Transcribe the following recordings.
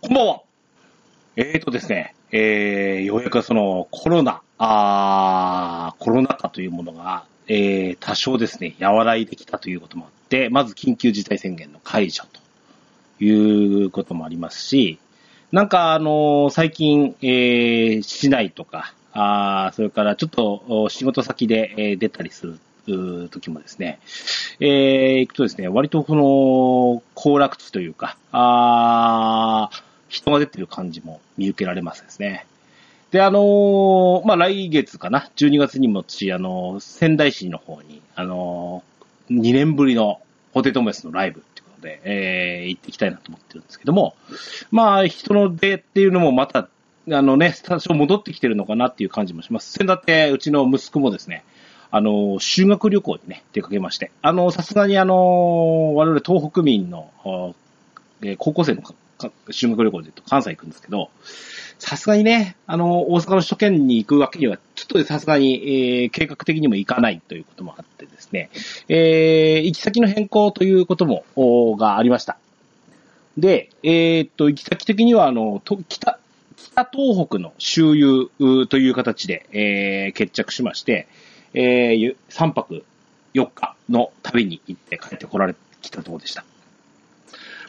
こんばんは。えーとですね、えー、ようやくそのコロナ、あーコロナ禍というものが、えー、多少ですね、和らいできたということもあって、まず緊急事態宣言の解除ということもありますし、なんかあのー最近、えー、市内とか、あーそれからちょっとお仕事先で、えー出たりするうー時もですね、えー、行くとですね、割とこの、行楽地というか、あー人が出てる感じも見受けられますですね。で、あのーまあ、来月かな、12月にもち、あのー仙台市の方に、あのー2年ぶりのポテトメスのライブってことで、えー行ってきたいなと思ってるんですけども、まあ、人の出っていうのもまた、あのね、多少戻ってきてるのかなっていう感じもします。先だって、うちの息子もですね、あの、修学旅行にね、出かけまして、あの、さすがにあの、我々東北民の、あえー高校生のかか修学旅行で言うと関西行くんですけど、さすがにね、あの、大阪の首都圏に行くわけには、ちょっとさすがに、えー計画的にも行かないということもあってですね、えー行き先の変更ということも、おーがありました。で、えーっと、行き先的には、あの、と北、北東北の周遊うーという形で、えー決着しまして、えー、3泊4日の旅に行って帰ってこられてきたところでした。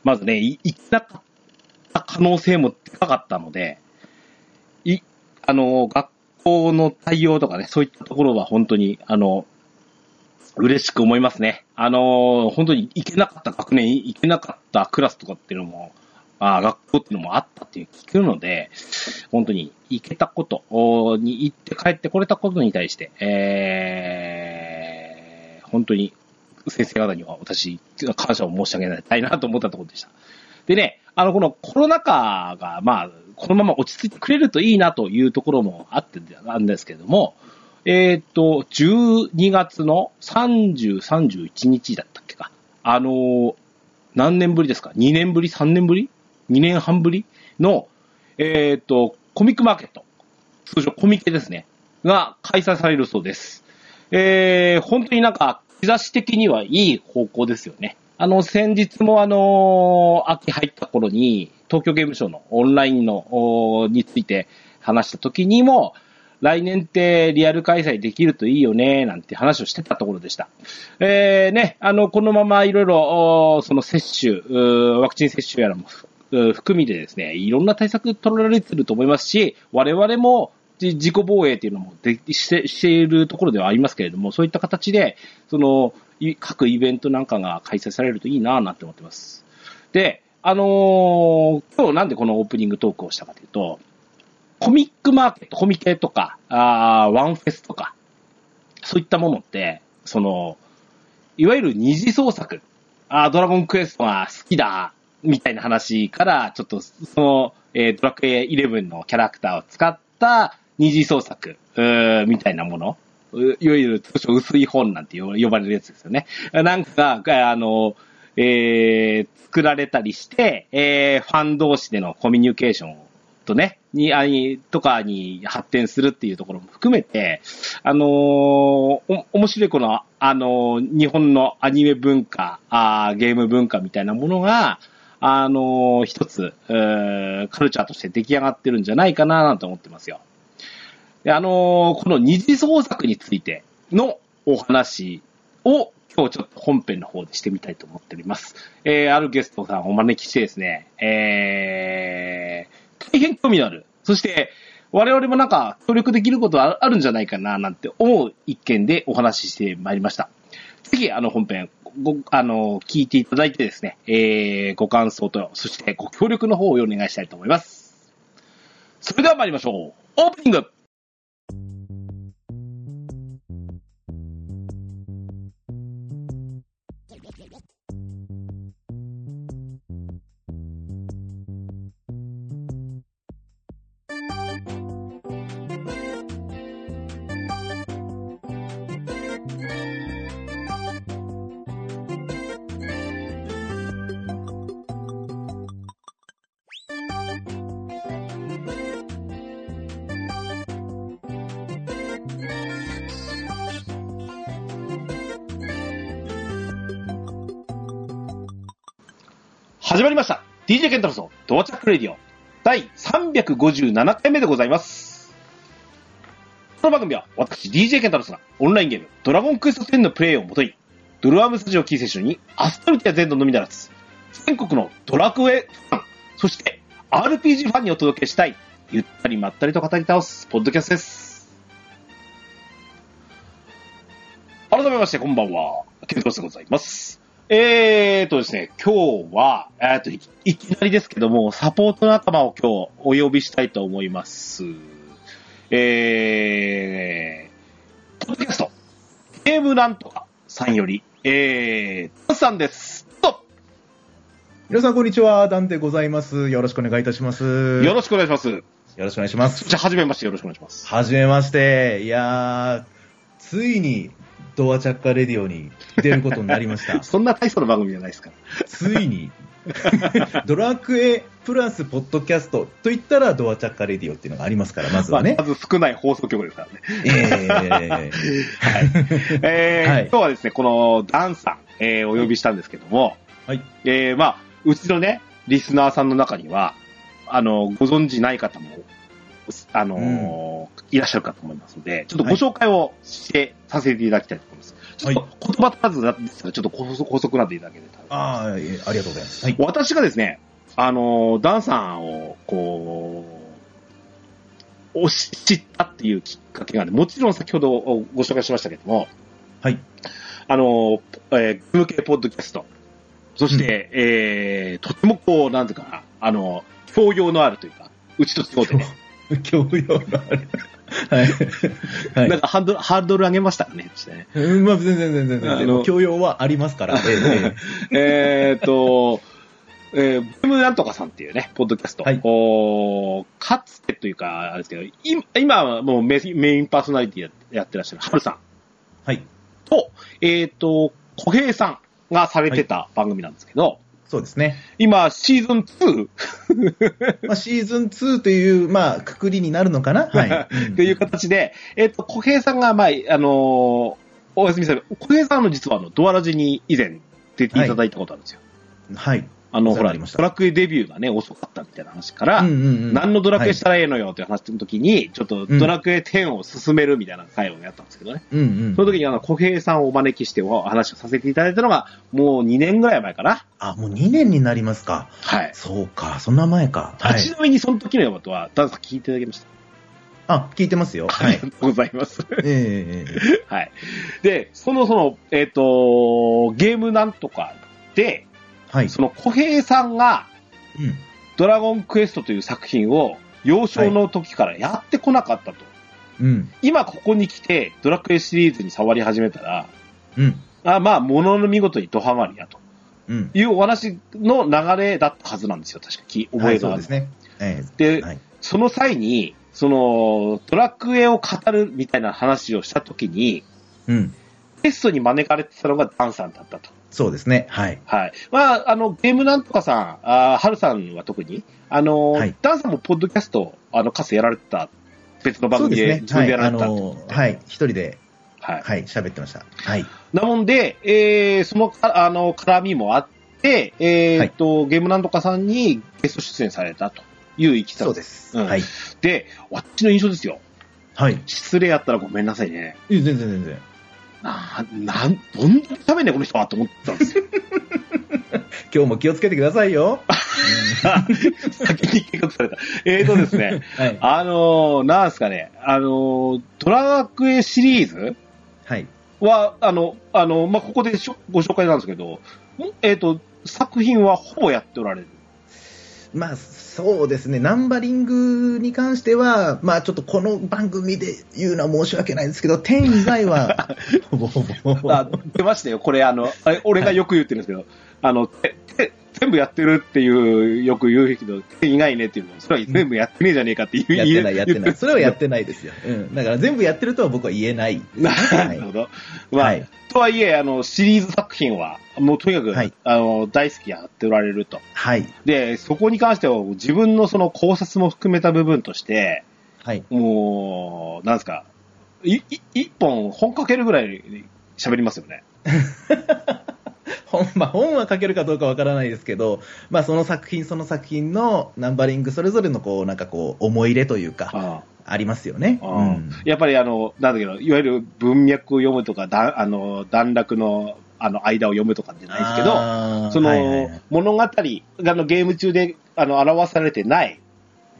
まずね、い行きたかった可能性も高かったので、い、あの、学校の対応とかね、そういったところは本当に、あの、嬉しく思いますね。あの、本当に行けなかった学年、行けなかったクラスとかっていうのも、あ学校っていうのもあったっていう聞くので、本当に行けたことおーに行って帰ってこれたことに対して、えー、本当に先生方には私、感謝を申し上げたいなと思ったところでした。でね、あの、このコロナ禍が、まあ、このまま落ち着いてくれるといいなというところもあってなんですけれども、えーっと、12月の30、31日だったっけか。あのー何年ぶりですか ?2 年ぶり ?3 年ぶり ?2 年半ぶりの、えっ、と、コミックマーケット。通常コミケですね。が開催されるそうです。えー、本当になんか、兆し的にはいい方向ですよね。あの、先日もあのー秋入った頃に、東京ゲームショウのオンラインの、おーについて話した時にも、来年ってリアル開催できるといいよね、なんて話をしてたところでした。えー、ね、あの、このままいろいろ、おーその接種、うーワクチン接種やらもうー含みでですね、いろんな対策取られてると思いますし、我々もじ自己防衛っていうのもでしてしているところではありますけれども、そういった形で、その、い各イベントなんかが開催されるといいなぁなんて思ってます。で、あのー今日なんでこのオープニングトークをしたかというと、コミックマーケット、コミケとか、あーワンフェスとか、そういったものって、その、いわゆる二次創作、あードラゴンクエストが好きだ、みたいな話から、ちょっと、その、えードラクエ11のキャラクターを使った二次創作、うーみたいなもの、ういわゆる通称薄い本なんて呼ば呼ばれるやつですよね。なんかが、あの、えー作られたりして、えーファン同士でのコミュニケーションとね、に、あに、とかに発展するっていうところも含めて、あのーお、面白いこの、あのー日本のアニメ文化、あーゲーム文化みたいなものが、あのー一つ、うーカルチャーとして出来上がってるんじゃないかななんて思ってますよ。で、あのーこの二次創作についてのお話を今日ちょっと本編の方でしてみたいと思っております。えー、あるゲストさんをお招きしてですね、えー、大変興味のある、そして我々もなんか協力できることはあるんじゃないかななんて思う一件でお話ししてまいりました。ぜひあの本編、ご、あの、聞いていただいてですね、えー、ご感想と、そしてご協力の方をお願いしたいと思います。それでは参りましょう。オープニング始まりました DJ ケンタロスの到着レディオ第357回目でございます。この番組は私、DJ ケンタロスがオンラインゲーム、ドラゴンクエスト10のプレイをもとに、ドルアームスタジオキーセッションにアストルティア全土のみならず、全国のドラクエファン、そして RPG ファンにお届けしたい、ゆったりまったりと語り倒す、ポッドキャストです。改めまして、こんばんは。ケンタロスでございます。えーとですね、今日は、えーとい、いきなりですけども、サポート仲間を今日お呼びしたいと思います。えー、ポッドキャスト、ゲームなんとかさんより、えー、ダンさんです。どうぞ皆さん、こんにちは。ダンでございます。よろしくお願いいたします。よろしくお願いします。よろしくお願いします。じゃあ、はじめましてよろしくお願いします。はじめまして。いやー、ついに、ドアチャッカレディオに出ることになりました。そんな大層な番組じゃないですから。ついに、ドラクエプラスポッドキャストと言ったらドアチャッカレディオっていうのがありますから、まずはねま。あまず少ない放送局ですからね。えー、えーはい今日はですね、このダンさん、えー、お呼びしたんですけども、はい。えー、まあ、うちのね、リスナーさんの中には、あの、ご存知ない方も、あのーいらっしゃるかと思いますので、ちょっとご紹介をして、させていただきたいと思います。ちょっとはい言葉足らずなんですが、ちょっと補足補足なんでいただければと思います。あー、えーありがとうございます。はい。私がですね、あのーダンさんを、こう、おし知ったっていうきっかけがあってもちろん先ほどおご紹介しましたけども、はい。あのー、えー、ゲーム系ポッドキャスト、そして、えー、とてもこう、なんていうかな、あのー、教養のあるというか、うちと違うてね、教養がある。はい。はいなんかハンドルハードル上げましたかね、してね。うん、まあ、全然全然全あの然。教養はありますから。えーえーっと、 えー、ブームなんとかさんっていうね、ポッドキャスト。はいこうかつてというか、あれですけど、今今はもうメインメインパーソナリティややってらっしゃるハルさんはい。と、えーっと、小平さんがされてた番組なんですけど、そうですね。今、シーズン2まあ、シーズン2という、まあ、くくりになるのかなはい。っていう形で、えーっと、小平さんが、まあ、あのーお休みされる、小平さんの実はあの、ドアラジに以前出ていただいたことあるんですよ。はい。あの、ほあら、りましたドラクエデビューがね、遅かったみたいな話から、うんうんうん何のドラクエしたらええのよっていう話の時に、ちょっとドラクエ10を進めるみたいな会をやったんですけどね。うんうん。その時にあの、小平さんをお招きしてお話をさせていただいたのが、もう2年ぐらい前かな。あ、もう2年になりますか。はい。そうか、そんな前か。はちい。なみにその時のことは、ダンさん聞いていただきました。あ、聞いてますよ。 あはりいが。とうございます。ええええはい。で、その、その、えっ、と、ゲームなんとかで、はい。その小平さんが、うん。ドラゴンクエストという作品を、幼少の時からやってこなかったと。うん。今ここに来て、ドラクエシリーズに触り始めたら、うん。あまあ、ものの見事にドハマりやとうん。いうお話の流れだったはずなんですよ、確かき覚はえいがそあうるですね。ええで、はい。その際に、その、ドラクエを語るみたいな話をしたときに、うん。ゲストに招かれてたのがダンさんだったと。そうですね。はい。はい。まあ、あの、ゲームなんとかさん、あーハルさんは特に、あの、はいダンさんもポッドキャスト、あの、かつてやられてた、別の番そう組でですね。自分はでい。やらあれてた。の、はい。一人で、はい。はい、喋ってました。はい。なもんで、えー、そのか、あの、絡みもあって、えーっと、ゲームなんとかさんにゲスト出演されたといういきさそうつで。ですうんはい。す。で、私の印象ですよ。はい。失礼やったらごめんなさいね。いや全然全然。な、なん、どんだけ喋んねんこの人はと思ったんですよ。今日も気をつけてくださいよ。先に計画された。えーとですね、はい。あのー、なんすかね、あのー、ドラクエシリーズはい。は、あの、あの、まあ、ここでしょご紹介なんですけど、んえーっと、作品はほぼやっておられる。まあそうですね、ナンバリングに関しては、まあちょっとこの番組で言うのは申し訳ないんですけど、天以外は、ほぼほ ぼ。あ出ましたよ、これあの、あれ俺がよく言ってるんですけど、あのてて全部やってるっていう、よく言うけど、手以外ねっていうの、それは全部やってねえじゃねえかっていう、やってない、やってない。それはやっててないですよ。うん。だから全部やってるとは僕は言えない。 なはるほい。ど、まあはいとはいえあの、シリーズ作品は、もうとにかく、はいあの大好きやっておられると、はい。でそこに関しては、自分のその考察も含めた部分として、はい。もう、なんですか、いい一本、本かけるぐらい喋りますよね。本まあ、本は書けるかどうかわからないですけど、まあ、その作品その作品のナンバリングそれぞれのこうなんかこう思い入れというかあありますよね。あうんやっぱりあの、なんだけど、いわゆる文脈を読むとか、だあの段落のあの間を読むとかじゃないですけど、どその、物語があのゲーム中であの表されてない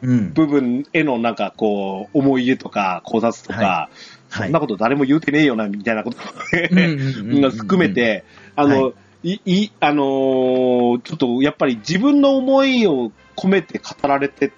うん、部分へのなんかこう、思い入れとか考察とか、はいそんなこと誰も言うてねえよな、みたいなこと、うんが含め、て、あの、、はいい、あのーちょっとやっぱり自分の思いを込めて語られて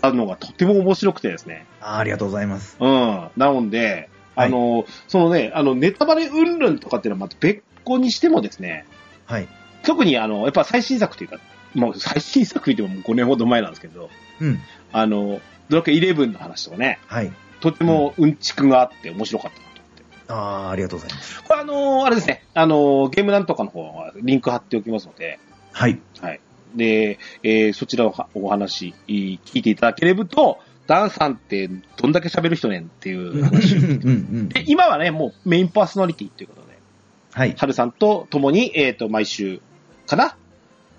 たのがとても面白くてですね。あーありがとうございます。うん。なので、あの、そのね、あの、ネタバレ云々とかっていうのはまた別個にしてもですね、はい。特にあの、やっぱ最新作というか、もう最新作言ってももう5年ほど前なんですけど、うん。あの、ドラクエ11の話とかね、はい。とてもうんちくがあって面白かったなと思って。ああ、ありがとうございます。これあのーあれですね、あのーゲームなんとかの方はリンク貼っておきますので、はい。はい。で、えーそちらをはお話、えー聞いていただければと、ダンさんってどんだけ喋る人ねんっていうんううん話。うんで、今はね、もうメインパーソナリティということで、はい。ハルさんと共に、えっ、と、毎週かな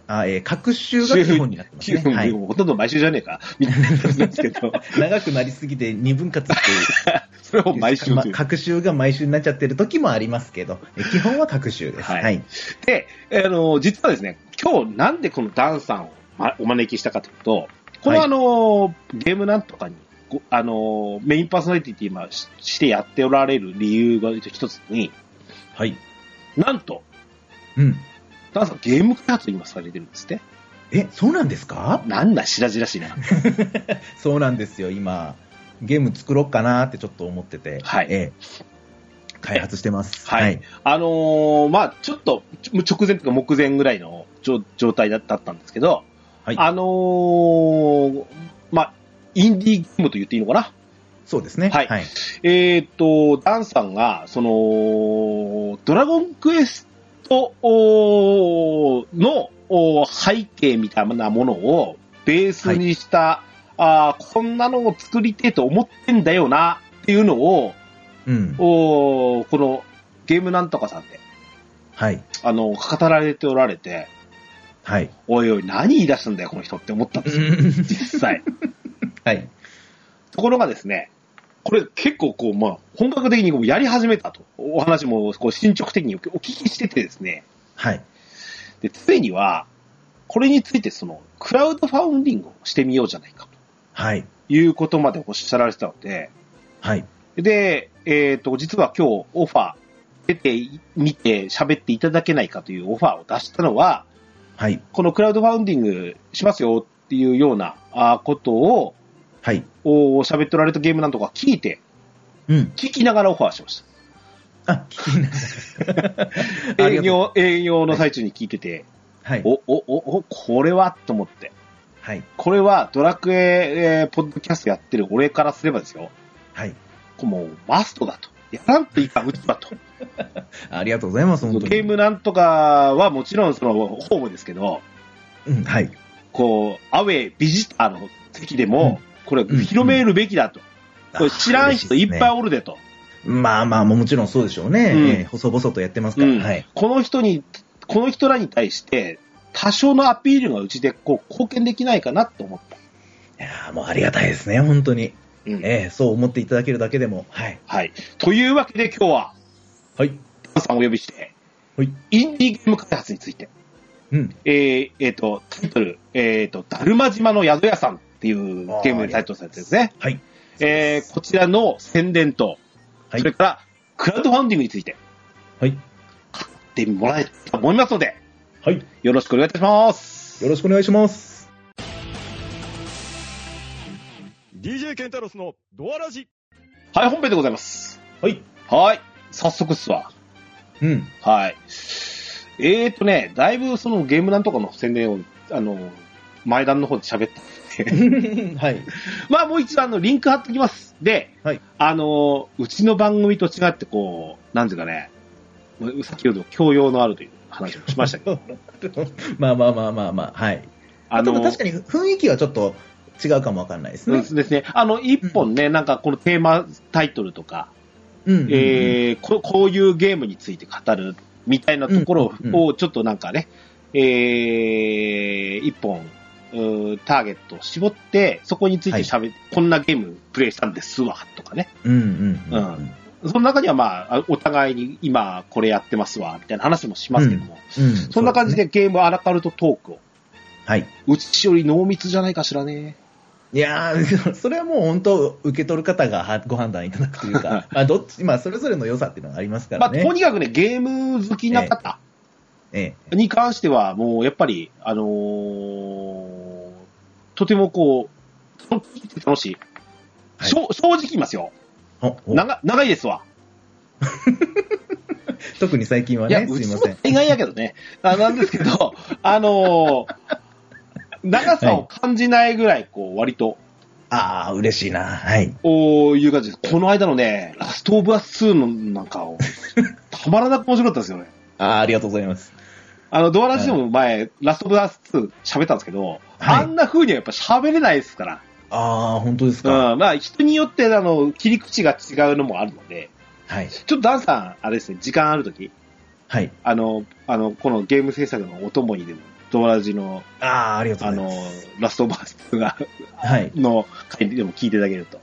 あーえー、各週が基本になってます週ね。はい。ほとんど毎週じゃねえか、みたいな感じなんですけ ど、長くなりすぎて二分割っていう。それ を毎週まという。各週が毎週になっちゃってる時もありますけど、え基本は各週です。ははいい。で、あの、実はですね、今日なんでこのダンさんをまお招きしたかというと、この、はいあの、ゲームなんとかに、ごあの、メインパーソナリティって今ししてやっておられる理由が一つに、はい。なんと、うん。ダンさんゲーム開発を今されてるんですね。え、そうなんですかなんだ、しらじらしいな。 そうなんですよ、今。ゲーム作ろうかなってちょっと思ってて、はいええ開発してます。はいあのーまあちょっと、ちょ直前というか目前ぐらいの状状態だだったんですけど、はいあのーまあインディーゲームと言っていいのかなそうですね。はいはい。えーっと、ダンさんが、その、ドラゴンクエストおーのおー背景みたいなものをベースにした、あーこんなのを作りてえと思ってんだよなっていうのを、うん。おーこのゲームなんとかさんで、はい。あの、語られておられて、はい。おいおい、何言い出すんだよ、この人って思ったんですよ、実際。はい。ところがですね、これ結構こう、まあ、本格的にこうやり始めたと、お話もこう進捗的にお聞きしててですね、はい。で、ついには、これについてその、クラウドファウンディングをしてみようじゃないか、はい。ということまでおっしゃられてたので、はい。で、えっ、と、実は今日オファー、出てみて喋っていただけないかというオファーを出したのは、はい。このクラウドファウンディングしますよっていうようなあことを、はい。お喋っておられたゲームなんとか聞いて、うん。聞きながらオファーしました。あ、聞き なあり営がとう業、営業の最中に聞いてて、はい。お、お、お、お、これはと思って。はい。これはドラクエ、えーポッドキャストやってる俺からすればですよ。はい。これもうマストだと。やらんといかんうちだと。ありがとうございます、本当に。ゲームなんとかはもちろんそのホームですけど、うん。はい。こう、アウェイ、ビジターの席でも、これうん広めるべきだと。これ知らん人いっぱいい。おるでと。まあまあ、もちろんそうでしょうね。うんええ細々とやってますから。うんはい。この人に、この人らに対して、多少のアピールがうちでこう貢献できないかなと思った。いやーもうありがたいですね、本当に。うんええそう思っていただけるだけでも。はい。はい。というわけで今日は、はい。ダンさんをお呼びして、はい。インディーゲーム開発について、うん。えー、えっ、と、タイトル、えっ、と、だるま島の宿屋さんっていうゲームにタイトルされてるんですね。はい。えー、こちらの宣伝と、はいそれから、クラウドファンディングについて、はい。でもらえたと思いますので、はい。よよろしくお願いいたします。ろしくお願いします。 DJ ケンタロスのドアラジはい、本編でございます。はい。はい。早速っすわ。うん。はい。えーとね、だいぶそのゲームなんとかの宣伝を、あの、前段の方で喋った はい。まあもう一度あの、リンク貼っておきます。で、はいあのー、うちの番組と違ってこう、なんていうかね、先ほど教養のあるという話をしましたけど、 まあまあまあまあまあ、はい。あたのだ確ー、かに雰囲気はちょっと違うかもわかんないですそうねで。すね。あの、一本ね、なんかこのテーマタイトルとか、うん。うんえーこ、こういうゲームについて語るみたいなところうんうんを、をちょっとなんかね、えー、一本、うーターゲットを絞って、そこについて喋、こんなゲームプレイしたんですわ、とかね。うんうんうんその中にはまあ、あお互いに今これやってますわ、みたいな話もしますけども、うんそんな感じそうでゲームアラカルトトークを、すねはい。うちより濃密じゃないかしらね。いやー それはもう本当、受け取る方がはご判断いただくという か、まあ、どっち、まあ、それぞれの良さっていうのがありますかまらあ、ね。とにかくね、ゲーム好きな方ええに関しては、もうやっぱり、あのーとてもこう、楽しい楽しい。はいしょ正直言いますよ。おお長長いですわ。特に最近はいや、ね、うすいちまもせん。意外やけど ね。あなんですけど、あのー長さを感じないぐらい、こう、割と、ああ、嬉しいな。はい。おーいう感じです。この間のね、ラストオブアス2のなんかを、たまらなく面白かったですよね。ああ、ありがとうございます。あの、ドアラジでも前、ラストオブアス2喋ったんですけど、はあいんな風にはやっぱ喋れないですから。ああ、本当ですか。うん、まあ人によって、あの、切り口が違うのもあるので、はい。ちょっとダンさん、あれですね、時間あるとき、はい。あの、あの、このゲーム制作のお供にでも、ドアラジの、ああ、ありがとうあございのます。、ラストオブアス2が、はい。の回でも聞いていただけると。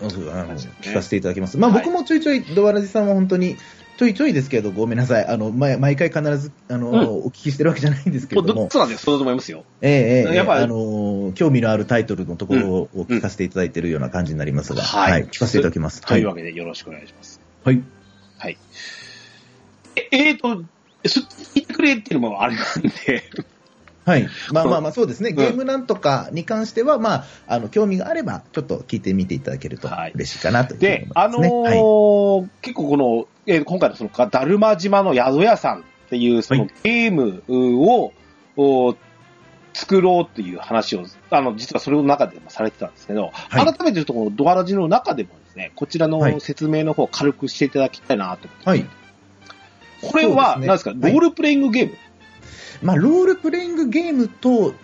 そうそうあのですね聞かせていただきます。まあ、はい僕もちょいちょい、ドワラジさんは本当に、ちょいちょいですけど、ごめんなさい。あの、毎毎回必ず、あの、うんお聞きしてるわけじゃないんですけもれうどども、そうなんですよ、そうだと思いますよ。ええええええやっぱあの、興味のあるタイトルのところをお聞かせていただいているような感じになりますが、うんはい聞かせていただきます。と。はいいうわけで、よろしくお願いします。はい。はい。え、えーと、す聞いてくれっていうのもあれなんで、はい。まあそうまあまあ、そうですね。んゲームなんとかに関しては、まあ、あの、興味があれば、ちょっと聞いてみていただけるとはい嬉しいかなというふうに思いで、あまのす、ね。ーはい。結構この、えー今回のその、だるま島の宿屋さんっていう、そのはゲームを、お作ろうという話を、あの、実はそれの中でもされてたんですけど、はい改めてちょっとこのドアラジの中でもですね、こちらはいの説明の方を軽くしていただきたいなと思って。はい。これは、そうですね何ですか、はいロールプレイングゲーム、まあ、ロールプレイングゲームと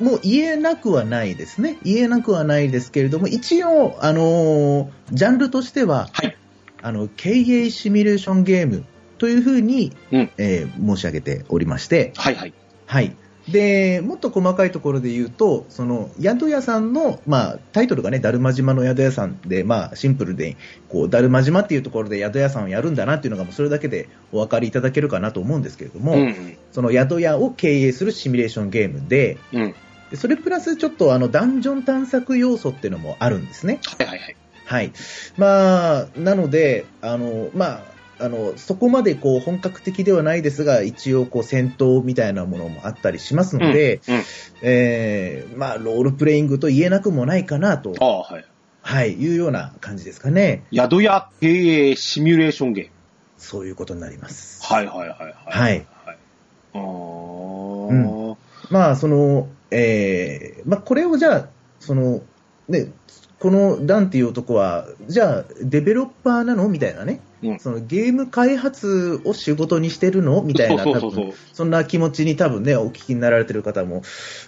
も言えなくはないですね。言えなくはないですけれども、一応、あのージャンルとしては、はいあの、経営シミュレーションゲームというふうに、うんえー申し上げておりまして、はいはい。はい。で、もっと細かいところで言うと、その、宿屋さんの、まあ、タイトルがね、だるま島の宿屋さんで、まあ、シンプルで、こう、だるま島っていうところで宿屋さんをやるんだなっていうのが、もうそれだけでお分かりいただけるかなと思うんですけれども、うん。その宿屋を経営するシミュレーションゲームで、うん。でそれプラスちょっとあのダンジョン探索要素っていうのもあるんですね。はいはいはい。はい。まあ、なので、あの、まあ、あの、そこまでこう本格的ではないですが、一応こう戦闘みたいなものもあったりしますので、うんうんえーまあ、ロールプレイングと言えなくもないかなとあ、あ、はい。はい、いうような感じですかね。宿屋経営シミュレーションゲーム。そういうことになります。はいはいはいはい。はい。はい。あーうまあ、その、えーまあ、これをじゃあ、その、ね、このダンっていう男は、じゃあ、デベロッパーなのみたいなね、うんそのゲーム開発を仕事にしてるのみたいな、そうそうそう多そ分う。そんな気持ちに多分ね、お聞きになられてる方も、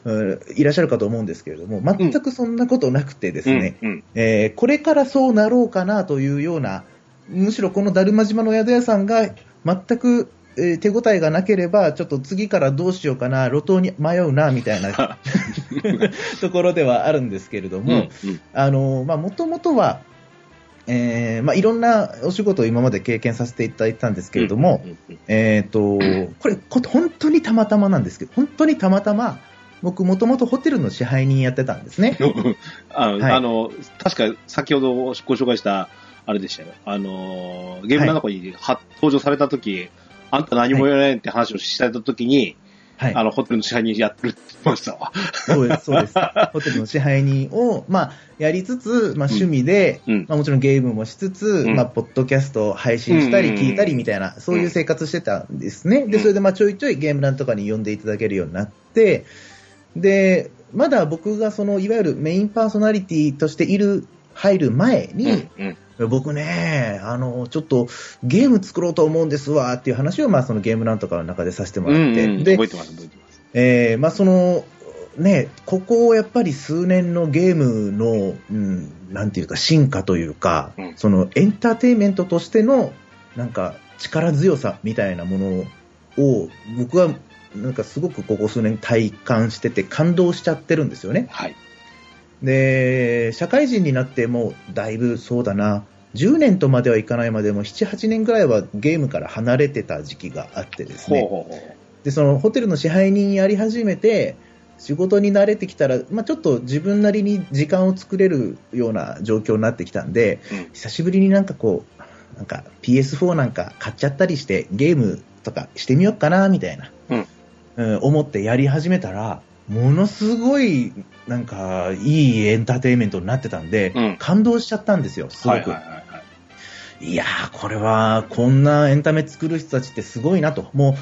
うんいらっしゃるかと思うんですけれども、全くそんなことなくてですね、うんうんえーこれからそうなろうかなというような、むしろこのだるま島の宿屋さんが全く、えー手応えがなければ、ちょっと次からどうしようかな、路頭に迷うな、みたいなところではあるんですけれども、あの、まあ、もともとは、えーまあ、いろんなお仕事を今まで経験させていただいてたんですけれども、、うんうんうんえっ、と、これ、こ本当にたまたまなんですけど、本当にたまたま、僕、もともとホテルの支配人やってたんですね。 あの、はいあの確か先ほどご紹介した、あれでしたよ。あの、ゲームの中に、は登場された時あんた何も言わないって話をされた時に、はい。あの、ホテルの支配人やってるって言ってましたわ。そうです、そうです。ホテルの支配人を、まあ、やりつつ、まあ、趣味で、うん。まあ、もちろんゲームもしつつ、うんまあ、ポッドキャストを配信したりうん聞いたりみたいな、そういう生活してたんですね。で、それでまあ、ちょいちょいゲームなんとかに呼んでいただけるようになって、で、まだ僕がその、いわゆるメインパーソナリティとしている、入る前うにん、。うん僕ね、あの、ちょっとゲーム作ろうと思うんですわっていう話を、まあ、そのゲームなんとかの中でさせてもうらっんて、うん。で覚え、てます、覚えてます。えーまあその、ね、ここをやっぱり数年のゲームの、うん、なんていうか進化というか、うんそのエンターテインメントとしての、なんか力強さみたいなものを僕はなんかすごくここ数年体感してて感動しちゃってるんですよね。はい。で、社会人になってもうだいぶそうだな、10年とまではいかないまでも7、8年ぐらいはゲームから離れてた時期があってですほうね。ほうほう。で、そのホテルの支配人やり始めて、仕事に慣れてきたら、まあ、ちょっと自分なりに時間を作れるような状況になってきたんで、うん久しぶりになんかこう、なんか PS4 なんか買っちゃったりして、ゲームとかしてみようかな、みたいな、うんうん思ってやり始めたら、ものすごい、なんか、いいエンターテインメントになってたんで、うん感動しちゃったんですよ、すごく。はいはいはいはい。いやー、これは、こんなエンタメ作る人たちってすごいなと。もう、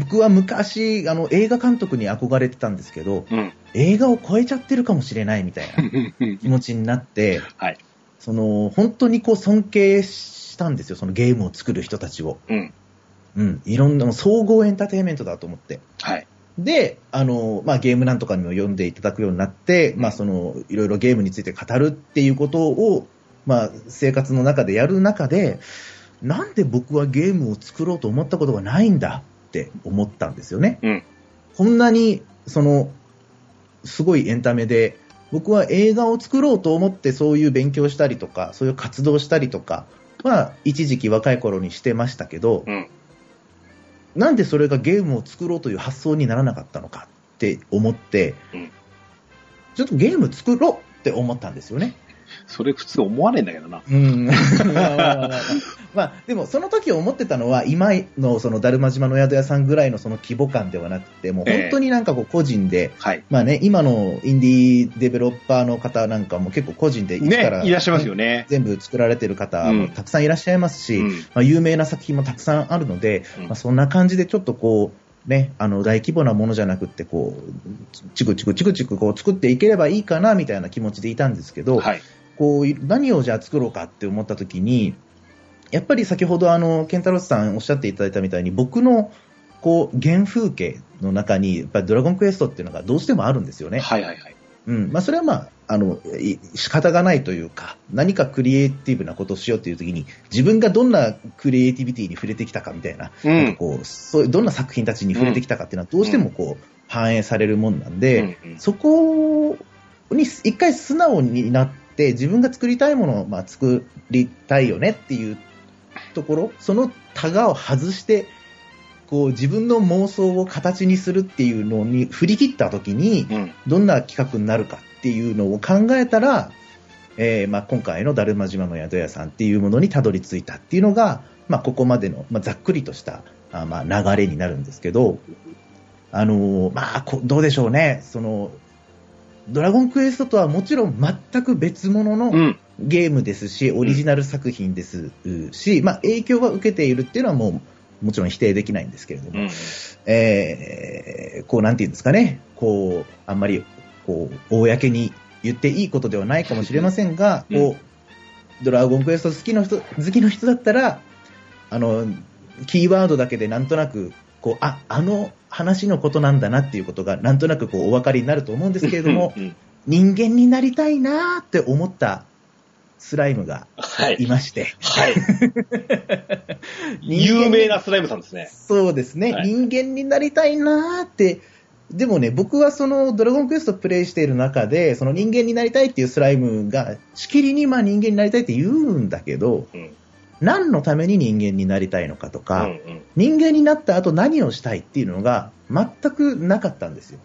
僕は昔、あの、映画監督に憧れてたんですけど、うん。映画を超えちゃってるかもしれないみたいな気持ちになって、 はい。その、本当にこう尊敬したんですよ、そのゲームを作る人たちを。うん。うん、いろんな、もう総合エンターテインメントだと思って。はい。で、あの、まあ、ゲームなんとかにも読んでいただくようになって、まあ、その、いろいろゲームについて語るっていうことを、まあ、生活の中でやる中で、なんで僕はゲームを作ろうと思ったことがないんだって思ったんですよね。うんこんなに、その、すごいエンタメで、僕は映画を作ろうと思ってそういう勉強したりとか、そういう活動したりとかは、一時期若い頃にしてましたけど、うん。なんでそれがゲームを作ろうという発想にならなかったのかって思って、うんちょっとゲーム作ろうって思ったんですよね。それ普通思わねえんだけどな。うん。まあまあまあまあまあまあでもその時思ってたのは、今のそのだるま島の宿屋さんぐらいのその規模感ではなくて、もう本当になんかこう個人で、はい。まあね、今のインディーデベロッパーの方なんかも結構個人で一から、ね、いらっしゃいますよね。全部作られてる方もたくさんいらっしゃいますし、うん。まあ、有名な作品もたくさんあるので、うんまあ、そんな感じでちょっとこう、ね、あの大規模なものじゃなくってこうチクチクチクチクこう作っていければいいかなみたいな気持ちでいたんですけど、はい。こうい何をじゃあ作ろうかって思った時にやっぱり先ほどあのケンタロスさんおっしゃっていただいたみたいに僕のこう原風景の中にやっぱりドラゴンクエストっていうのがどうしてもあるんですよね。はいはいはい。うんまあ、それはまああのい仕方がないというか何かクリエイティブなことをしようという時に自分がどんなクリエイティビティに触れてきたかみたいな,、うんなんかこうそういうどんな作品たちに触れてきたかっていうのはどうしてもこう、反映されるもんなんで、うんうんそこに一回素直になって自分が作りたいものをまあ作りたいよねっていうところそのタガを外してこう自分の妄想を形にするっていうのに振り切った時に、うん。どんな企画になるかっていうのを考えたら、えーまあ、今回のだるま島の宿屋さんっていうものにたどり着いたっていうのが、まあ、ここまでの、まあ、ざっくりとしたあ、まあ、流れになるんですけど、あのーまあ、こどうでしょうねそのドラゴンクエストとはもちろん全く別物の、うん。ゲームですし、オリジナル作品ですし、まあ、影響は受けているっていうのはもう、もちろん否定できないんですけれども、うんえーこう、なんていうんですかね、こう、あんまり、こう、公に言っていいことではないかもしれませんが、うんこう、ドラゴンクエスト好きの人、好きの人だったら、あの、キーワードだけでなんとなく、こう、あ、あの話のことなんだなっていうことが、なんとなくこう、お分かりになると思うんですけれども、うんうん人間になりたいなーって思ったスライムがはいい。まして、はい。人間 有名なスライムさんですね。そうですね、はい人間になりたいなーって、でもね、僕はそのドラゴンクエストプレイしている中で、その人間になりたいっていうスライムが、しきりにまあ人間になりたいって言うんだけど、うん。何のために人間になりたいのかとうか、んうん。人間になった後何をしたいっていうのが全くなかったんですよ。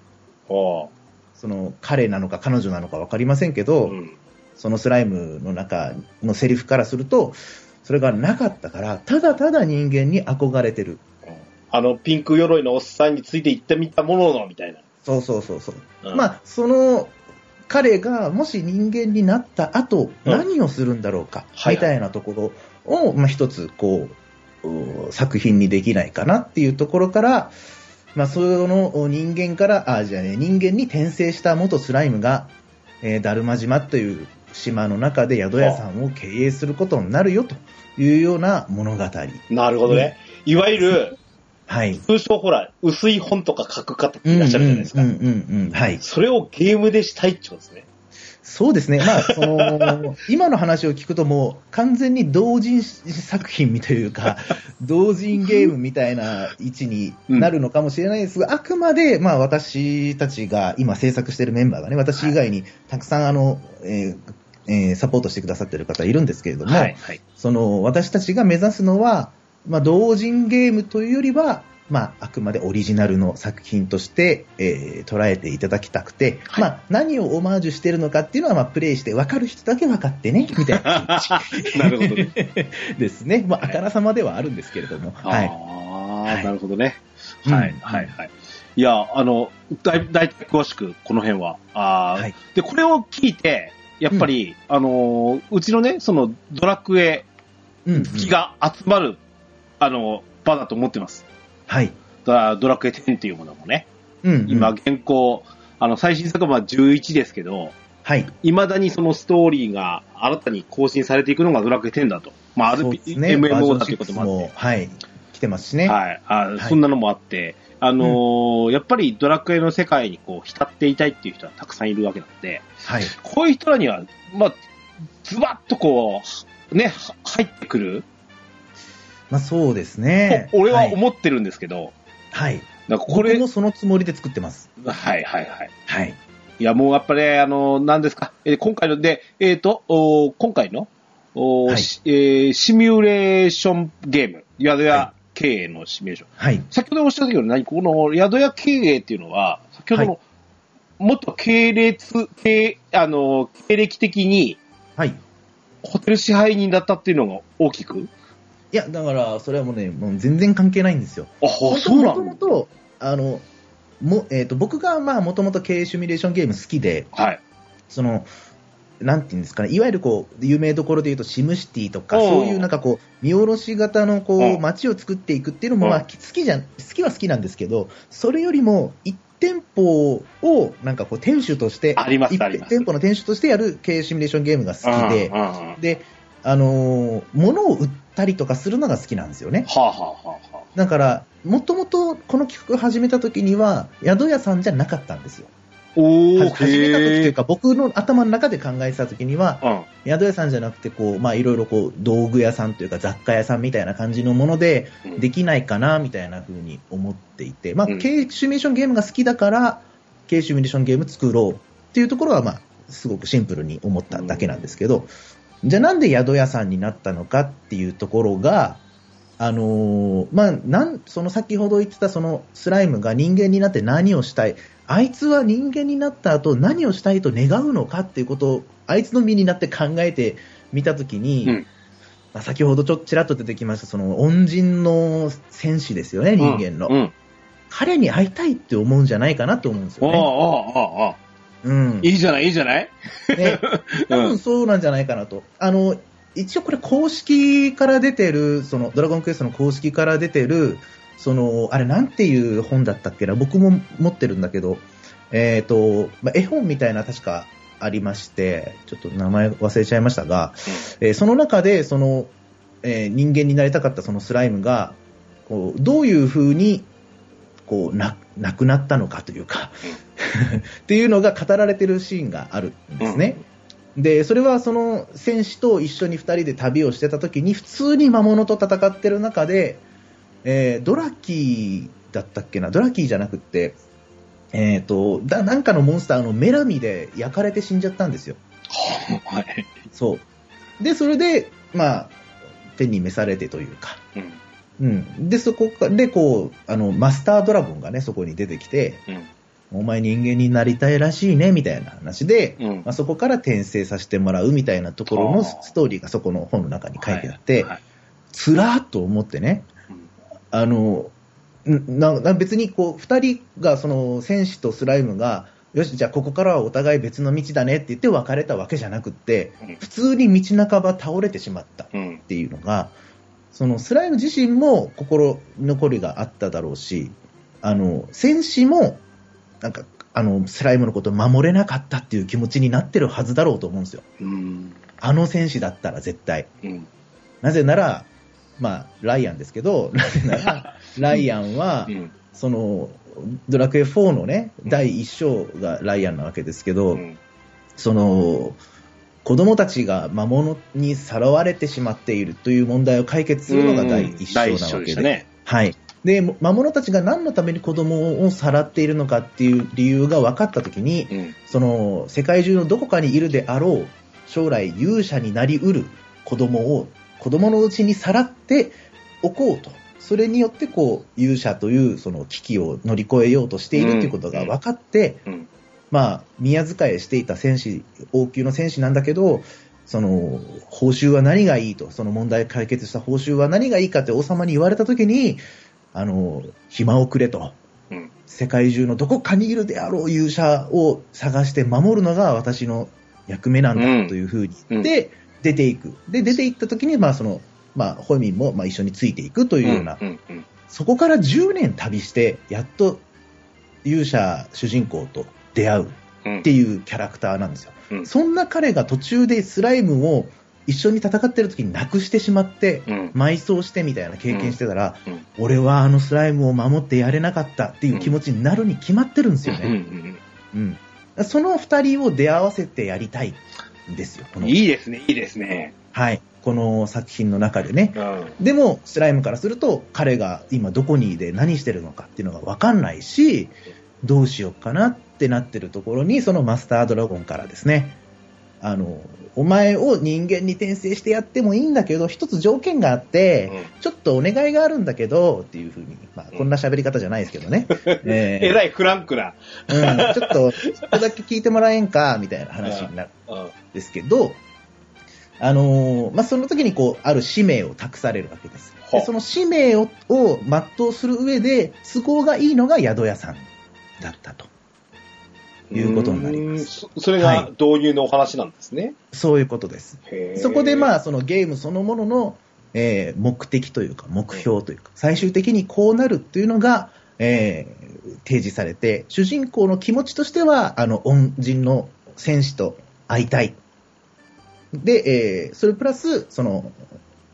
おーその彼なのか彼女なのか分かりませんけど、うん。そのスライムの中のセリフからすると、それがなかったから、ただただ人間に憧れてる。あの、ピンク鎧のおっさんについて行ってみたものの、みたいな。そうそうそうそう。うんまあ、その、彼がもし人間になった後、うん何をするんだろうか、はいはいみたいなところを、まあ、一つ、こううー、作品にできないかなっていうところから、まあ、そのお人間から、あ、じゃあね、人間に転生した元スライムが、えー、だるま島という島の中で宿屋さんを経営することになるよというような物語。なるほどね。いわゆる、はい。通称ほら、薄い本とか書く方っていらっしゃるじゃないですかうん。うんうんうん、はい。それをゲームでしたいっちゅうことですね。そうですね、まあ、その今の話を聞くと、もう完全に同人作品みという か、同人ゲームみたいな位置になるのかもしれないですが、あくまで、まあ、私たちが今制作しているメンバーがね、私以外にたくさんあの、えーえーサポートしてくださってる方いるんですけれども、はい、はい。その私たちが目指すのは、まあ、同人ゲームというよりは、まあ、あくまでオリジナルの作品として、えー捉えていただきたくて、はいまあ、何をオマージュしてるのかっていうのは、まあ、プレイして分かる人だけ分かってね、みたいな なるほどね。ですね。まあ、はあいからさまではあるんですけれども。はい。ああ、はいなるほどね。はい、うんはい、はい。いや、あの、だいだい詳しく、この辺は。あーはいで、これを聞いて、やっぱり、あのー、うちのね、その、ドラクエうん、うん好きが集まる、あの、場だと思ってます。はい。だからドラクエ10っていうものもね、うん、うん今、現行、あの、最新作はまあ11ですけど、はい。いまだにそのストーリーが新たに更新されていくのがドラクエ10だと。まあ、そう RP、ですね。バージ MMO ョンだということもあっ6て。もはい。来てますしね。はい、あいそんなのもあって、あのーやっぱりドラクエの世界にこう浸っていたいっていう人はたくさんいるわけなので、はい。こういう人らには、まあ、ズバッとこう、ね、は入ってくる、まあ、そうですね。、と俺はい思ってるんですけど、はい。なんかここれれ、もそのつもりで作ってます。はいはいはい。はい。いや、もうやっぱね、あのー、何ですか、えー今回ので、えっ、と、おー今回の、おーはいしえーシミュレーションゲーム、宿は屋経営のシミュレーション。はい。先ほどおっしゃったように、何この宿屋経営っていうのは、先ほどの、はもっと系列、系、あの、経歴的に、はい。ホテル支配人だったっていうのが大きく。いや、だから、それはもうね、もう全然関係ないんですよ。あ、そうなもとものと、あの、も、えっ、と、僕が、まあ、もともと経営シミュレーションゲーム好きで、はい。その、なんていうんですかね、いわゆるこう、有名どころで言うと、シムシティとか、うんそういうなんかこう、見下ろし型のこうう、ん街を作っていくっていうのも、うんまあ、好きじゃん、好きは好きなんですけど、それよりも、一店舗を、なんかこう、店主として、あります一あります店舗の店主としてやる経営シミュレーションゲームが好きでうん、うんうんはで、あのー物を売ったりとかするのが好きなんですよね。あ、はあはあはだから、もともとこの企画を始めた時には、宿屋さんじゃなかったんですよ。あ、おはー、始めた時というへか、僕の頭の中で考えてた時には、ー宿屋さんじゃなくて、こう、まあ、いろいろこう、道具屋さんというか、雑貨屋さんみたいな感じのもので、うん。できないかな、みたいな風に思っていて、まあ、うん経営シミュレーションゲームが好きだから、経営シミュレーションゲーム作ろうっていうところは、まあ、すごくシンプルに思っただけなんですけど、じゃあなんで宿屋さんになったのかっていうところが、あのーまあ、なん、その先ほど言ってたそのスライムが人間になって何をしたい、あいつは人間になった後何をしたいと願うのかっていうことを、あいつの身になって考えてみたときに、うんまあ、先ほどちょっとちらっと出てきました、その恩人の戦士ですよね、人間の。うんうん。彼に会いたいって思うんじゃないかなと思うんですああ、よね。ああ、ああ。うん。いいじゃない、いいじゃないね、多分そうなんじゃないかなと。あの、一応これ公式から出てる、その、ドラゴンクエストの公式から出てる、その、あれなんていう本だったっけな、僕も持ってるんだけど、えっ、と、まあ、絵本みたいな確かありまして、ちょっと名前忘れちゃいましたが、えーその中で、その、えー人間になりたかったそのスライムが、こう、どういう風に、こう、な、なくなったのかというか、 っていうのが語られてるシーンがあるんですね。で、それはその戦士と一緒に二人で旅をしてた時に、普通に魔物と戦ってる中で、えードラキーだったっけな、ドラキーじゃなくって、えっ、と、だ、なんかのモンスターのメラミで焼かれて死んじゃったんですよ。はい。そう。で、それで、まあ、手に召されてというか、うん。うん。で、そこか、で、こう、あの、マスタードラゴンがね、そこに出てきて、うん。お前人間になりたいらしいね、みたいな話で、うんまあ、そこから転生させてもらうみたいなところあーのストーリーがそこの本の中に書いてあって、はいはいつらーっと思ってね、うんあの、んなな別にこう、二人が、その、戦士とスライムが、よし、じゃあここからはお互い別の道だねって言って別れたわけじゃなくって、うん普通に道半ば倒れてしまったっうん。ていうのが、そのスライム自身も心残りがあっただろうし、あの、戦士も、なんか、あの、スライムのことを守れなかったっていう気持ちになってるはずだろうと思うんですよ。うん。あの戦士だったら絶対。うん。なぜなら、まあ、ライアンですけど、なぜ なら、ライアンはう、ん。その、ドラクエ4のね、ん第1章がライアンなわけですけど、うんその、子供たちが魔物にさらわれてしまっているという問題を解決するのが第一章第なわでけしでた。ね。はい。で、魔物たちが何のために子供をさらっているのかっていう理由が分かったときに、うん。その、世界中のどこかにいるであろう、将来勇者になりうる子供を、子供のうちにさらっておこうと。それによって、こう、勇者という、その危機を乗り越えようとしているということが分かって、うん。まあ、宮遣いしていた戦士、王宮の戦士なんだけど、その、報酬は何がいいと、その問題解決した報酬は何がいいかって王様に言われた時に、あの、暇をくれと。うん世界中のどこかにいるであろう勇者を探して守るのが私の役目なんうんだというふうに言って、出ていく。で、出ていった時に、まあその、まあ、ホイミンもまあ一緒についていくとというような、ん。うん。そこから10年旅して、やっと勇者主人公と出会う。うんっていうキャラクターなんですよ。うんそんな彼が途中でスライムを一緒に戦ってる時になくしてしまって、うん。埋葬してみたいな経験してたら、うんうん俺はあのスライムを守ってやれなかったっていう気持ちになるに決まってるんですようんね。うんその二人を出会わせてやりたいんですよ。うこんのいいですね、いいですね。はい。この作品の中でね。うん。でも、スライムからすると、彼が今どこにいて何してるのかっていうのがわかんないし、どうしようかなってなってるところに、そのマスタードラゴンからですね、あの、お前を人間に転生してやってもいいんだけど、一つ条件があって、ちょっとお願いがあるんだけど、っていうふうに、まあ、こんな喋り方じゃないですけどね。ええらいフランクな。うん、ちょっと、そこだけ聞いてもらえんか、みたいな話になる。うん。ですけど、あのーまあ、その時にこう、ある使命を託されるわけです。ほうでその使命をを全うする上で、都合がいいのが宿屋さんだったと。いうことになりますうーん。そそれが導入のお話なんですね。そういうことです。そこでまあ、そのゲームそのものの、えー目的というか、目標というか、最終的にこうなるっていうのが、えー提示されて、主人公の気持ちとしては、あの、恩人の戦士と会いたい。で、えーそれプラス、その、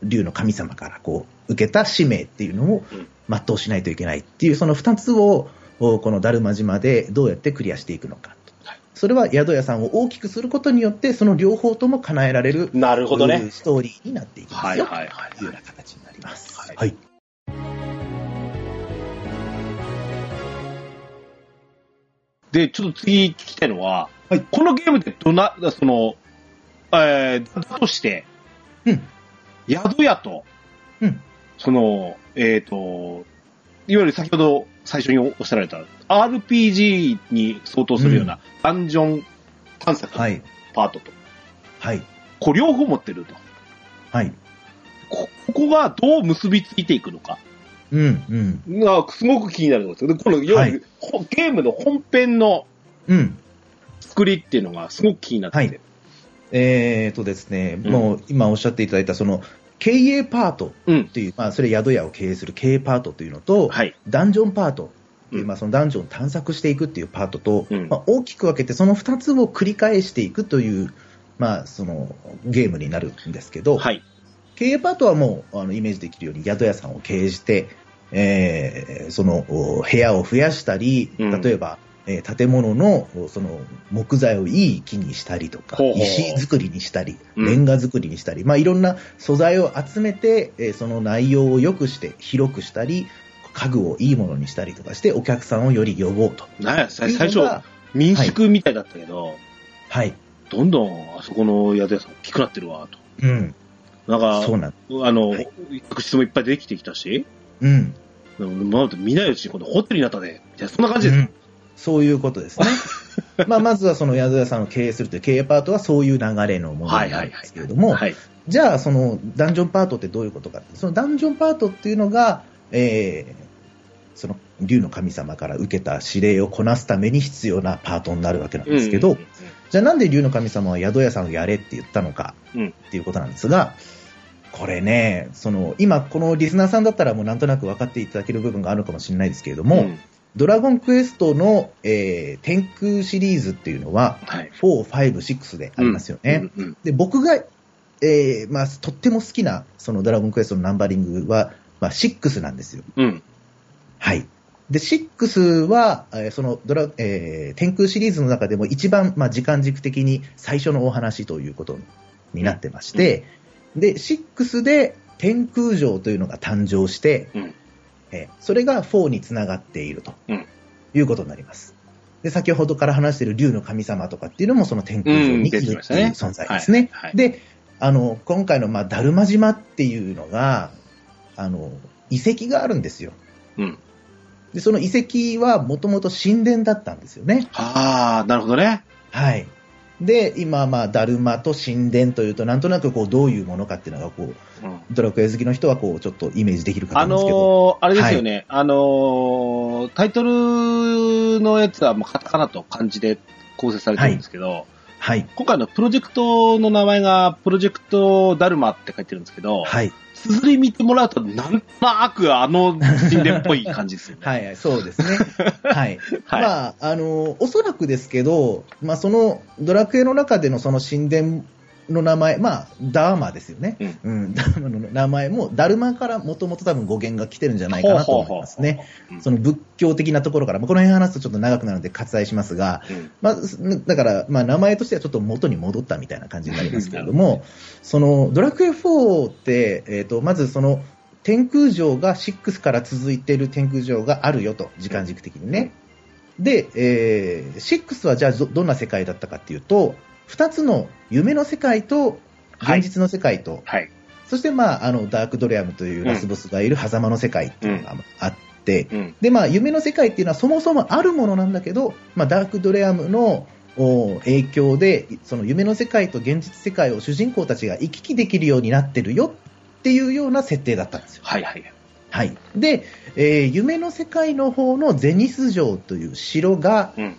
竜の神様からこう、受けた使命っていうのをうん全うしないといけないっていう、その二つを、おこのだるま島でどうやってクリアしていくのかとはい。それは宿屋さんを大きくすることによって、その両方とも叶えられるあ。なるほどというね。ストーリーになっていきまはすいよ。はいというよはうな形になります。はいはい。い。で、ちょっと次聞きたいのは、はいこのゲームってどな、その、えー、だとして、うん宿屋と、うんその、えっ、と、いわゆる先ほど最初におっしゃられた RPG に相当するようなダンジョン探索のはい。パートと、はい。これ両方持ってると。はい。こここがどう結びついていくのか。うん。うん。がすごく気になるんですよ。で、この、要ははいほゲームの本編のうん。作りっていうのがすごく気になってて。はいえーとですね、うんもう今おっしゃっていただいた、その、経営パートうん。という、まあ、それ宿屋を経営する経営パートというのと、はい。ダンジョンパートというう、んまあ、そのダンジョンを探索していくっていうパートと、うんまあ、大きく分けて、その2つを繰り返していくという、まあ、その、ゲームになるんですけど、はい。経営パートはもうあのイメージできるように宿屋さんを経営して、えーそのお部屋を増やしたり、うん例えば、えー建物のおその木材をいい木にしたりとかほうほう石作りにしたり、うんレンガ作りにしたり、まあ、いろんな素材を集めて、えーその内容を良くして広くしたり家具をいいものにしたりとかしてお客さんをより呼ぼうと。なんや、さいう最のが初、民宿みたいだったけど、はい、どんどんあそこの宿屋さん大きくなってるわ、と。うん、なんそうか、なんあの、はい客室もいっぱいできてきたし、うんうんまあ、見ないうちに今度ホテルになったね。みたいな、そんな感じです。うんそういうこと ですね。まあ、まずはその宿屋さんを経営するという経営パートはそういう流れのものはにいなはるいんはでいすけれども、はい。じゃあそのダンジョンパートってどういうことか。そのダンジョンパートっていうのが、えーその竜の神様から受けた指令をこなすために必要なパートになるわけなんですけど、うんじゃあなんで竜の神様は宿屋さんをやれって言ったのかうんっていうことなんですが、これね、その今このリスナーさんだったらもうなんとなく分かっていただける部分があるかもしれないですけれどうんも、うんドラゴンクエストの、えー天空シリーズっていうのは、はい。 4、5、6でありますよね。うん。うんで、僕が、えーまあ、とっても好きな、そのドラゴンクエストのナンバリングは、まあ、6なんですよ。うん。はい。で、6は、えーそのドラ、えー天空シリーズの中でも一番、まあ、時間軸的に最初のお話ということになってまして、で、6で天空城というのが誕生して、うんえーそれが4につながっていると、うんいうことになります。で、先ほどから話している竜の神様とかっていうのもその天空城うんにい出るてきというましたね存在ですね。はいはいで、あの、今回の、まあ、だるま島っていうのが、あの、遺跡があるんですよ。うん。で、その遺跡はもともと神殿だったんですよね。ああ、なるほどね。はい。で、今、まあ、だるまと神殿というと、なんとなくこう、どういうものかっていうのが、こう、うんドラクエ好きの人は、こう、ちょっとイメージできるかとあ思うんですけど。のーあれですよね、あのータイトルのやつはもうカタカナと漢字で構成されてるんですけど、はい。今回のプロジェクトの名前が、プロジェクトダルマって書いてるんですけど、はい。綴り見てもらうと、なんとなくあの神殿っぽい感じですよね。 はいはい、そうで すね。はい。はいまあ、あの、おそらくですけど、まあ、その、ドラクエの中でのその神殿の名前、まあ、ダーマですよね。うん、 ダーマの名前も、ダルマからもともと多分語源が来てるんじゃないかなと思いますほね。うほうほうほう。うんその仏教的なところから、まあ、この辺話すとちょっと長くなるので割愛しますが、うんまあ、すだから、まあ、名前としてはちょっと元に戻ったみたいな感じになりますけれども、そのドラクエ4って、えー、とまずその天空城が6から続いている天空城があるよと、時間軸的にね。で、えー6はじゃあどどんな世界だったかっていうと、2つの夢の世界とはい現実の世界と、はい。そして、まあ、あのダークドレアムというラスボスがいる狭間の世界っていうのがあって、うん。で、まあ、夢の世界っていうのはそもそもあるものなんだけど、まあ、ダークドレアムのお影響で、その夢の世界と現実世界を主人公たちが行き来できるようになってるよっていうような設定だったんですよ。はいはい。はい。で、えー夢の世界の方のゼニス城という城が、うん。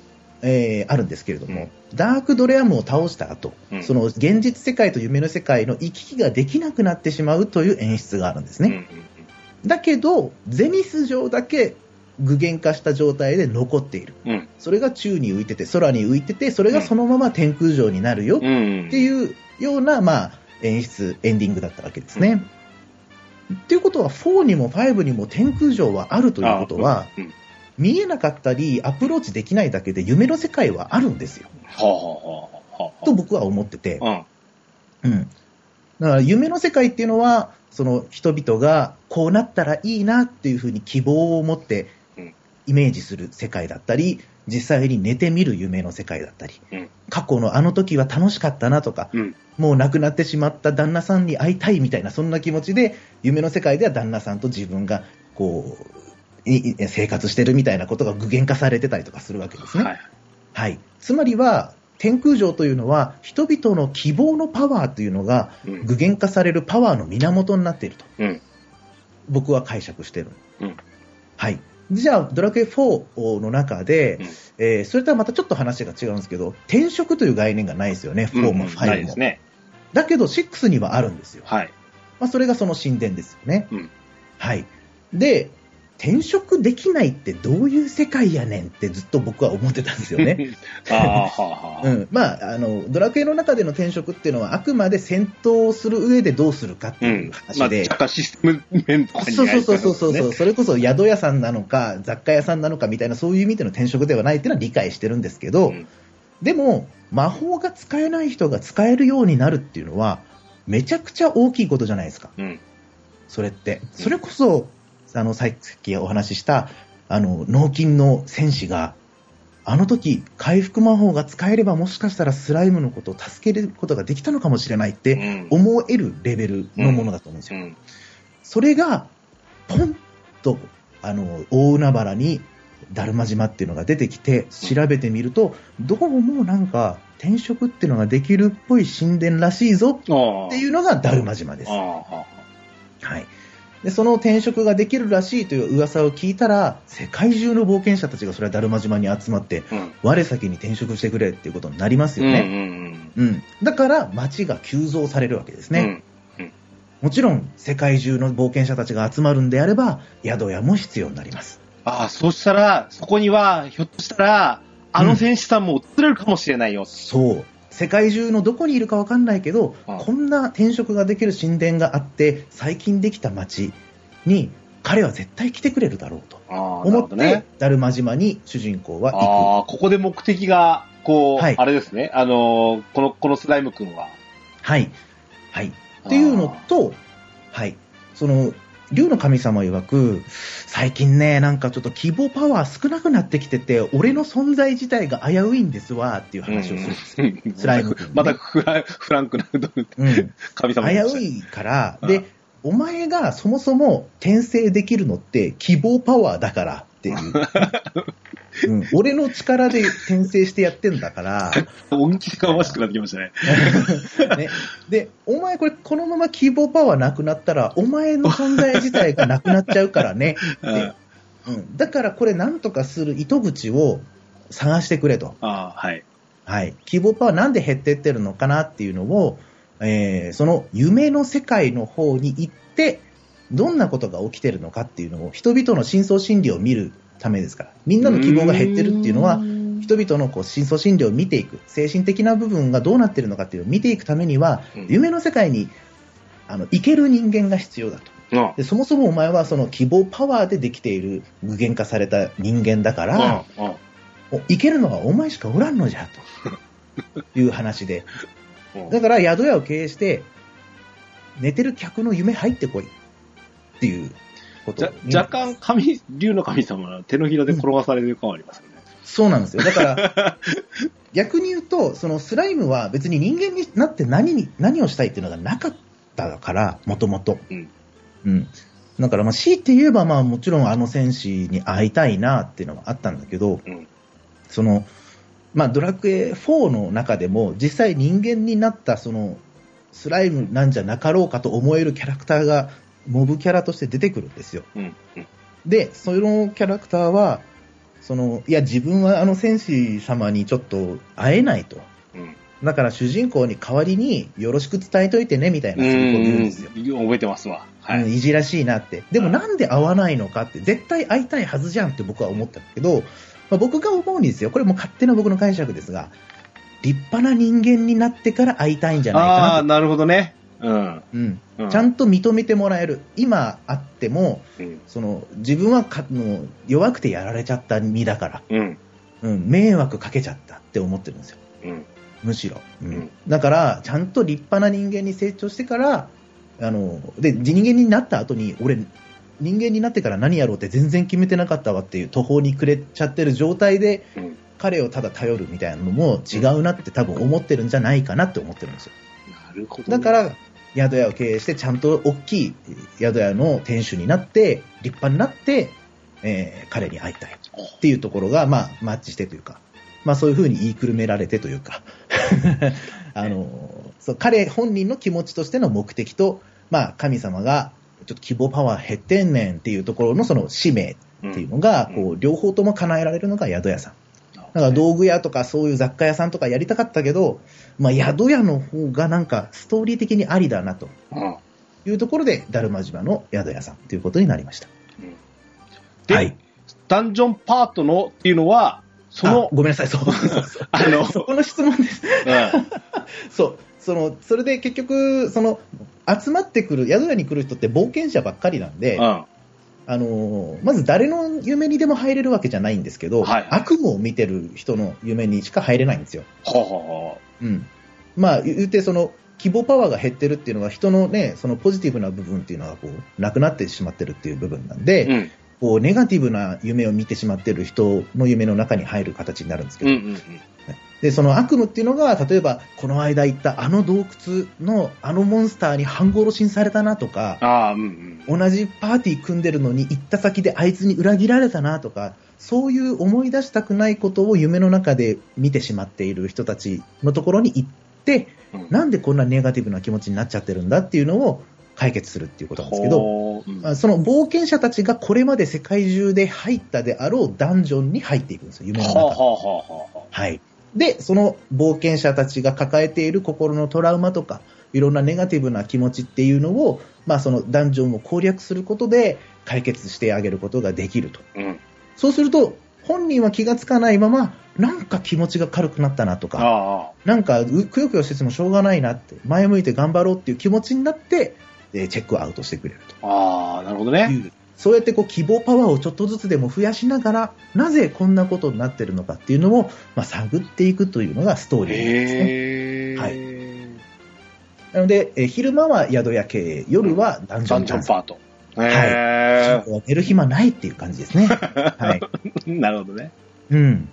えーあるんですけれども、ダークドレアムを倒した後、うんその現実世界と夢の世界の行き来ができなくなってしまうという演出があるんですね。うんうんだけど、ゼニス城だけ具現化した状態で残っている。うん。うんそれが宙に浮いてて、空に浮いてて、それがそのまま天空城になるよっうん。ていうような、まあ、演出、エンディングだったわけですね。っていうことは、4にも5にも天空城はあるということは、あ、うんうん見えなかったり、アプローチできないだけで、夢の世界はあるんですよ。ほうほうほうほうと僕は思ってて。ほう。うん。うん。だから夢の世界っていうのは、その人々がこうなったらいいなっていうふうに希望を持ってうんイメージする世界だったり、実際に寝てみる夢の世界だったり、うん過去のあの時は楽しかったなとか、うん。もう亡くなってしまった旦那さんに会いたいみたいな、そんな気持ちで、夢の世界では旦那さんと自分がこう、いい生活してるみたいなことが具現化されてたりとかするわけですね。はい。はい、つまりは天空城というのは人々の希望のパワーというのがうん具現化されるパワーの源になっているとうん。僕は解釈してる、うんはい、じゃあドラクエ4の中で、うんえーそれとはまたちょっと話が違うんですけど転職という概念がないですよね4もうんない5でも、すね。だけど6にはあるんですよ、はい。まあ、それがその神殿ですよね、うんはい、で転職できないってどういう世界やねんってずっと僕は思ってたんですよね。 ああ、はあはあ。うん、まあ、あの、ドラクエの中での転職っていうのは、あくまで戦闘をする上でどうするかってう。いうんま話あ、で。若干システム面とかにそうそうそうそうそう、ねそれこそ宿屋さんなのか、雑貨屋さんなのかみたいな、そういう意味での転職ではないっていうのは理解してるんですけど、うんでも、魔法が使えない人が使えるようになるっていうのは、めちゃくちゃ大きいことじゃないですか、うん。それって。それこそ、あの、さっきお話しした、あの、脳筋の戦士が、あの時、回復魔法が使えればもしかしたらスライムのことを助けることができたのかもしれないっうてん。思えるレベルのものだと思うんですうよ。ん。それが、ポンと、あの、大海原に、だるま島っていうのが出てきて、調べてみると、どうもなんか、転職っていうのができるっぽい神殿らしいぞああ。っていうのがだるま島ですあ。あはあ。はい、でその転職ができるらしいという噂を聞いたら世界中の冒険者たちがそれはだるま島に集まってうん。我先に転職してくれっていうことになりますようんね、うんうんだから町が急増されるわけですうん。ね、もちろん世界中の冒険者たちが集まるんであれば宿屋も必要になりますああ、そうしたら、そこには、ひょっとしたら、あの選手さんも釣れるかもしれないよ。そう世界中のどこにいるかわかんないけど、うんこんな転職ができる神殿があって最近できた町に彼は絶対来てくれるだろうとああ、なる思っほどて、ね。だるま島に主人公は行ああ、ここで目的が、こう、はいあれですね。あのーこの、このスライム君は。く。はい。はい。っていうのと、はい。その、竜の神様曰く、最近ね、なんかちょっと希望パワー少なくなってきてて、俺の存在自体が危ういんですわ、っていうあー、話をする。うんスライム君ねまたフラフランクな、うん 神様危うい。いから、うんで、お前がそもそも転生できるのって希望パワーだからっ ていう。うん、俺の力で転生してやってん だから、音気がましくなってきましたね。ね、で、お前これこのまま希望パワーなくなったら、お前の存在自体がなくなっちゃうからね うっんて、うん、だからこれなんとかする糸口を探してくれと。ああ、はい。はい、希望パワーなんで減ってってるのかなっていうのを、えーその夢の世界の方に行って、どんなことが起きてるのかっていうのを、人々の深層心理を見るためですから、みんなの希望が減ってるっていうのは、人々のこう深層心理を見ていく、精神的な部分がどうなってるのかっていうのを見ていくためには、うん夢の世界にあの行ける人間が必要だと。うん。でそもそもお前はその希望パワーでできている具現化された人間だから、うんうんお行けるのはお前しかおらんのじゃという話で、うんだから宿屋を経営して、寝てる客の夢入ってこいっていうことじゃ若干神、竜の神様の手のひらで転がされる感はありますよね。そうなんですよ、だから、 逆に言うと、そのスライムは別に人間になって何に何をしたいっていうのがなかったから、もともと。うんうんだから、まあ、強いて言えば、まあ、もちろんあの戦士に会いたいなっていうのはあったんだけど、うんその、まあ、ドラクエ4の中でも、実際人間になった、その、スライムなんじゃなかろうかと思えるキャラクターが、モブキャラとして出てくるんですよ。うん。うんで、そのキャラクターは、その、いや、自分はあの戦士様にちょっと会えないと。うん。だから主人公に代わりによろしく伝えといてね、みたいな、そういうことを言うんですよ。うん覚えてますわ。はい。うんいじらしいなって。でもなんで会わないのかって、絶対会いたいはずじゃんって僕は思ったんだけど、まあ、僕が思うんですよ。これもう勝手な僕の解釈ですが、立派な人間になってから会いたいんじゃないかああなー、と。なるほどね。うん。うん、うちゃんと認めてもらえる。今会っても、うん。その自分はかもう弱くてやられちゃった身だから、うん。うん、迷惑かけちゃったって思ってるんですよ、うん。むしろ。うんうんだから、ちゃんと立派な人間に成長してから、あので人間になった後に、俺、人間になってから何やろうって全然決めてなかったわっていう途方に暮れちゃってる状態で、うん彼をただ頼るみたいなのも違うなって多分思ってるんじゃないかなって思ってるんですよ。なるほど、だか、ら、宿屋を経営して、ちゃんと大きい宿屋の店主になって、立派になって、えー彼に会いたいっていうところが、まあ、マッチしてというか、まあ、そういうふうに言いくるめられてとい うか、あの、そう、彼本人の気持ちとしての目的と、まあ、神様が、ちょっと希望パワー減ってんねんっていうところのその使命うん、っていうのが、うんこう、両方とも叶えられるのが宿屋さん。なるほなんどかね道具屋とかそういう雑貨屋さんとかやりたかったけど、まあ、宿屋の方がなんかストーリー的にありだなとうんいうところで、だるま島の宿屋さんということになりました。うんで、はいダンジョンパートのっていうのは、そあの、ごめんなさい、そう。そう あの、そこの質問です。うんそう。その、それで結局、その、集まってくる、宿屋に来る人って冒険者ばっかりなんで、うんあのーまず誰の夢にでも入れるわけじゃないんですけど、はい悪夢を見てる人の夢にしか入れないんですよ。ほうほうほうん、まあ言うてその希望パワーが減ってるっていうのは人のねそのポジティブな部分っていうのがこうなくなってしまってるっていう部分なんで、う。うん。こうネガティブな夢を見てしまってる人の夢の中に入る形になるんですけうんうど、んでその悪夢っていうのが例えばこの間行ったあの洞窟のあのモンスターに半殺しにされたなとかうん。ああ、うんうん。同じパーティー組んでるのに行った先であいつに裏切られたなとかそういう思い出したくないことを夢の中で見てしまっている人たちのところに行ってうんなんでこんなネガティブな気持ちになっちゃってるんだっていうのを解決するっていうことなんですけど、ほううんまあその冒険者たちがこれまで世界中で入ったであろうダンジョンに入っていくんですよ、夢のほう中。ほうほうほうほはい。で、その冒険者たちが抱えている心のトラウマとか、いろんなネガティブな気持ちっていうのを、まあそのダンジョンを攻略することで解決してあげることができると。う。うん。そうすると、本人は気がつかないまま、なんか気持ちが軽くなったなとか、あなんか、うくよくよしててもしょうがないなって、前向いて頑張ろうっていう気持ちになって、えーチェックアウトしてくれるあ、ああ、なるほどとね。いうそうやってこう希望パワーをちょっとずつでも増やしながら、なぜこんなことになってるのかっていうのを、まあ、探っていくというのがストーリーなんですね。へー。はいなので、えー昼間は宿屋経営、夜はダンジダョンンジ探ョン索。パート。へはい寝る暇ないっていう感じ ですね。はい。ー。なるほどね。うん。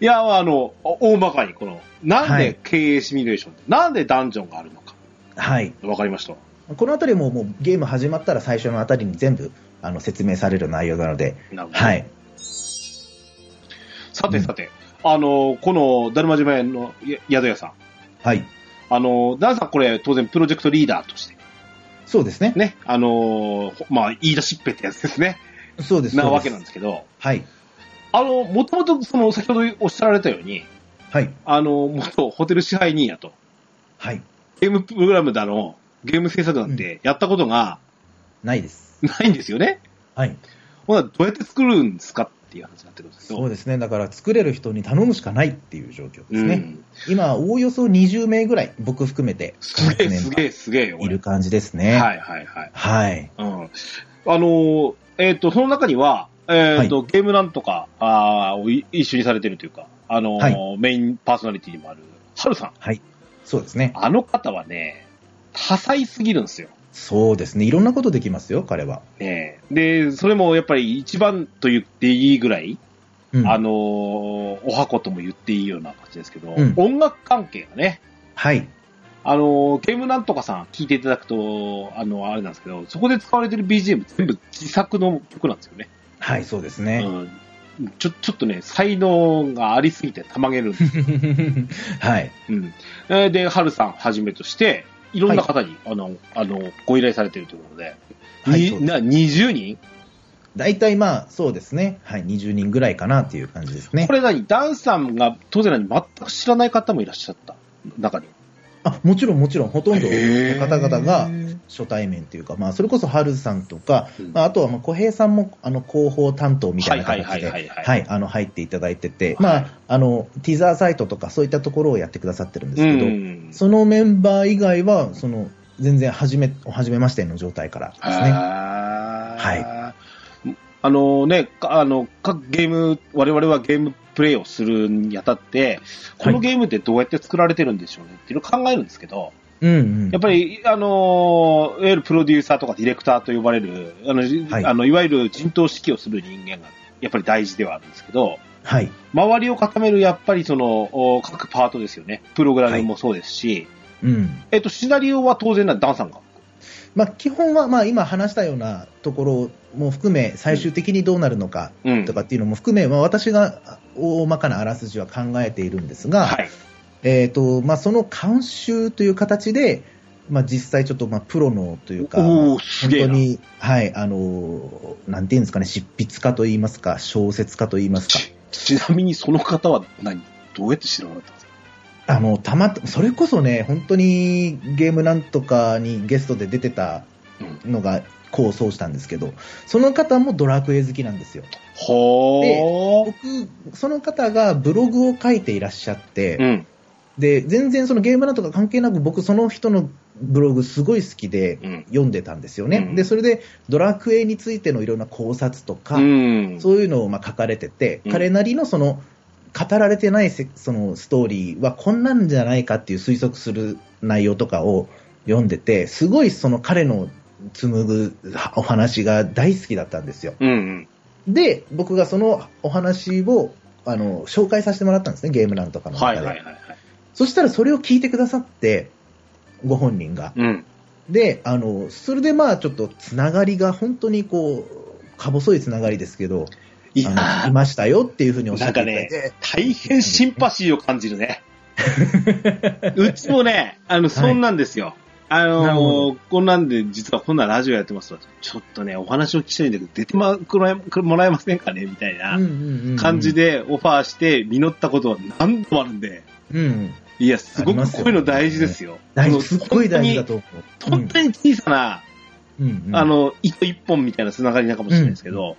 いや、あの、大まかに、この、なんはでい経営シミュレーションって、なんでダンジョンがあるのか、はい。わかりました。この辺りももうゲーム始まったら最初のあたりに全部あの説明される内容なので、なるほどはい。さてさて、あの、この、だるま島屋のや宿屋さん、はい。あの、ダンさんこれ、当然プロジェクトリーダーとして、そうですね。ね、あの、ほまあ、言い出しっぺってやつですね、そうです。なそうわけなんで。ですすけど、はい。あの、もともと、その、先ほどおっしゃられたように、はい。あの、元ホテル支配人やと、はい。ゲームプログラムだの、ゲーム制作なんてやったことがないです。ないんですよね。はい。ほな、どうやって作るんですかっていう話になってくるんですけど。そうですね。だから作れる人に頼むしかないっていう状況ですうね。ん。今、おおよそ20名ぐらい、僕含めて、すげえ、すげえ、すげえよ。い俺る感じですね。。はいい、はい、はい。はい。うん。あのーえっ、と、その中には、えっ、と、ゲームなんとか、あーをい一緒にされてるというか、あのーはメインパーソナリティにもある、ハルさん。そうですね。あの方はね、多彩すぎるんですよ。そうですね。いろんなことできますよ、彼は。ねえで、それもやっぱり一番と言っていいぐらい、うん。あのーお箱とも言っていいような感じですけど、うん音楽関係がね、はい。あのーゲームなんとかさん聞いていただくと、あの、あれなんですけど、そこで使われてる BGM 全部自作の曲なんですよね。はい、そうですうね。ん。ちょ、ちょっとね、才能がありすぎてたまげるん です。はい。うん。えーで、ハルさんはじめとして、いろんな方に、あの、あの、ご依頼されてるということで、はいにそうですな20人大体まあ、そうですね。はい。20人ぐらいかなっていう感じですねこ。れ何ダンさんが当然何全く知らない方もいらっしゃった中に。あ、もちろんもちろん、ほとんどへーの方々が初対面というか、まあ、それこそハルさんとか、うんまあ、あとはまあ小平さんもあの広報担当みたいなはい形はいで、ははいいはいはいあの入っていただいてて、はいまあ、あの、ティザーサイトとかそういったところをやってくださってるんですけど、うんそのメンバー以外は、その、全然初め、お初めましての状態からですね。はい。あのね、かあの、各ゲーム、我々はゲームプレイをするにあたって、このはいゲームってどうやって作られてるんでしょうねっていうのを考えるんですけど、うんうん。やっぱり、あの、いわゆるプロデューサーとかディレクターと呼ばれる、あの、じはいあのいわゆる陣頭指揮をする人間が、やっぱり大事ではあるんですけど、はい。周りを固める、やっぱりその、お各パートですよね。プログラミングもそうですし、うん。えっと、シナリオは当然な、ダンさんが。まあ、基本は、まあ、今話したようなところも含め、最終的にどうなるのかうんとかっていうのも含め、まあ、私が大まかなあらすじは考えているんですが、はい。えーとまあ、その監修という形で、まあ、実際ちょっとまあプロのというか、おーす本げえ当なに、はい、あの、なんていうんですかね、執筆家といいますか、小説家といいますか、ちちなみにその方は何どうやって知らなかったんですかあの、たま、それこそね、本当にゲームなんとかにゲストで出てたのが、構想したんですけど、その方もドラクエ好きなんですよ。ほー。僕、その方がブログを書いていらっしゃって、うん。で、全然そのゲームなんとか関係なく、僕、その人のブログすごい好きで、うん。読んでたんですよね、うんでそれでドラクエについてのいろんな考察とか、うん。そういうのをまあ書かれてて、うん彼なりのその語られてないせそのストーリーはこんなんじゃないかっていう推測する内容とかを読んでて、すごいその彼の紡ぐお話が大好きだったんですよ。うんうん。で、僕がそのお話をあの紹介させてもらったんですね、ゲームなんとかの中はいで。はいはいはい。そしたらそれを聞いてくださって、ご本人が。うん。で、あの、それでまあちょっとつながりが本当にこう、か細いつながりですけど、いあやのーいましたよっていうふうにおっしなゃんっかていただいねて、、大変シンパシーを感じる ね。うちもね、あの、そんなんですよ。あなるほのーこんなんで、実はこんなラジオやってますわ。ちょっとね、お話を聞きたいんだけど、出てまくらえもらえませんかねみたいなうんうんうん感じ、でオファーして、実ったことは何度もあるんで。うん、いや、すごありまくすこよういうの大事ですよ。大あの事すっごい大事だと思う。本当に小さな、うん、うんうんあ、の、糸一本みたいなつながりなのかもしれないですけど、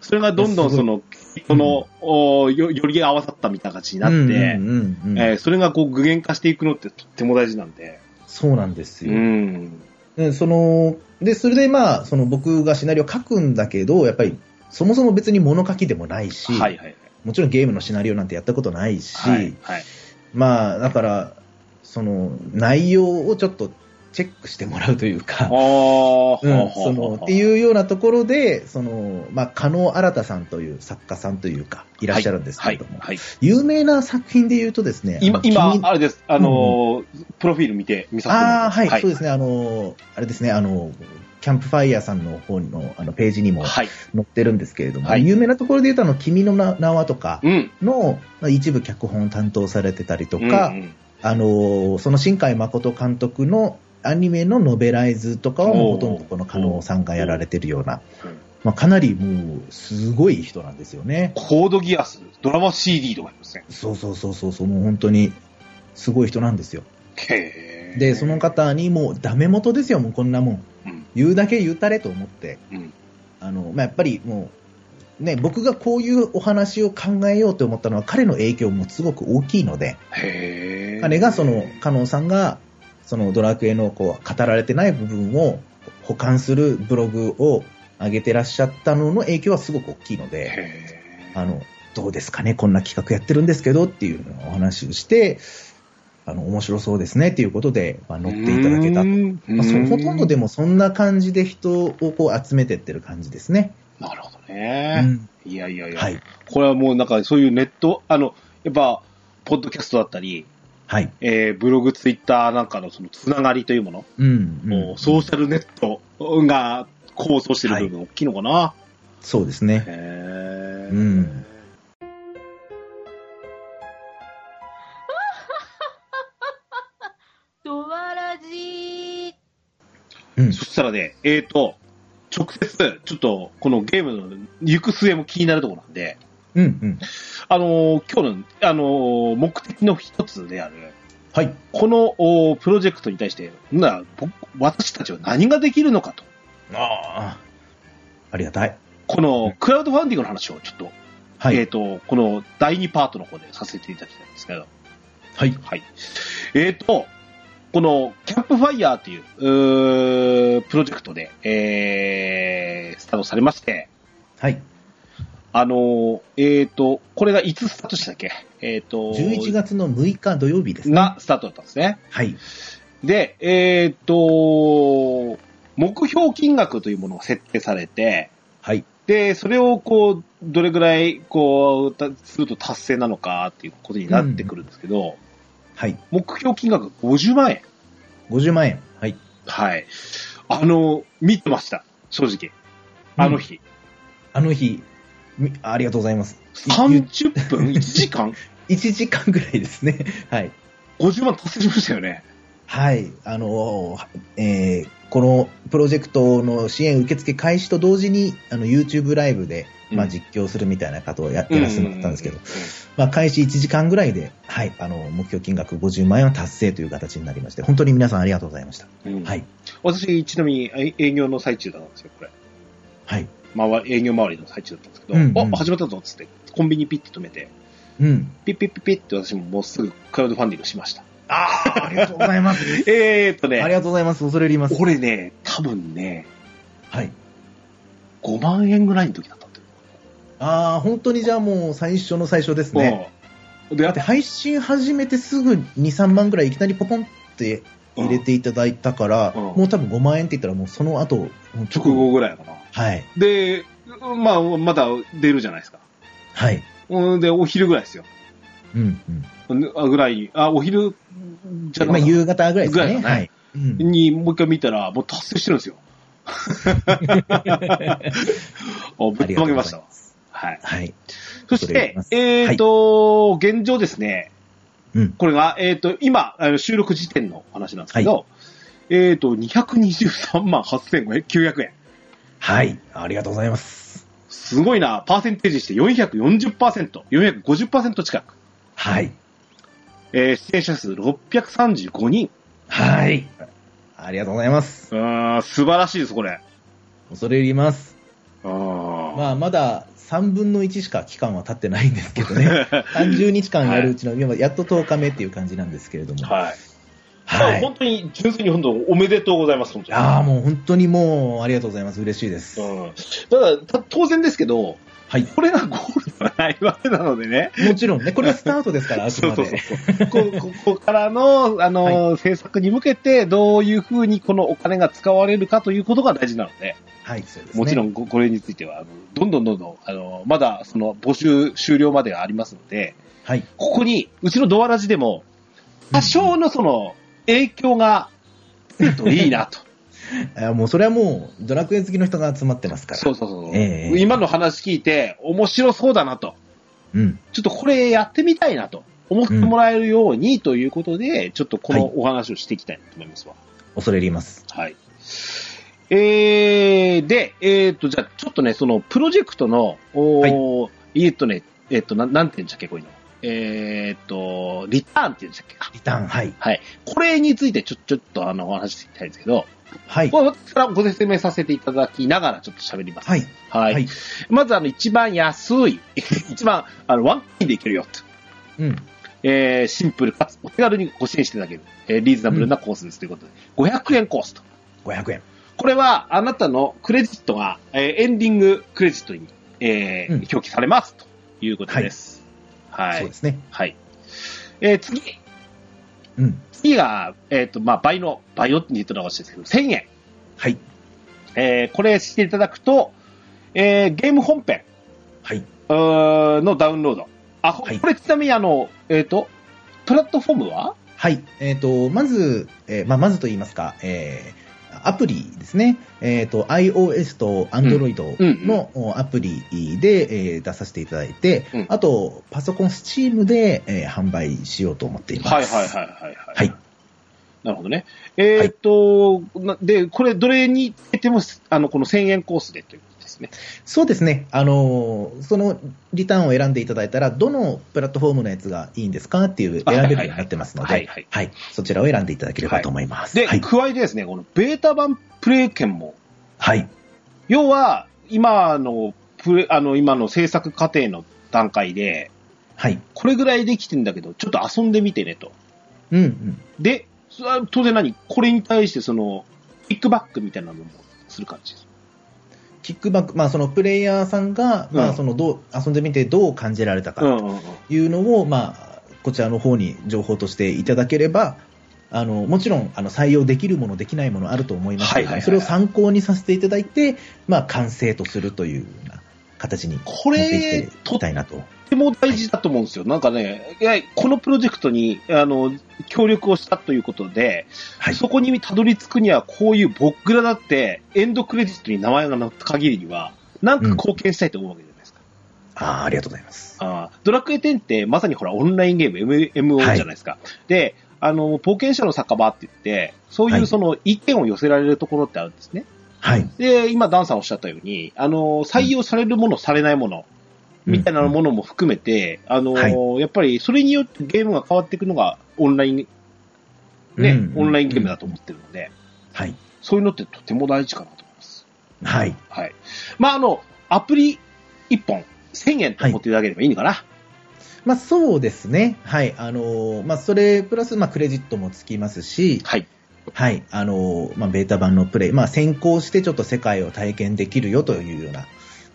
それがどんどんその、この、およより合わさったみたいな感じになって、うんうんうんうんえーそれがこう具現化していくのってとっても大事なんで、そうなんですうよ。ん。うん、その、で、それでまあ、その僕がシナリオ書くんだけど、やっぱり、そもそも別に物書きでもないし、はいはい。もちろんゲームのシナリオなんてやったことないし、はい。はい。まあ、だから、その、内容をちょっとチェックしてもらうというあか、ーうん、そのってう。いうようなところで、そのまあ、加納新さんという作家さんというか、いらっしゃるんですけはれいども、。はい。有名な作品で言うとですね、今、あの今君、あれです。あのー、プロフィール見て、見させてもら。ああ、はい、そうですすね、あの、あれですね、あの、キャンプファイヤーさんの方のあのページにもはい。載ってるんですけれども、はい有名なところで言うと、あの、君の名名はとかうん。のまあ一部脚本担当されてたりとうんか、うんあの、その新海誠監督のアニメのノベライズとかはもうほとんどこの加納さんがやられてるような、まあ、かなりもう、すごい人なんですよね。コードギアス、ドラマ CD とかありますね。そうそうそうそうそう、もう本当に、すごい人なんですよ。へーで、その、方にもうダメ元ですよ、もうこんなもん。うん。言うだけ言うたれと思って、うん。あの、まあ、やっぱりもう、ね、僕がこういうお話を考えようと思ったのは彼の影響もすごく大きいので、へー彼がその、カノンさんが、そのドラクエのこう語られてない部分を保管するブログを上げてらっしゃったのの影響はすごく大きいので、へーあの、どうですかね、こんな企画やってるんですけどっていうお話をして、あの、面白そうですねっていうことで、まあ、乗っていただけた。うまんあ、そうほとんどでもそんな感じで人をこう集めてってる感じですね。なるほどうね。ん、いやいやいや。はい。これはもうなんかそういうネット、あの、やっぱ、ポッドキャストだったり、はい。えーブログ、ツイッターなんかのそのつながりというもの、うん、うんもうソーシャルネットが構想してる部分大きいのかな。そうですね。へーうん。ドワラジーうん。そしたらね、えーと、直接、ちょっと、このゲームの行く末も気になるところなんで、うん、うん。あのー今日の、あのー目的の一つである、はい。このおープロジェクトに対して、な僕私たちは何ができるのかと、ああ。ありがたい。このクラウドファンディングの話をちょっと、はい。えーと、この第2パートの方でさせていただきたいんですけど、はい。はい。えっ、と、この、キャンプファイヤーっていう、うープロジェクトで、えー、スタートされまして、はい。あのーえっ、と、これがいつスタートしたっけえっ、と、 11月の6日土曜日ですね。がスタートだったんですね。はい。で、えっ、と、目標金額というものが設定されて、はい。で、それをこう、どれぐらい、こう、たすると達成なのかっていうことになってくるんですけど、はい。目標金額50万円。 50万円。はい。はい。あの、見てました。正直。あの日。あの日、みありがとうございます。 30分 ?1 時 間1時間ぐらいですね。 はい。 ?50 万達成しましたよね。はい。あのー、えーこのプロジェクトの支援受付開始と同時に、あの、YouTube ライブで、まあ、うん実況するみたいなことをややらせてもらったんですけどう、うまあ、開始1時間ぐらいで、はい、あの、目標金額50万円を達成という形になりまして、本当に皆さんありがとうございました。んうんうんはい。私、ちなみにえ営業の最中だったんですよ、これ。はい。まわ営業周りの最中だったんですけど、うんうんあ、始まったぞっつって、コンビニピッて止めて、うん。ピッピッピッピッって私ももうすぐクラウドファンディングしました。あ あ、ありがとうございます。 えーっとありね、がとうございます。恐れ入ります。俺ね、多分ね、はい。 5万円ぐらいの時だったんだよ。ああ、本当にじゃあもう最初の最初ですね。うんで、だって配信始めてすぐ2、3万ぐらいいきなりポポンって入れていただいたから、うんもう多分5万円って言ったらもうその後、もう直後。ぐらいかな。はい。で、まあ、まだ出るじゃないですか。はい。うん、で、お昼ぐらいですよ。うん、ううん。んあぐらいに、あ、お昼じゃまなあ夕方ぐらいですかね。ぐらいかなはい。うん、にもう一回見たら、もう達成してる んですよ。あぶっとまうけごまざしいたま。す。はい。はい。そし恐れ入てります、えっ、と、現状ですね、うん。これが、えっ、と、今、あの収録時点の話なんですけど、えっ、と、223万8900円。はい。ありがとうございます。すごいな、パーセンテージして440%、450%近く。はい。えー出演者数635人。はい。ありがとうございます。うーん、素晴らしいです、これ。恐れ入ります。あーまあ、まだ3分の1しか期間は経ってないんですけどね。30日間やるうちの、今やっと10日目っていう感じなんですけれども。はい。ははい本当に純粋に本当おめでとうございます、本当に。ああ、もう本当にもう、ありがとうございます。嬉しいです。うん、ただた、当然ですけど、はい。これがゴールではないわけなのでね。もちろ んね、これはスタートですから、あくそうまそうそうで。そう。こここからの、あの、政策に向けて、どういうふうにこのお金が使われるかということが大事なので、はい、そうですね。もちろんここれについては、あのどんどんどんどん、あの、まだその募集終了までがありますので、はい。ここに、うちのドアラジでも、多少のその、影響が、出るといいなと。いやもうそれはもう、ドラクエ好きの人が集まってますから。そうそうそう。ええ今の話聞いて、面白そうだなと。うん。ちょっとこれやってみたいなと思ってもらえるようにということで、ちょっとこはいのお話をしていきたいと思いますわ。恐れ入ります。はい。えー、で、えー、と、じゃあちょっとね、そのプロジェクトの、おーえーっとね、えーっと、なんなんて言うんでしたっけ、こういうの。えー、っと、リターンって言うんでしたっけあリターン、はい。はい。これについてちょ、ちょっとあの、お話ししていきたいんですけど、はい。これからご説明させていただきながらちょっと喋ります。はい。はい。はいまずあの、一番安い、 一番、あの、ワンキーでいけるよと。うん。えーシンプルかつお手軽にご支援していただける、えーリーズナブルなコースですということで、500円コースと。 500円。これはあなたのクレジットが、えーエンディングクレジットに、えーうん表記されますということです。はそういで。すね。はい。えー次、うん。次が、えっ、と、まあ、倍の、倍のって言ったのがおかしいですけど、1000円。はい。えーこれしていただくと、えーゲーム本編はい。うーのダウンロード。あ、こはいこれちなみにあの、えっ、と、プラットフォームははい。えっ、と、まず、えーまあ、まずと言いますか、えーアプリですね。えっ、と、iOS と Android のおアプリで、えー出させていただいて、うんあと、パソコン Steam で、えー販売しようと思っています。はいはいはいはい。はい。なるほどね。えーっと、なで、これ、どれにつけても、あの、この1000円コースでということですね。そうですね。あのーそのリターンを選んでいただいたら、どのプラットフォームのやつがいいんですかっていうあ選べはいるようはにいなってますので、ははいい、はいそちらを選んでいただければと思います。で、はい。加えてですね、このベータ版プレイ券も、はい。要は、今の、プレ、あの、今の制作過程の段階で、はい。これぐらいできてんだけど、ちょっと遊んでみてねと。うんうん。で、それは当然何これに対して、その、キックバックみたいなのもする感じです。キックバック、まあ、そのプレイヤーさんが、まうんあ、そのどう、遊んでみてどう感じられたうんかうんうん。というのを、まあ、こちらの方に情報としていただければ、あの、もちろん、あの、採用できるもの、できないものあると思いますけれどはいはいはいはいも、それを参考にさせていただいて、まあ、完成とするというような形に、これ、とったいなと。とても大事だと思うんですよ。なんかね、いやこのプロジェクトに、あの、協力をしたということで、はい。そこにたどり着くには、こういう僕らだって、エンドクレジットに名前が載った限りには、なんか貢献したいと思うわけじゃないですか。ああ、ありがとうございます。あードラクエ10って、まさにほら、オンラインゲーム、M- MO じゃないですか。で、あの、冒険者の酒場って言って、そうはいいうその意見を寄せられるところってあるんですね。はい。で、今、ダンさんおっしゃったように、あの、採用されるもの、されないもの、みたいなものも含めて、あの、はやっぱりそれによってゲームが変わっていくのがオンライン、ね、オンラインゲームだと思ってるので、はい。そういうのってとても大事かなと思います。はい。はい。まあ、あの、アプリ1本、1000円と思っていただければいいのかな。まあそうですね。はい。あのーまあそれ、プラス、まあクレジットもつきますし、はい。はい。あのーまあベータ版のプレイ、まあ先行してちょっと世界を体験できるよというような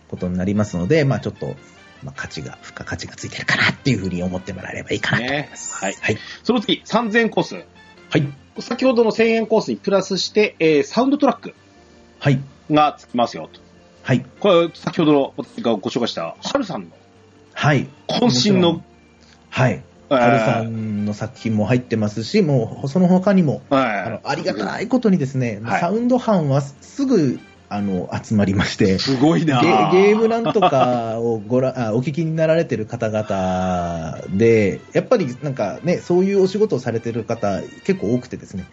ことになりますので、まあちょっと、まあ価値が、付加価値がついてるかなっていうふうに思ってもらえればいいかなと思います。ねはいはい。その次、3000円コース。はい。先ほどの1000円コースにプラスして、えーサウンドトラックはい。がつきますよと。はい。これ、先ほどの私がご紹介した、ハルさんのはい。渾身の、はい。ハルさんの作品も入ってますし、もうその他にもえーあはのありがたいことにですね、はいサウンド班はすぐあの集まりましてい。、すごいゲなゲームなんとかをごら あお聞きになられてる方々で、やっぱりなんかね、そういうお仕事をされてる方、結構多くてですね、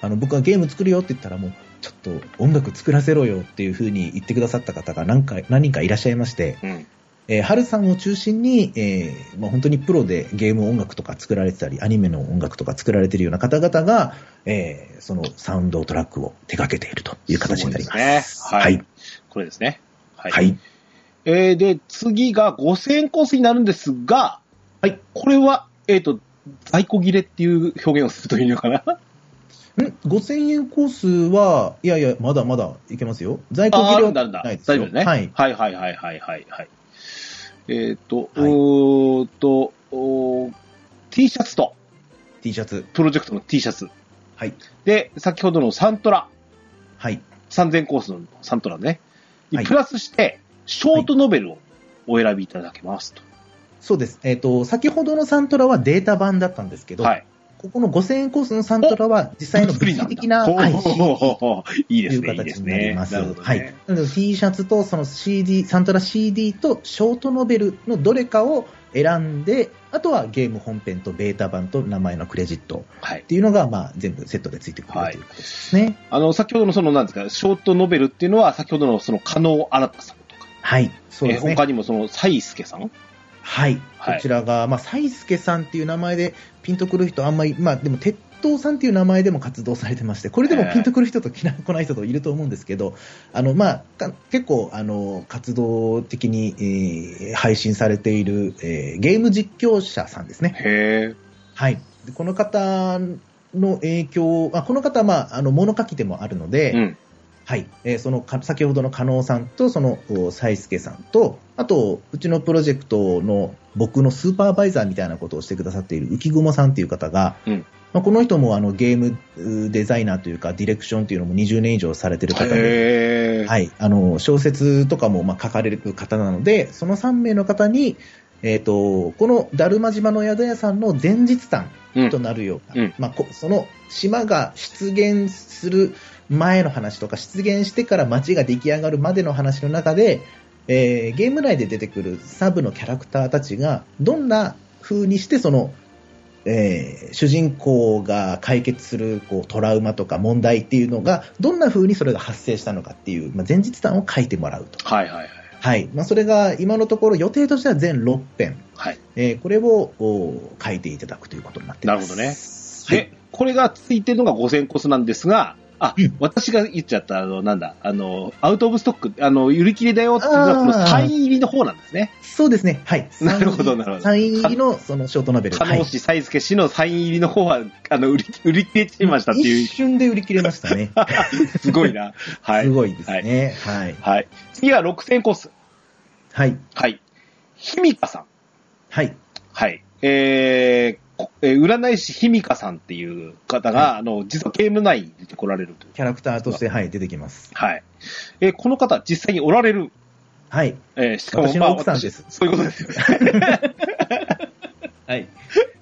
あの僕がゲーム作るよって言ったら、もうちょっと音楽作らせろよっていう風に言ってくださった方が何か何人かいらっしゃいまして、うん。えー、春さんを中心に、えーまあ、本当にプロでゲーム音楽とか作られてたり、アニメの音楽とか作られてるような方々が、えーそのサウンドトラックを手掛けているという形になります。すごいですね。はい。はいこれですね。はい。はい。えーで、次が5000円コースになるんですが、はい。 これは、えっ、と、在庫切れっていう表現をするというのかな。ん ?5000 円コースは、いやいや、まだまだいけますよ。在庫あーあ切るれんだ、あはるんだ。ない大です丈よ。夫ね。はい。はいはいはいはいはいはい。えーっ、と、はいうーっと、おー T シャツと、 T シャツ。プロジェクトの T シャツ。はい。で、先ほどのサントラ、はい。 3000コースのサントラね。にはいプラスして、ショートノベルをお選びいただけますと。そうです。えっ、と、先ほどのサントラはデータ版だったんですけど、はい。ここの5000円コースのサントラは実際の物理的な、ほうはい、ほうほうほういいでといすね。いいうで形すになりね。ます。なるほどねはい。なので T シャツとその CD、サントラ CD とショートノベルのどれかを選んで、あとはゲーム本編とベータ版と名前のクレジットはいっ。ていうのが、まあ、全部セットでついてくるはいということですね。あの、先ほどのその、なんですか、ショートノベルっていうのは、先ほどのその、加納あなたさんとか、はい。そうえですね。他にもその、西助さんはい。はいこちらが、まあ、サイスケさんっていう名前でピンとくる人あんまり、まあ、でも、鉄塔さんっていう名前でも活動されてまして、これでもピンとくる人ときな来ない人といると思うんですけど、あの、まあ、か結構、あの、活動的に、えー配信されている、えーゲーム実況者さんですね。へえ。はい。でこの方の影響を、まあ、この方は、まあ、あの、物書きでもあるので、うん。はい、えーそのか先ほどの加納さんと、そのおサイスケさんと、あと、うちのプロジェクトの僕のスーパーバイザーみたいなことをしてくださっている浮雲さんという方が、うんまあ、この人もあのゲームうデザイナーというか、ディレクションというのも20年以上されてる方で、へえ。はい、あの小説とかもまあ書かれる方なので、その3名の方に、えー、とこのだるま島の宿屋さんの前日譚うんとなるような、うんまあ、こその島が出現する前の話とか、出現してから街が出来上がるまでの話の中で、えーゲーム内で出てくるサブのキャラクターたちが、どんな風にしてその、えー主人公が解決するこうトラウマとか問題っていうのが、どんな風にそれが発生したのかっていう、まあ、前日談を書いてもらうと。はいはいはい。はい。まあ、それが今のところ予定としては全6編。はい。えーこれをお書いていただくということになっていまなす。るほどねはい。で、これがついてるのが5000コスなんですが、あ、うん私が言っちゃった、あの、なんだ、あの、アウトオブストック、あの、売り切れだよっていうのは、このあーサイン入りの方なんですね。そうですね。はい。なるほどなるほどサイン入りの、その、ショートノベル。加納はい氏、西助氏のサイン入りの方は、あの、売り売り切れちゃいましたってい一う、瞬で売り切れました ね。すごいな。はすい。ごいですね。はい。はい。次は6000コス。はい。はい。ひみかさん。はい。はい。えーこえー占い師ひみかさんっていう方が、あの、実はゲーム内に出てこられるという。キャラクターとして、はい、出てきます。はい。えーこの方、実際におられる。はい。えーしかも、私の奥さんですそういうことですよね。はい。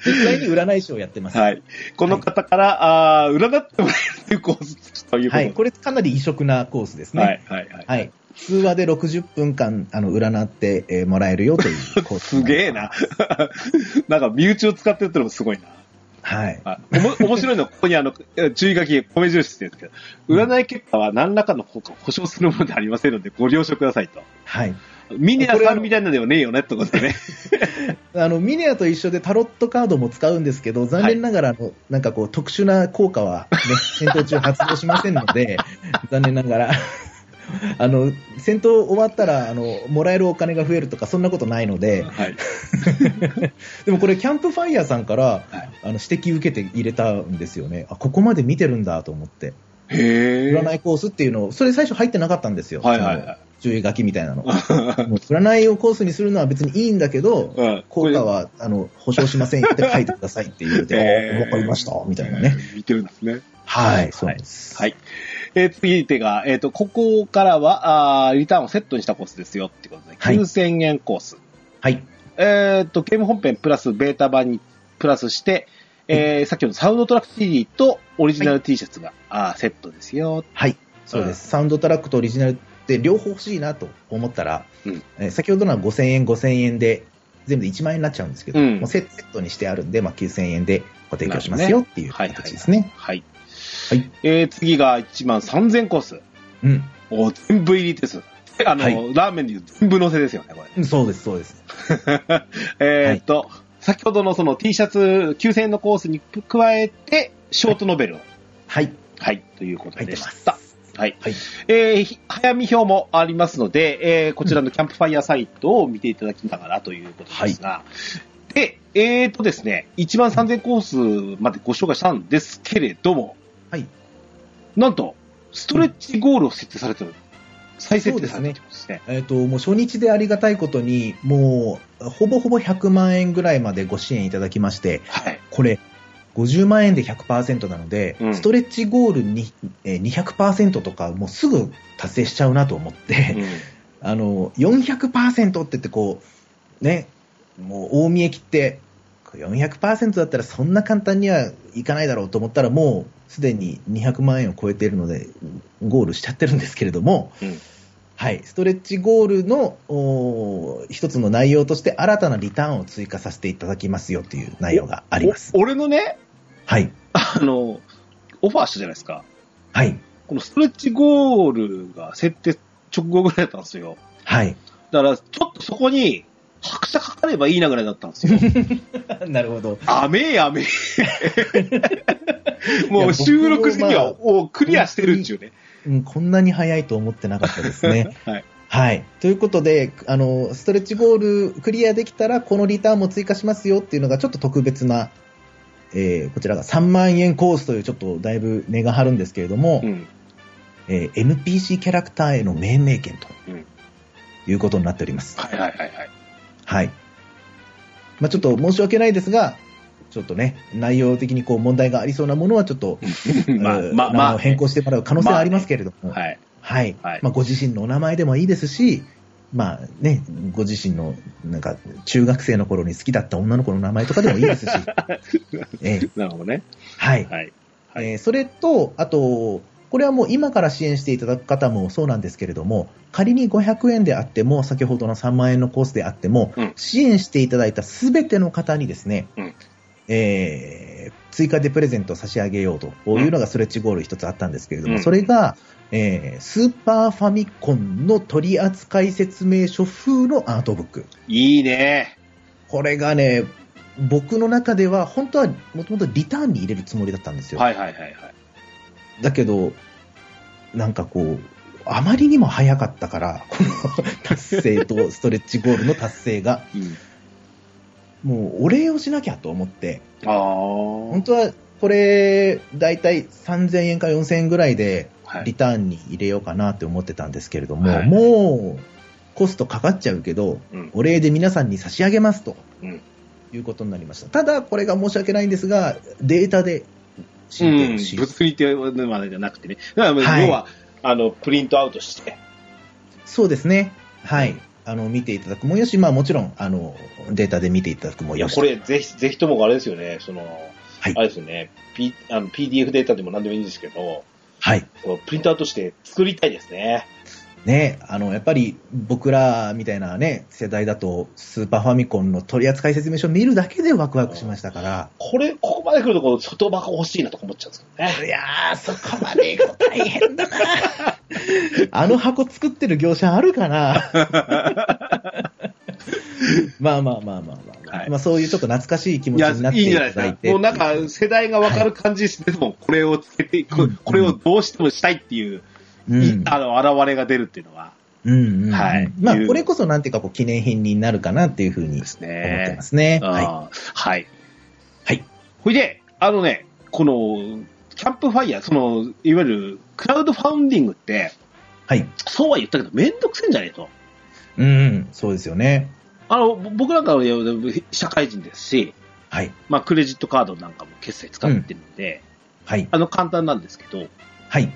実際に占い師をやってます。ははい。この方から、あー占ってもらえるというコースというい。ことでこれ、かなり異色なコースですね。はい、はい、はい。はい。通話で60分間、あの、占って、えーもらえるよというコー スすになりますげえな。。なんか、身内を使ってるってのもすごいな。はい。あおも 面白いのは、ここにあの、え注意書き、米印してるんですけど、占い結果は何らかの効果を保証するものではありませんので、ご了承くださいと。はい。ミネアさんみたいなのではねえよねってことでね。あのミネアと一緒でタロットカードも使うんですけど、残念ながらあの、なんかこう、特殊な効果は、 ね、戦闘中発動しませんので、残念ながら、 あの戦闘終わったらあの、もらえるお金が増えるとか、そんなことないので、はい。でもこれ、キャンプファイヤーさんからはいあの指摘受けて入れたんですよね、あここまで見てるんだと思って、へえ。占いコースっていうのを、それ最初入ってなかったんですよ、はいはいそのはい。注意書きみたいなの。もう占いをコースにするのは別にいいんだけど、 うん効果はあの保証しませんよって書いてくださいって言う て、えーわかりましたみたいなね。。見てるんですね。はい、そうなんです。はい。えー次手が、えっ、と、ここからは、あーリターンをセットにしたコースですよってことで、はい9000円コース。はい。えっ、と、ゲーム本編プラスベータ版にプラスして、えー、さっきのサウンドトラック CD とオリジナル T シャツが、あーセットですよ。はい。そうです。サウンドトラックとオリジナルって両方欲しいなと思ったら、うんえー先ほどのは5000円、5000円で、全部で1万円になっちゃうんですけど、うんもうセセットにしてあるんで、まあ、9000円でご提供しますよっていうはいは形いですね。。はい。はい。えー、次が1万3000コース。うんお全部入りです。あの、はいラーメンでいう全部乗せですよね、これ。うん。そうです、そうです。えーっと、先ほどのその T シャツ9000円のコースに加えて、ショートノベルを、はい、はい。ということ入ってでましす。た。はい。はい。えーひ早見表もありますので、えーこちらのキャンプファイヤーサイトを見ていただきながらということですが、で、えーっとですね、1万3000コースまでご紹介したんですけれども、はい。なんと、ストレッチゴールを設定されてる。再設定されてるんですね。えっ、と、もう初日でありがたいことに、もう、ほぼほぼ100万円ぐらいまでご支援いただきまして、はい。これ、50万円で100%なので、うんストレッチゴールにえー200%とか、もうすぐ達成しちゃうなと思って、 あの、400%って言ってこう、ね、もう大見え切って、400%だったらそんな簡単にはいかないだろうと思ったらもうすでに200万円を超えているのでゴールしちゃってるんですけれども、うんはい、ストレッチゴールのおー一つの内容として新たなリターンを追加させていただきますよという内容があります。お俺のね、はい。あの、オファーしたじゃないですか。はい。このストレッチゴールが設定直後ぐらいだったんですよ。はい。だから、ちょっとそこに、拍車かかればいいなぐらいだったんです よ。なるほど。甘え 甘え。いやもう僕収録時には、もおクリアしてるっちゅうね。うん、こんなに早いと思ってなかったですね。 はい。はい。ということで、あの、ストレッチゴールクリアできたら、このリターンも追加しますよっていうのがちょっと特別な、えーこちらが3万円コースというちょっとだいぶ値が張るんですけれども、うん。えー NPC キャラクターへの命名権とうんいうことになっております。はいはいはいはい。はい。まあちょっと申し訳ないですが、ちょっとね、内容的にこう問題がありそうなものはちょっと、まあえーまあ名ま前をあ。変更してもらう可能性はありますけれども、はい。はい。はいまあ、ご自身のお名前でもいいですし、まあね、ご自身の、なんか、中学生の頃に好きだった女の子の名前とかでもいいで すし、ええなるほどね。はい。はい。はいえーそれと、あと、これはもう今から支援していただく方もそうなんですけれども、仮に500円であっても、先ほどの3万円のコースであっても、うん支援していただいたすべての方にですね、うんえー追加でプレゼントを差し上げようというのがストレッチゴール一つあったんですけれども、うんそれが、えースーパーファミコンの取扱説明書風のアートブック。いいね。これがね、僕の中では本当はもともとリターンに入れるつもりだったんですよ。はいはいはいはい。だけど、なんかこう、あまりにも早かったから、この 達成とストレッチゴールの達成が、うんもうお礼をしなきゃと思って、あ本当はこれ、だいたい3000円か4000円ぐらいであ。はリい。ターンに入れようかなって思ってたんですけれども、はいもうコストかかっちゃうけど、うん。お礼で皆さんに差し上げますと、うんいうことになりました。ただ、これが申し訳ないんですが、データでう申ん請し、物理的なまでじゃなくてね。だからはい要は、あの、プリントアウトして。そうですね。はい。あの、見ていただくもよし、まあもちろん、あの、データで見ていただくもいよや、し。これ、ぜひ、ぜひともあれですよね、その、はいあれですよね、P、あの PDF データでも何でもいいんですけど、はい。こうプリントアウトして作りたいですね。ね、あの、やっぱり僕らみたいなね、世代だと、スーパーファミコンの取扱説明書見るだけでワクワクしましたから、これ、ここまで来ると、こう外箱欲しいなとか思っちゃうんですけどね。いやー、そこまで行くと大変だな あの箱作ってる業者ある かなまあまあまあまあまあ、まあはいまあそういうちょっと懐かしい気持ちいや、になっいていんいじたゃなだいいですか。て。もうなんか、世代がわかる感じですもん、これをつけて、こうんこれをどうしてもしたいっていう、うんいあの、現れが出るっていうのは、うんうん、はいまあい、うこれこそなんていうかこう記念品になるかなっていうふうに思でっすてねま。すね。はあい。ーはい。はい。ほいで、あのね、この、キャンプファイヤー、その、いわゆる、クラウドファウンディングって、はい。そうは言ったけど、めんどくせえんじゃねえと。うんうん、そうですよね。あの、ぼ僕なんかは社会人ですし、はい。まあ、クレジットカードなんかも決済使ってるので、はい。あの、簡単なんですけど、いはい。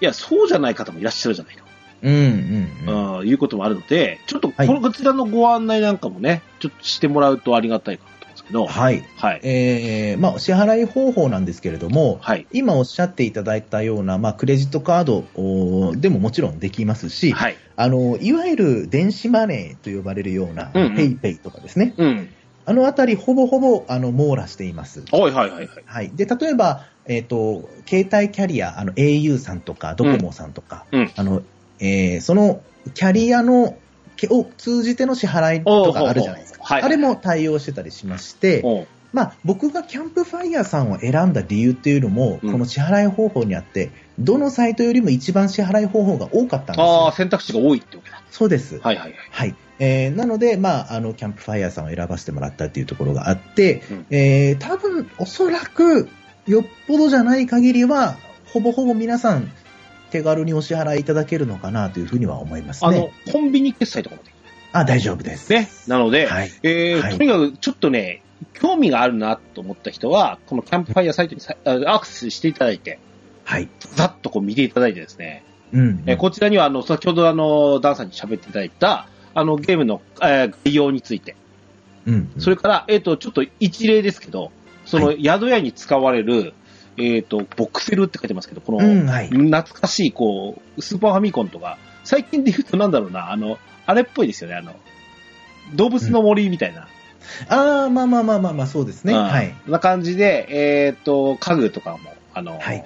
や、そうじゃない方もいらっしゃるじゃないと、うんうん、うん。うんいうこともあるので、ちょっとこ、はいこちらのご案内なんかもね、ちょっとしてもらうとありがたいかなと思うんですけど、はい。はい。はい。えー、まあ、支払い方法なんですけれども、はい。今おっしゃっていただいたような、まあ、クレジットカードおーでももちろんできますし、はい。あの、いわゆる電子マネーと呼ばれるような、うんうんペイペイとかですね。うん。あのあたり、ほぼほぼ、あの、網羅しています。はいはいはいはい。はい。で、例えば、えっ、と、携帯キャリア、あの、au さんとか、ドコモさんとか、うんあの、えーその、キャリアの、けを通じての支払いとかあるじゃないですか。おうほうほうはいあれも対応してたりしまして、おうまあ、僕がキャンプファイヤーさんを選んだ理由っていうのも、うんこの支払い方法にあって、どのサイトよりも一番支払い方法が多かったんですああ、よ。選択肢が多いってわけだ。そうです。はいはいはい。はい。えーなので、まあ、あの、キャンプファイヤーさんを選ばせてもらったっていうところがあって、うんえー多分、おそらく、よっぽどじゃない限りは、ほぼほぼ皆さん、手軽にお支払いいただけるのかなというふうには思いますあのね。、コンビニ決済とかもできあ大丈夫です。る。ね。なので、はい。えーはいとにかくちょっとね、興味があるなと思った人は、このキャンプファイヤーサイトにさあアクセスしていただいて、はい。ざっとこう見ていただいてですね、うん。えーこちらにはあの先ほどあのダンさんに喋っていただいたあのゲームの、えー概要について、うん。それから、えー、とちょっと一例ですけど、そのは宿屋に使われる、えー、とボクセルって書いてますけど、このうん、はい。懐かしいこうスーパーファミコンとか、最近で言うとなんだろうな、あのあれっぽいですよね、あの動物の森みたいな。ああ、まあまあまあまあまあ、そうですね。うんはい。そんな感じで、えっ、と、家具とかも、あの、はい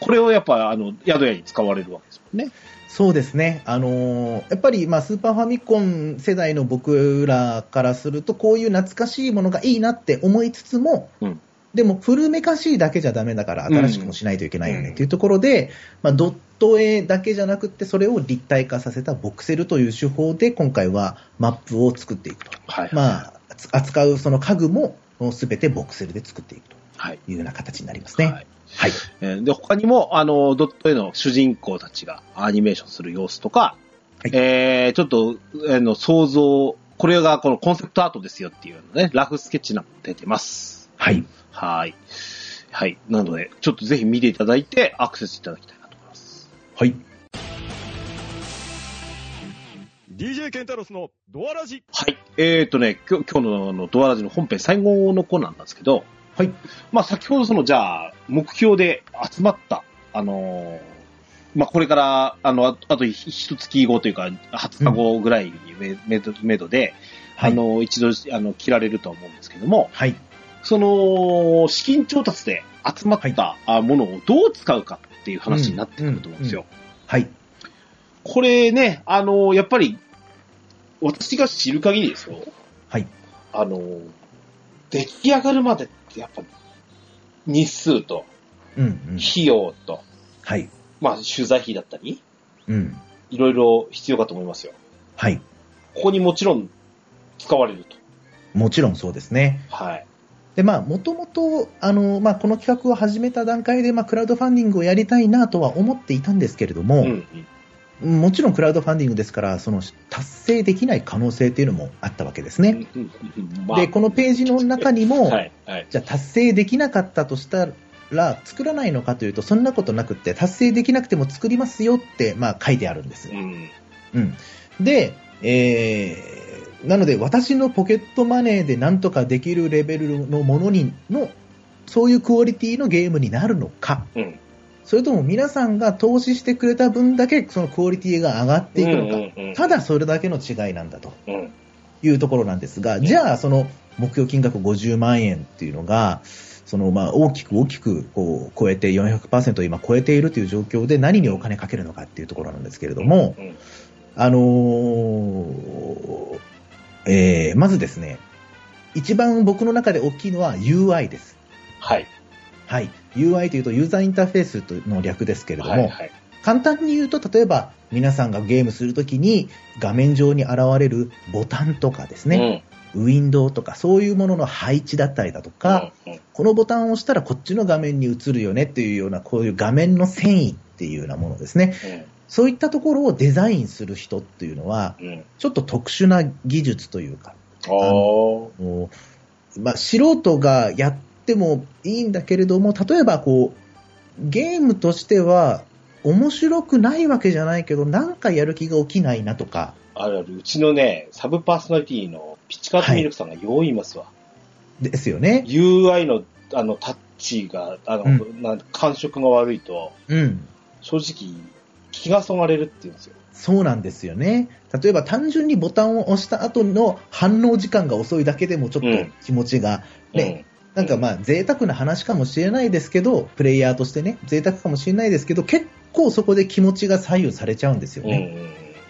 これをやっぱ、あの、宿屋に使われるわけですもんね。そうですね。あのーやっぱり、まあ、スーパーファミコン世代の僕らからすると、こういう懐かしいものがいいなって思いつつも、うんでも、古めかしいだけじゃダメだから、新しくもしないといけないよねっていうところで、まあ、ドット絵だけじゃなくって、それを立体化させたボクセルという手法で、今回はマップを作っていくと。はい。まあ、つ扱うその家具も、すべてボクセルで作っていくとはい。いうような形になりますね。はいはい。えーで、他にも、あの、ドット絵の主人公たちがアニメーションする様子とか、はいえーちょっと、あの、想像、これがこのコンセプトアートですよっていうね、ラフスケッチなんかも出てます。はい。はい。はい。なので、ちょっとぜひ見ていただいて、アクセスいただきたいなと思います。はい。 DJ ケンタロスのドアラジはい。えー、とね、きょ今日のあのドアラジの本編最後のコーナーなんですけど、はい。まあ先ほどその、じゃあ、目標で集まった、あのーまあこれから、あの、ああとひ一月後というか、20日後ぐらいにめ、めどめどで、はいあの、一度、あの、切られるとは思うんですけども、はい。その、資金調達で集まった、あものをどう使うかっていう話になってくると思うんですよ。はい。これね、あのやっぱり、私が知る限りですよ。はい。あの出来上がるまでってやっぱ、日数と、うんうん。費用と、はい。まあ、取材費だったり、うん。いろいろ必要かと思いますよ。はい。ここにもちろん使われると。もちろんそうですね。はい。で、まあ、もともと、あの、まあ、この企画を始めた段階で、まあ、クラウドファンディングをやりたいなとは思っていたんですけれどうも、ん。もちろんクラウドファンディングですから、その、達成できない可能性っていうのもあったわけですうね。んうんうんまあで、このページの中にも、はい。はい。じゃあ達成できなかったとしたら、作らないのかというと、そんなことなくって、達成できなくても作りますよって、まあ、書いてあるんです。うん。うん。で、えー、なので私のポケットマネーでなんとかできるレベルのものに、の、そういうクオリティのゲームになるのか、うん。それとも皆さんが投資してくれた分だけそのクオリティが上がっていくのか、うんうんただそれだけの違いなんだとうん。うんいうところなんですが、じゃあその目標金額50万円っていうのが、そのまあ大きく大きくこう超えて400%今超えているという状況で何にお金かけるのかっていうところなんですけれども、うんあのーえーまずですね、一番僕の中で大きいのは UI です。はい。はい。UI というとユーザーインターフェースとの略ですけれども、はい。はい。簡単に言うと、例えば皆さんがゲームするときに画面上に現れるボタンとかですね、ウィンドウとかそういうものの配置だったりだとうん。か、うんうんこのボタンを押したらこっちの画面に映るよねっていうような、こういう画面の繊維っていうようなものですね。そういったところをデザインする人っていうのは、うん。うん。ちょっと特殊な技術というか、おー。もうまあ、素人がやってもいいんだけれども、例えばこう、ゲームとしては面白くないわけじゃないけど、なんかやる気が起きないなとか、あるある。うちのね、サブパーソナリティのピッチカートミルクさんがよう言いますわ。ですよね。 UI のあのタッチが、あの、うなん感触が悪いと、うん。正直、気がそがれるって言うんですよ。そうなんですよね。例えば単純にボタンを押した後の反応時間が遅いだけでもちょっうんと気持ちがね、うなんんかまあ贅沢な話かもしれないですけど、プレイヤーとしてね、贅沢かもしれないですけど、結構そこで気持ちが左右されちゃうんですようん。ね。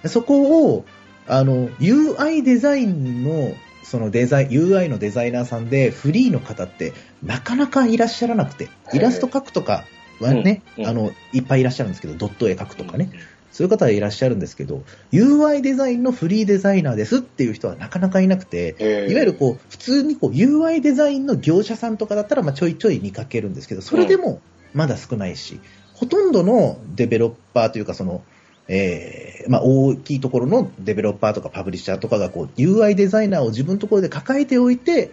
そこを、あの、UI デザインの、そのデザイン、UI のデザイナーさんで、フリーの方って、なかなかいらっしゃらなくて、いイラスト描くとかはね、うんうんあの、いっぱいいらっしゃるんですけど、ドット絵描くとかね、うん。そういう方はいらっしゃるんですけど、UI デザインのフリーデザイナーですっていう人はなかなかいなくて、えーいわゆるこう、普通にこう、UI デザインの業者さんとかだったら、まあちょいちょい見かけるんですけど、それでもまだ少ないし、ほとんどのデベロッパーというか、その、えーまあ、大きいところのデベロッパーとかパブリッシャーとかがこう UI デザイナーを自分のところで抱えておいて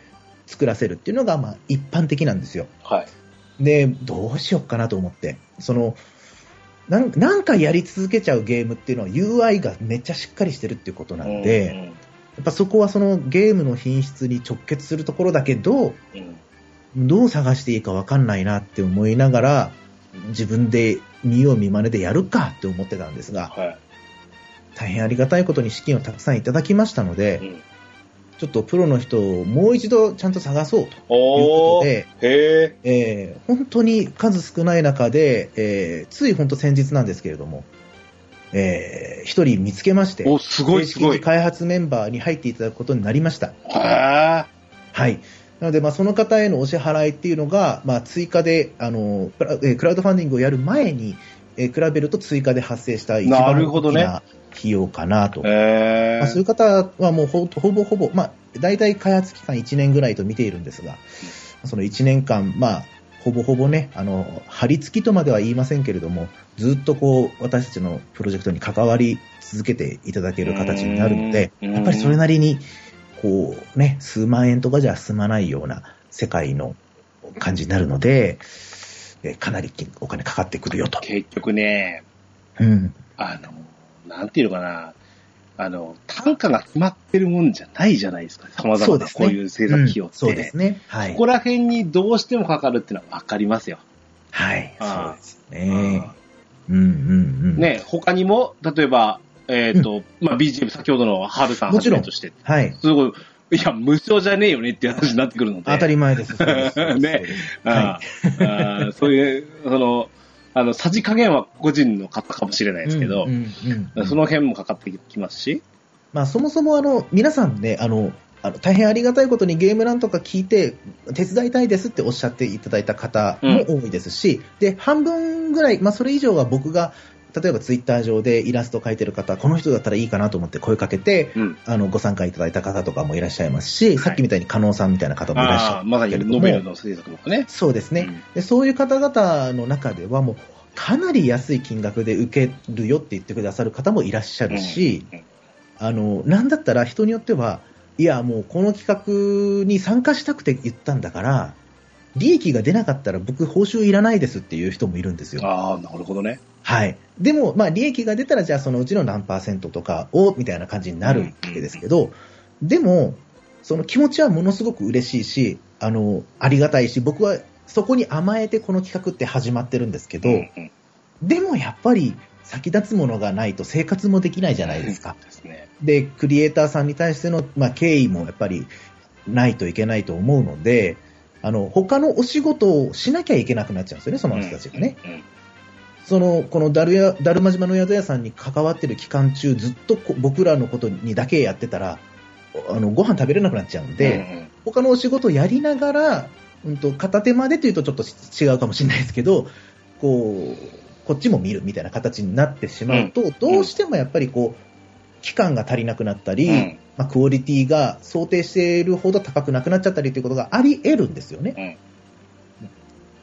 作らせるっていうのがまあ一般的なんですよ。はい。で、どうしよっかなと思って、その、なんなんかやり続けちゃうゲームっていうのは UI がめっちゃしっかりしてるっていうことなんで、やっぱそこはそのゲームの品質に直結するところだけど、うん、うん。どう探していいかわかんないなって思いながら、自分で見よう見真似でやるかって思ってたんですが、は大変ありがたいことに資金をたくさんいただきましたのい。うで、ん。ちょっとプロの人をもう一度ちゃんと探そうというこおー。とで、へえ。えー本当に数少ない中で、えーつい本当先日なんですけれども、えー一人見つけまして、お、すごいすご正式いに。開発メンバーに入っていただくことになりました。へえ。はい。なので、まあ、その方へのお支払いっていうのが、まあ、追加で、あの、プラえークラウドファンディングをやる前に、えー比べると追加で発生した一番なるほ大どきねな費用かなと。へまあ、そういえう。方はもうほほぼほぼ、まあ、大体開発期間1年ぐらいと見ているんですが、その1年間、まあ、ほぼほぼね、あの、張り付きとまでは言いませんけれども、ずっとこう、私たちのプロジェクトに関わり続けていただける形になるので、うんやっぱりそれなりに、こうね、数万円とかじゃ済まないような世界の感じになるので、えかなり金お金かかってくるよと。結局ね、うん。あの、なんていうのかな、あの、単価が決まってるもんじゃないじゃないですか。様そ々うでなすこねういう制作費用うっんて。そうですね。はいこ。こら辺にどうしてもかかるっていうのはわかりますよ。はい。そうあですね。うんうんうん。。ね、他にも、例えば、えっ、と、まあ、BGM 先ほどのハルさんもちろんはじめとして、はい。すごい、いや、無償じゃねえよねっていう話になってくるので。当たり前です。そうですね。あーあーそういう、その、あの、さじ加減は個人の方かもしれないですけど、そそのの、辺もかかってきますし、まあそもそもあの、皆さんね、あの、あの大変ありがたいことにゲームなんとか聞いて、手伝いたいですっておっしゃっていただいた方も多いですし、で、半分ぐらい、まあそれ以上は僕が、例えばツイッター上でイラスト描いてる方、この人だったらいいかなと思って声かけて、うん。あの、ご参加いただいた方とかもいらっしゃいますし、さっきみたいに加納さんみたいな方もいらっしあゃあるー、まさけにれどもノベルの制作とかね。そうですね。でそういう方々の中ではもうかなり安い金額で受けるよって言ってくださる方もいらっしゃうんるし、うんあのなんだったら人によってはいやもうこの企画に参加したくて言ったんだから利益が出なかったら僕報酬いらないですっていう人もいるんですよ。ああ、なるほどね。はい。でも、まあ、利益が出たら、じゃあそのうちの何パーセントとかを、みたいな感じになるわけですけど、でも、その気持ちはものすごく嬉しいし、あの、ありがたいし、僕はそこに甘えてこの企画って始まってるんですけど、んんでもやっぱり先立つものがないと生活もできないじゃないですか。ですね。で、クリエイターさんに対しての、まあ、敬意もやっぱりないといけないと思うので、あの、他のお仕事をしなきゃいけなくなっちゃうんですよね、その人たちがね。うん。そのこのだるやだるま島の宿屋さんに関わってる期間中、ずっとこ僕らのことにだけやってたら、おあのご飯食べれなくなっちゃうんで、他のお仕事をやりながら、うん、と片手までというとちょっとし違うかもしれないですけど、こうこっちも見るみたいな形になってしまうと、どうしてもやっぱりこう期間が足りなくなったり、うんまあ、クオリティが想定しているほど高くなくなっちゃったりということがあり得るんですよね。うん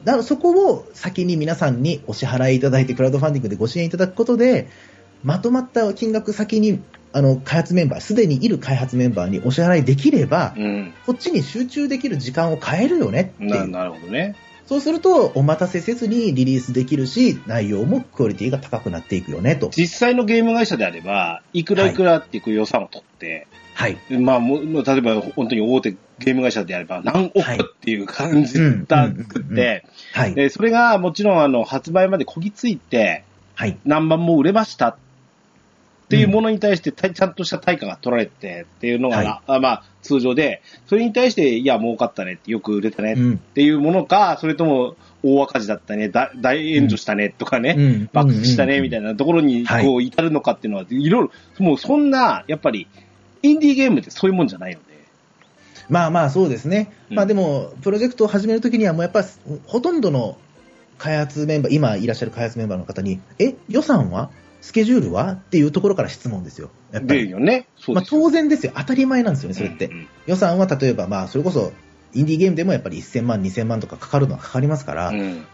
だからそこを先に皆さんにお支払いいただいて、クラウドファンディングでご支援いただくことで、まとまった金額先に、あの、開発メンバー、すでにいる開発メンバーにお支払いできれば、うん。こっちに集中できる時間を変えるよねってういん。うななるほどね。そうすると、お待たせせずにリリースできるし、内容もクオリティが高くなっていくよねと。実際のゲーム会社であれば、いくらいくらっていう予算を取って、はい。まあ、もうもう例えば本当に大手ゲーム会社であれば、何億っていう感じではいうん作っうんうんて、はい。でそれがもちろんあの発売までこぎついて、はい。何番も売れましたっていうものに対して、たちゃんとした対価が取られてっていうのが、はいあまあ、通常で、それに対して、いや、儲かったねって、よく売れたねうっん。ていうものか、それとも大赤字だったね、だ大炎上したねとかね、うんバックしたねみたいいなところにはいこう至るのかっていうのは、いろいろ、もうそんな、やっぱり、インディーゲームってそういうもんじゃないので、な。まあまあ、そうですね。うんまあでも、プロジェクトを始めるときには、もうやっぱ、ほとんどの開発メンバー、今いらっしゃる開発メンバーの方に、え、予算はスケジュールはっていうところから質問ですよ。やっぱ出るり。よね、そうまあですよ当然ですよ。当たり前なんですよね、それってうん。うん予算は例えば、まあ、それこそ、インディーゲームでもやっぱり1000万、2000万とかかかるのはかかりますから、うん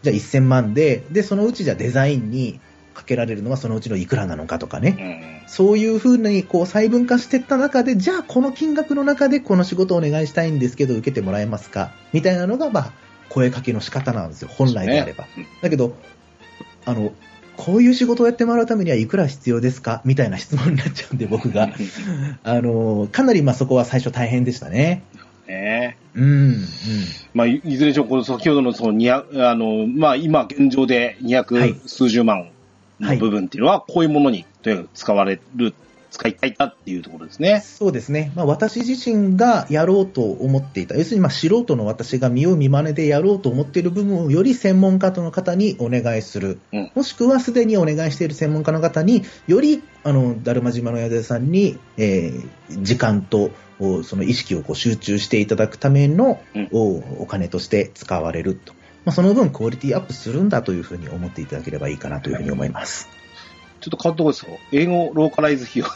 じゃあ1000万で、で、そのうちじゃあデザインにかけられるのはそのうちのいくらなのかとかね。うん。そういうふうにこう細分化していった中で、じゃあこの金額の中でこの仕事をお願いしたいんですけど、受けてもらえますかみたいなのが、まあ、声かけの仕方なんですよ、本来であれば。そうねだけど、あの、こういう仕事をやってもらうためにはいくら必要ですかみたいな質問になっちゃうんで、僕 が。あの、かなりまあそこは最初大変でしたね。ねえうん、うん。まあ、いいずれにしろ、この先ほどのその200、あの、まあ、今現状ではい200数十万の部分っていうのは、こういうものに、とにかく使われる、使いたいなっていうところですね。そうですね、まあ、私自身がやろうと思っていた、要するにまあ素人の私が見よう見まねでやろうと思っている部分をより専門家との方にお願いする、うんもしくはすでにお願いしている専門家の方によりあのだるま島の宿屋さんに、えー時間とおその意識をこう集中していただくための、うんおお金として使われると。まあ、その分クオリティアップするんだというふうに思っていただければいいかなというふうに思います。ちょっと変わったとこですよ。英語ローカライズ費用。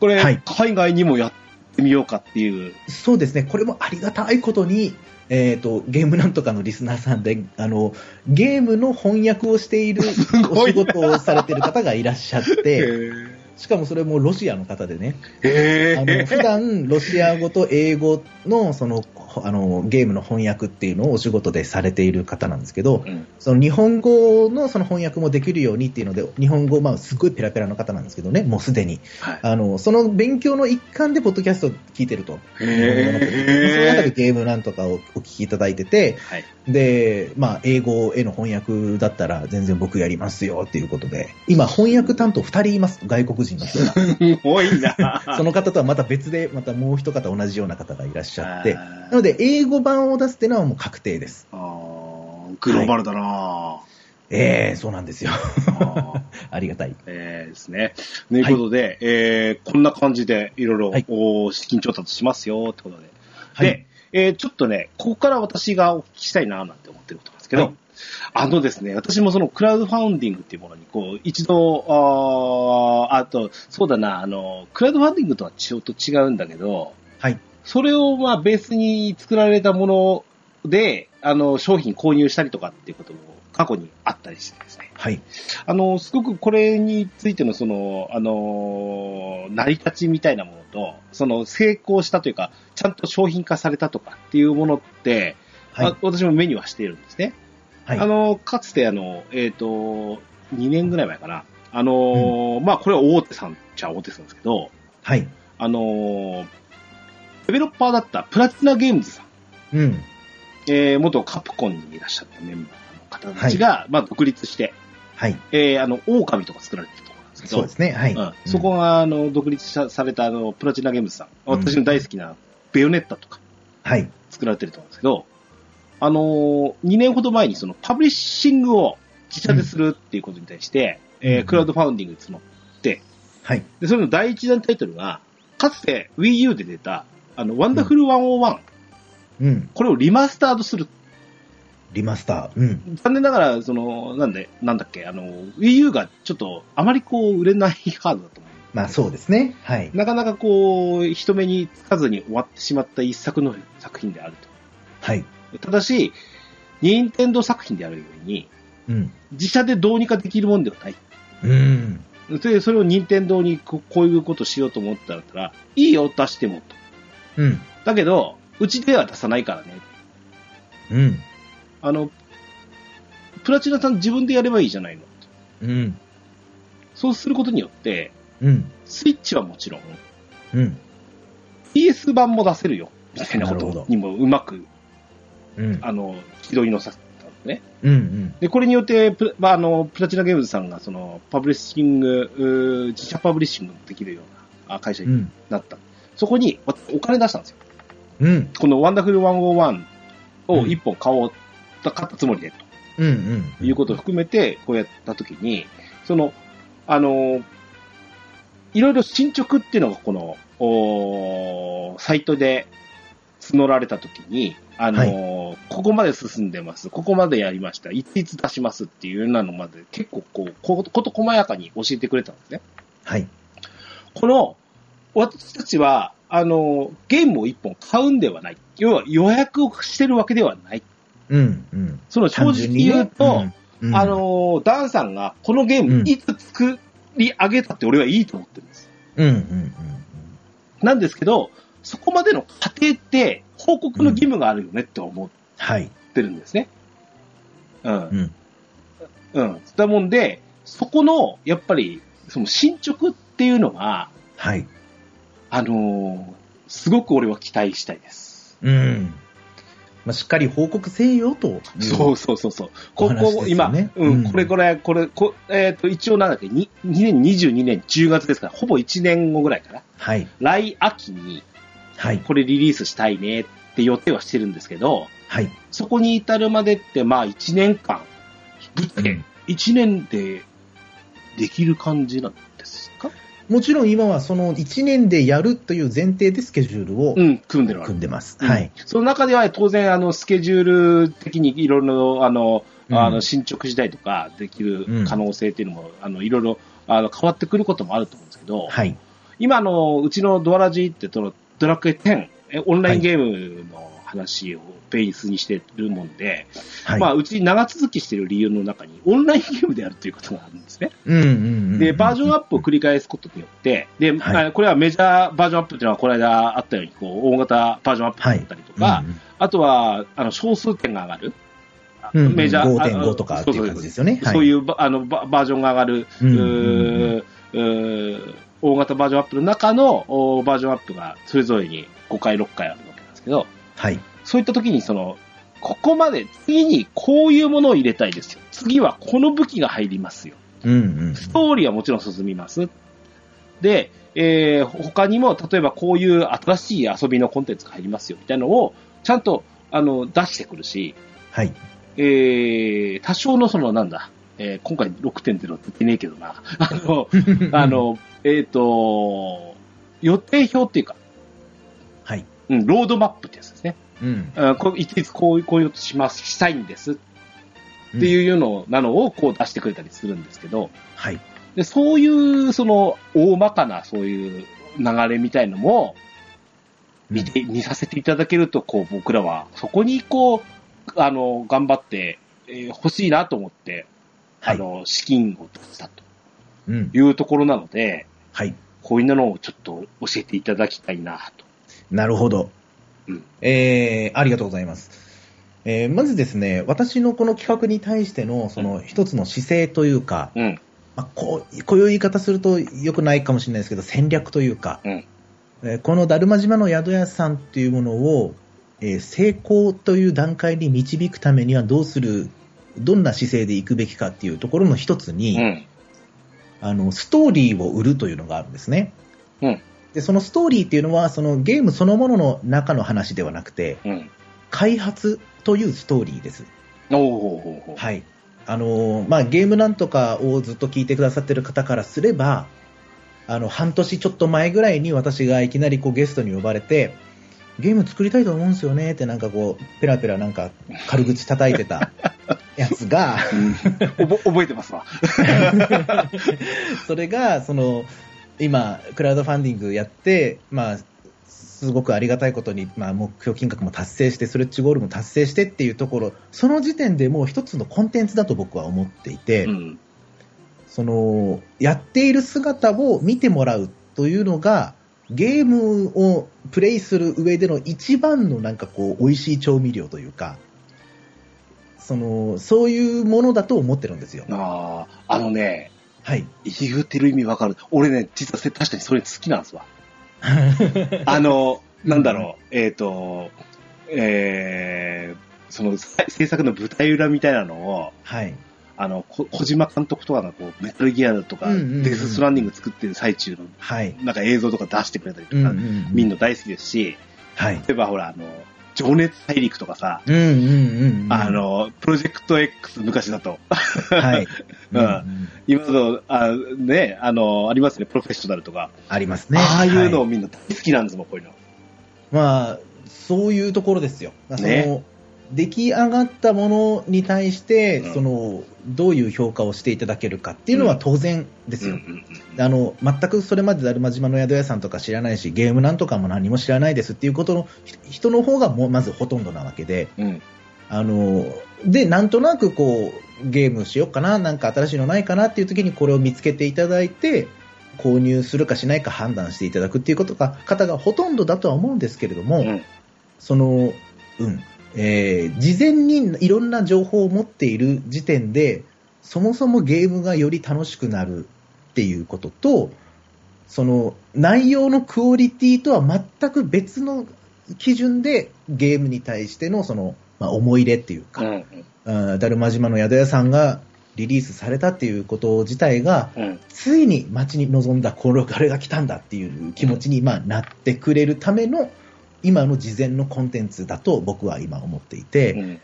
これ、はい海外にもやってみようかっていう。そうですね、これもありがたいことに、えー、とゲームなんとかのリスナーさんであのゲームの翻訳をしているおごい仕事をされている方がいらっしゃっへて、ーしかもそれもロシアの方でね、あへのえ。普段ロシア語と英語のそのあのゲームの翻訳っていうのをお仕事でされている方なんですけど、うんその日本語のその翻訳もできるようにっていうので、日本語、まあ、すごいペラペラの方なんですけどね、もうすでに。はいあのその勉強の一環で、ポッドキャストを聞いてると。その中でへゲームなんとかをお聞きいただいてて、ーはいで、まあ、英語への翻訳だったら全然僕やりますよっていうことで、今翻訳担当2人います、外国人 の人が。すごい な。その方とはまた別で、またもう一方同じような方がいらっしゃって、あーなので英語版を出すっていうのはもう確定です。あーグローバルだな、ええそうなんですよ。 あー ありがたい。えーですね。ということで、えーこんな感じでいろいろはいお資金調達しますよってことで。はいで、えーちょっとね、ここから私がお聞きしたいななんて思ってることなんですけど、はいあのですね、私もそのクラウドファウンディングっていうものに、こう、一度、あーあと、そうだな、あの、クラウドファウンディングとはちょっと違うんだけど、はい。それをまあベースに作られたもので、あの、商品購入したりとかっていうことも過去にあったりしてですね。はい。あの、すごくこれについての、その、あの、成り立ちみたいなものと、その、成功したというか、ちゃんと商品化されたとかっていうものって、はいあ。私も目にはしているんですね。はい。あの、かつて、あの、えっ、と、2年ぐらい前かな。あの、まあ、これは大手さんっちゃ大手さんですけど、はい。あの、デベロッパーだったプラチナゲームズさん、うん。えー元カプコンにいらっしゃったメンバーの方たちが、まあ、独立して、はい。えー、あの、狼とか作られてるところなんですけど、そうですね。はい。うん、そこが、あの、独立したされた、あの、プラチナゲームズさん、うん私の大好きな、ベヨネッタとかはい。作られてると思うんですけど、あのー、2年ほど前に、その、パブリッシングを自社でするっていうことに対して、えークラウドファウンディングに募って、はい。で、それの第一弾タイトルが、かつて Wii U で出た、あの、ワンダフル101、うん。これをリマスタードする。リマスター。うん。残念ながら、その、なんで、なんだっけ、あの、Wii U がちょっと、あまりこう、売れないハードだと思う。まあ、そうですね。はい。なかなかこう、人目につかずに終わってしまった一作の作品であるはい。と。ただし、任天堂作品であるように、うん。自社でどうにかできるもんではない。うん。で、それを任天堂にここういうことしようと思ったら、いいよ、出してもと。うん。だけど、うちでは出さないからね。うん。あの、プラチナさん自分でやればいいじゃないの。うん。そうすることによって、うん。スイッチはもちろん、うん。 PS 版も出せるよ。みたいなこなるほどとにもうまく、うん。あの、軌道に乗させたんですね。うん。うん。で、これによってプラ、まあ、あの、プラチナゲームズさんが、その、パブリッシング、うー自社パブリッシングもできるようなあ会社うにん。なった。そこにわお金出したんですよ。うん。このワンダフル101をうん1本買おう、買ったつもりで、うん。ということを含めて、こうやったときに、その、あの、いろいろ進捗っていうのが、この、おーサイトで募られたときに、あの、はここまで進んでます、ここまでやりました、いついつ出しますっていうようなのまで、結構こう、ここと細やかに教えてくれたんですね。はい。この、私たちは、あの、ゲームを一本買うんではない。要は予約をしてるわけではない。うん、うん。その正直言うと、単純にね、うんうんあのーダンさんがこのゲーうムんいつ作り上げたって俺はいいと思ってるんです。うん、うん、うんなんですけど、そこまでの過程って報告の義務があるよねって思っはい。てるんですね。うんう。ん、うん。だもんで、そこの、やっぱり、その進捗っていうのが、はい。あのーすごく俺は期待したいです。うん。まあ、しっかり報告せよという。そうそうそうそう。こお話ですこよ、ね今、ううんん、これこれ、これ、こえっ、と、一応なんだっけ、に2022年10月ですから、ほぼ1年後ぐらいかな。はい。来秋に、はい。これリリースしたいねって予定はしてるんですけど、はい。そこに至るまでって、まあ1年間、ぶっちゃけ1年でできる感じなんですかもちろん今はその1年でやるという前提でスケジュールをうん、組んでるわけ組んでます。はい。その中では当然、あの、スケジュール的にいろいろ、あの、うんあの進捗次第とかできる可能性っていうのも、あの、いろいろ、あの、変わってくることもあると思うんですけど、はい。今、あの、うちのドアラジーって、そのドラクエ10、えオンラインゲームの話をベースにしてるもんで、はい。まあ、うち長続きしてる理由の中に、オンラインゲームであるということがあるんですね。うんうんうんうん。で、バージョンアップを繰り返すことによって、で、はいあこれはメジャーバージョンアップっていうのは、この間あったように、こう、大型バージョンアップだったりとか、うんうんあとは、あの、小数点が上がる。あうんうんメジャー。 5.5とかっていう感じですよね。あのそういう、ばあの、ばバージョンが上がる、ううんうんーうー大型バージョンアップの中のおバージョンアップが、それぞれに5回、6回あるわけなんですけど、はい。そういった時に、その、ここまで、次にこういうものを入れたいですよ。次はこの武器が入りますよ。うんうん。ストーリーはもちろん進みます。で、えー他にも、例えばこういう新しい遊びのコンテンツが入りますよ、みたいなのを、ちゃんと、あの、出してくるし、はい。えー多少のその、なんだ、えー今回6.0って言ってねえけどな、あの、 あ、の、えっ、と、予定表っていうか、はい。うん、ロードマップってやつですね。うん。うんこういついつこういう、こういうことします、したいんですっていうの、なのをこう出してくれたりするんですけど、はい。で、そういう、その、大まかな、そういう流れみたいのも、見て、見させていただけると、こう、僕らは、そこに、こう、あの、頑張って、えー欲しいなと思って、はいあの、資金を出したとうん。いうところなので、はい。こういうのをちょっと教えていただきたいなと。なるほどうん。えー、ありがとうございます。えー、まずですね、私のこの企画に対しての、その一つの姿勢というか、うん、まあ、こう、こういう言い方すると良くないかもしれないですけど、戦略というか、うんえーこのだるま島の宿屋さんっていうものを、えー成功という段階に導くためにはどうする、どんな姿勢で行くべきかっていうところの一つに、うん、あの、ストーリーを売るというのがあるんですね。うんで、そのストーリーっていうのは、そのゲームそのものの中の話ではなくて、うん。開発というストーリーです。おーおーおーはい。あのーまあ、ゲームなんとかをずっと聞いてくださってる方からすれば、あの、半年ちょっと前ぐらいに私がいきなりこうゲストに呼ばれて、ゲーム作りたいと思うんですよねってなんかこう、ペラペラなんか軽口叩いてたやつが、おぼ覚えてますわ。それが、その、今、クラウドファンディングやって、まあ、すごくありがたいことに、まあ、目標金額も達成して、スレッチゴールも達成してっていうところ、その時点でもう一つのコンテンツだと僕は思っていて、うん、その、やっている姿を見てもらうというのが、ゲームをプレイする上での一番のなんかこう、美味しい調味料というか、その、そういうものだと思ってるんですよ。ああ、あのね、 はい。言ってる意味わかる。俺ね、実はせ確かにそれ好きなんです わ。あの、なんだろう、えっ、と、えー、そのさ制作の舞台裏みたいなのを、はい。あの、こ小島監督とかのこうメタルギアだとか、うんうんうんデス・ストランディング作ってる最中の、はい。なんか映像とか出してくれたりとうんか、うんうん見るの大好きですし、はい。例えばほら、あの、情熱大陸とかさ、うんうんうんうん。あ、 の、プロジェクト X 昔だと、はい。うん今だと、あね、あの、ありますね、プロフェッショナルとか、ありますね。ああいうのをはみんな大好きなんですもん、こういうの。まあ、そういうところですよ。その、ね出来上がったものに対して、うんその、どういう評価をしていただけるかっていうのは当然ですよ。うんうんうんあの全くそれまでだるま島の宿屋さんとか知らないしゲームなんとかも何も知らないですっていうことのひ人の方がもうまずほとんどなわけでうんあの、で、なんとなくこう、ゲームしようかな、なんか新しいのないかなっていう時にこれを見つけていただいて、購入するかしないか判断していただくっていうことが、方がほとんどだとは思うんですけれども、うん。その、うん、えー事前にいろんな情報を持っている時点で、そもそもゲームがより楽しくなるっていうことと、その内容のクオリティとは全く別の基準でゲームに対してのその、まあ、思い入れっていううか、ん。あーだるま島の宿屋さんがリリースされたっていうこと自体が、うん。ついに待ちに望んだ、これあれが来たんだっていう気持ちにまあなってくれるための、今の事前のコンテンツだと僕は今思っていて、うん。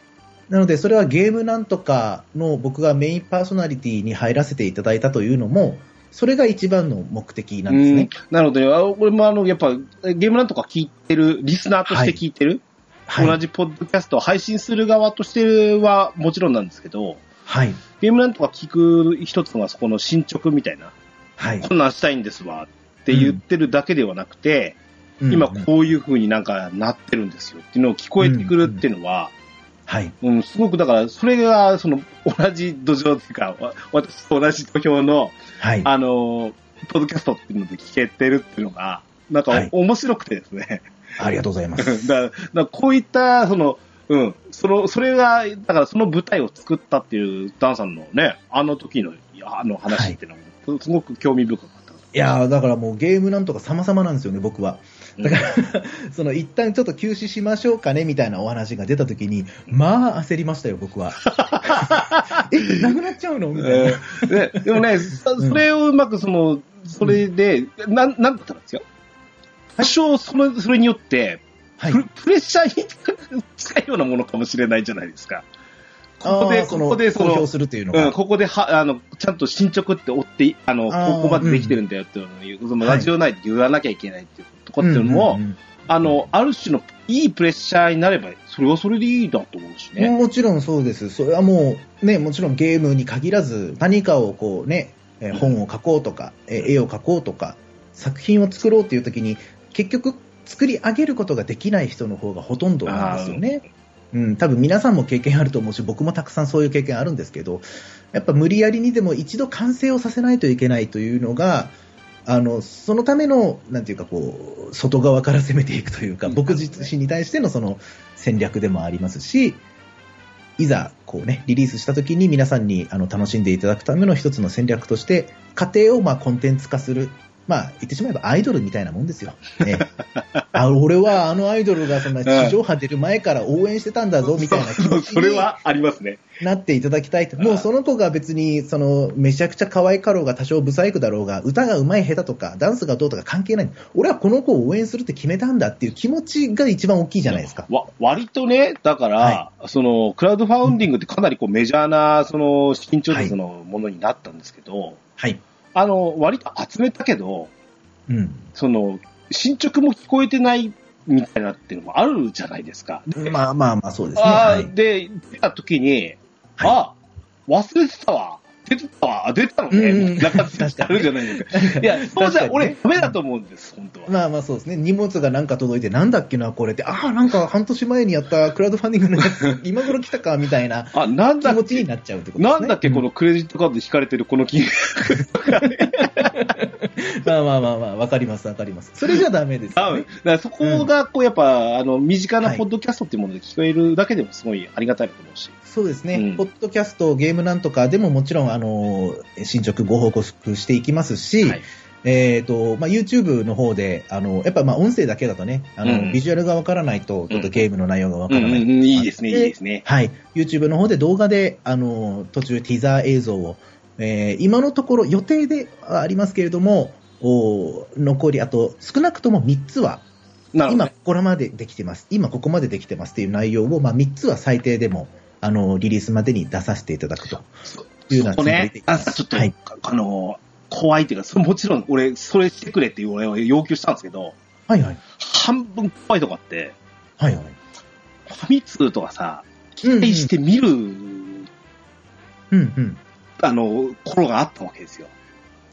なのでそれはゲームなんとかの僕がメインパーソナリティに入らせていただいたというのも、それが一番の目的なんですね。なので、あ俺もあの、やっぱ、ゲームなんとか聞いてる、リスナーとして聞いてる、はい。同じポッドキャストを配信する側としてはもちろんなんですけど、はい。ゲームなんとか聞く一つのがそこの進捗みたいな、はい。こんなんしたいんですわって言ってるだけではなくて、うん今うんこういう風になんかなってるんですよっていうのを聞こえてくるっていうのは、はい。うん、すごくだから、それが、その、同じ土壌っていうか、わ私と同じ土俵の、はい。あのー、ポッドキャストっていうので聞けてるっていうのが、なんか、はい面白くてですね。 ありがとうございます。だから、こういった、その、うん、その、それが、だからその舞台を作ったっていう、ダンさんのね、あの時の、あの話っていうのも、すごく興味深かった。いやーだからもうゲームなんとか様々なんですよね、僕は。だから、その一旦ちょっと休止しましょうかねみたいなお話が出た時に、まあ焦りましたよ、僕 は。え、なくなっちゃうのみたいな。え ーででもね、そそれをうまくその、それで、なん、なんだったんですよ。多少、それ、それによって、はいプ。プレッシャーに近いようなものかもしれないじゃないですか。あここで、ーこそのこで、そ公表の、するというのうん、が。ここでは、あの、ちゃんと進捗って追って、あの、あーここまでできてるんだよっていうのを、そのはいラジオ内で言わなきゃいけないっていうとこっていうのも、うんうんあの、ある種のいいプレッシャーになれば、それはそれでいいだと思うしうんね。もちろんそうです。それはもう、ね、もちろんゲームに限らず、何かをこうね、えー本を書こうとか、えー絵を描こうとか、作品を作ろうっていう時に、結局、作り上げることができない人の方がほとんどなんですよね。うん、多分皆さんも経験あると思うし、僕もたくさんそういう経験あるんですけど、やっぱ無理やりにでも一度完成をさせないといけないというのが、あの、そのための、なんていうかこう、外側から攻めていくというか、うん僕自身に対してのその戦略でもありますし、いざ、こうね、リリースした時に皆さんにあの楽しんでいただくための一つの戦略として、過程をまあコンテンツ化する。まあ、言ってしまえばアイドルみたいなもんですよ。 ね、あ俺はあのアイドルがそんな地上波出る前から応援してたんだぞ、みたいな気そう持 ちそれにはありますね。なっていただきたいと。もうその子が別に、その、めちゃくちゃ可愛かろうが多少ブサイクだろうが、歌が上手い下手とか、ダンスがどうとか関係ない。俺はこの子を応援するって決めたんだっていう気持ちが一番大きいじゃないですか。わ割とね、だから、はその、クラウドファウンディングってかなりこうメジャーな、その、資金調は達いのものになったんですけど、はい。あの、割と集めたけど、うん。その、進捗も聞こえてないみたいなっていうのもあるじゃないですか。まあまあまあ、そうですね。あはーい。で、出た時に、はいあ、忘れてたわ。出てたわ。あ出たのね。うんうんなんか、あるじゃないですか。いや、そうじゃ、確かにね俺、ダメだと思うんです、本当は。まあまあそうですね。荷物がなんか届いて、なんだっけな、これって。ああ、なんか半年前にやったクラウドファンディングのや つ、今頃来たか、みたいなあ、なん気だっ持けちになっちゃうってことですなね。んだっけ、このクレジットカードで引かれてるこの金額。まあまあまあまあ、わかります、わかります。それじゃダメですあよだね。からそこが、こう、やっぱ、あの、身近なはいポッドキャストっていうもので聞こえるだけでもすごいありがたいと思うし。そうですね、うんポッドキャスト、ゲームなんとかでももちろん、あの、進捗ご報告していきますし、はいえっ、と、まあ、YouTube の方で、あの、やっぱまあ、音声だけだとね、あの、うんビジュアルがわからないと、ちょっとゲームの内容がわからない、うんうんうんいいですね、いいですね。はい。YouTube の方で動画で、あの、途中ティザー映像を、えー今のところ予定ではありますけれども、お残り、あと、少なくとも3つは、なるほど今ね。これまでできてます、今ここまでできてますっていう内容を、まあ、3つは最低でもあのリリースまでに出させていただくとそいうようなそこね、あちょっと、はいあの、怖いっていうか、そ もちろん俺、それしてくれっていう俺は要求したんですけど、はいはい半分怖いとかって、はいはい。ファミ通とかさ、うんう期ん待して見る、うんうん。あの、頃があったわけですよ。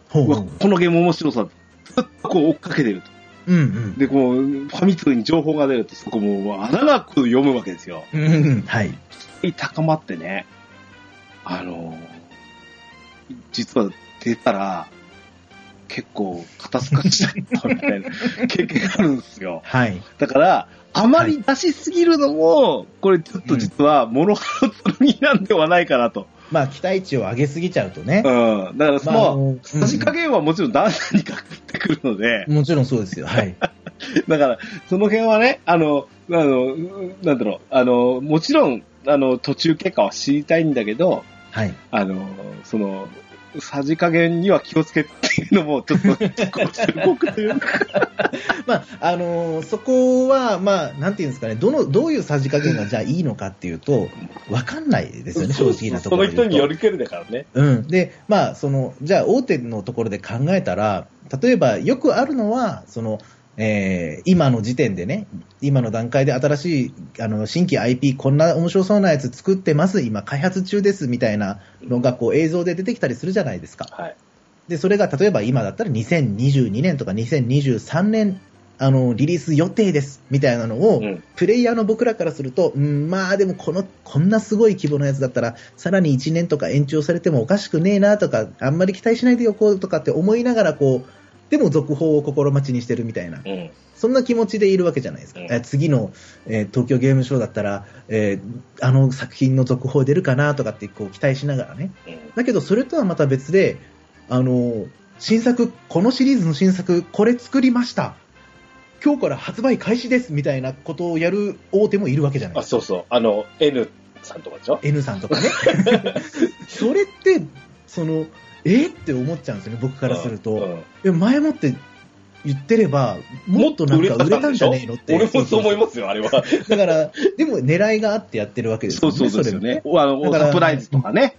ほううわ、ほうこのゲーム面白さ、ずっとこう追っかけてると。うんで、こう、ファミ通に情報が出ると、そこもう穴がく読むわけですよ。うん。うんうん。はい。高まってね、あの、実は出たら、結構、肩透かしちゃったみたいな 経験があるんですよ。はい。だから、あまり出しすぎるのも、これちょっと実は、物払うになんではないかなと。まあ、期待値を上げすぎちゃうとね。うん。だから、そまああのうのん、さじ加減はもちろん段差にかかってくるので、もちろんそうですよ。はい。だから、その辺はね、あの、あの、なんだろう、あの、もちろん、あの、途中経過は知りたいんだけど、はい。あの、その、さじ加減には気をつけっていうのも、ちょっと、僕というか、まあ、あのーそこは、まあ、なんていうんですかね、どの、どういうさじ加減がじゃあいいのかっていうと、わかんないですよね、正直なところその人による。りけりだからね。うん。で、まあ、その、じゃあ大手のところで考えたら、例えばよくあるのは、その、えー今の時点でね、今の段階で新しい、あの、新規 IP、こんな面白そうなやつ作ってます、今開発中です、みたいなのが、こう映像で出てきたりするじゃないですか。はい。で、それが例えば今だったら2022年とか2023年、あの、リリース予定です、みたいなのを、うんプレイヤーの僕らからすると、うん、まあでもこの、こんなすごい規模のやつだったら、さらに1年とか延長されてもおかしくねえなとか、あんまり期待しないでおこうとかって思いながら、こう、でも続報を心待ちにしてるみたいな、うん。そんな気持ちでいるわけじゃないですか。うんえ次の、えー東京ゲームショウだったら、えーあの作品の続報出るかなとかってこう期待しながらね。だけどそれとはまた別で、あの、新作、このシリーズの新作、これ作りました。今日から発売開始ですみたいなことをやる大手もいるわけじゃないあ、ですか。そうそう。あの、N さんとかでしょ N さん とかね。それって、その、えって思っちゃうんですよね、僕からすると。うんいや前もって言ってれば、もっとなんか売れたんじゃねえのって。俺もそう思いますよ、あれは。す。だから、でも狙いがあってやってるわけですそようね。そうですよれねも。。あの、だからサプライズとかね。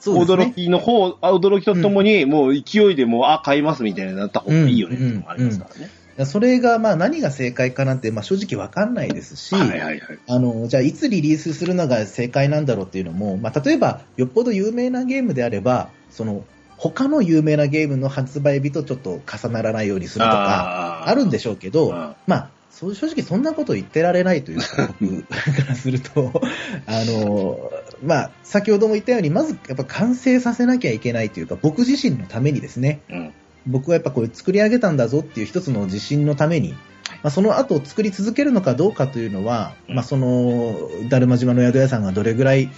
そうです驚ね。きの方、あ驚きとともに、もう勢いでもう、あ、買いますみたいになった方がいいよねっていうのもありますからね。それがまあ何が正解かなんて、まあ正直わかんないですし、はいはいはい。あの、じゃあいつリリースするのが正解なんだろうっていうのも、まあ、例えば、よっぽど有名なゲームであれば、その、他の有名なゲームの発売日とちょっと重ならないようにするとか、あるんでししょうけど、うんまあ、そう正直そんなこと言ってられないという か、僕からすると、あの、まあ、先ほども言ったように、まずやっぱ完成させなきゃいけないというか、僕自身のためにですね、ょ。うん。僕はやっぱこれ作り上げたんだぞっていう一つの自信のために、まあ、その後作り続けるのかどうかというのは、うんまあ、その、だるま島の宿屋さんがどれぐらい、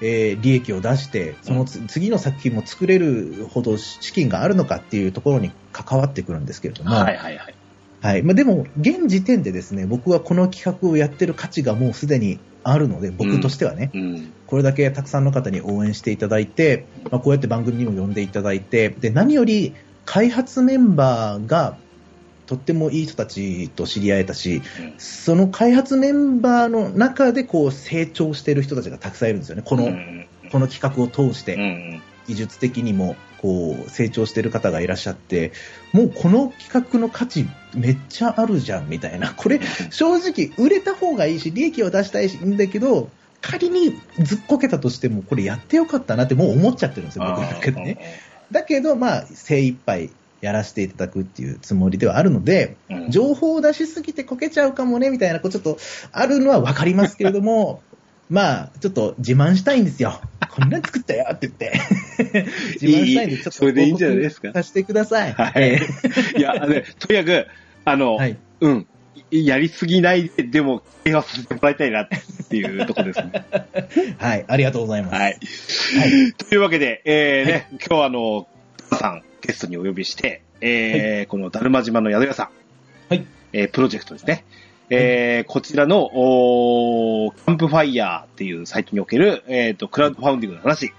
えー利益を出して、そのつ次の作品も作れるほど資金があるのかっていうところに関わってくるんですけれども、はいはいはい。はいまあ、でも、現時点でですね、僕はこの企画をやってる価値がもうすでにあるので、僕としてはね、うん。これだけたくさんの方に応援していただいて、まあ、こうやって番組にも呼んでいただいて、で、何より開発メンバーがとってもいい人たちと知り合えたし、その開発メンバーの中でこう成長している人たちがたくさんいるんですよね。この、うんこの企画を通しうんて、うん技術的にもこう成長している方がいらっしゃって、もうこの企画の価値めっちゃあるじゃんみたいな。これ正直、売れた方がいいし、利益を出したいし、いいんだけど、仮にずっこけたとしても、これやってよかったなってもう思っちゃってるんですよ、僕の中でね。だけど、まあ、精一杯やらせていただくっていうつもりではあるので、うん情報を出しすぎてこけちゃうかもね、みたいな、こうちょっと、あるのはわかりますけれども、 まあ、ちょっと自慢したいんですよ。こんなん作ったよ って言って。自慢したいんで、ちょっとそれでいいんじゃないですか報告させてください。はい。 いや、ね、とにかく、あの、はい。うん。やりすぎないで、でも、怪我させてもらいたいなっていうとこです ね。はい。ありがとうございます。はい。はいというわけで、えーね、今日はあの、タカさんゲストにお呼びして、えーこのだるま島の宿屋さん、はいえープロジェクトですね。えーこちらの、おーキャンプファイヤーっていうサイトにおける、えっ、と、クラウドファウンディングの話、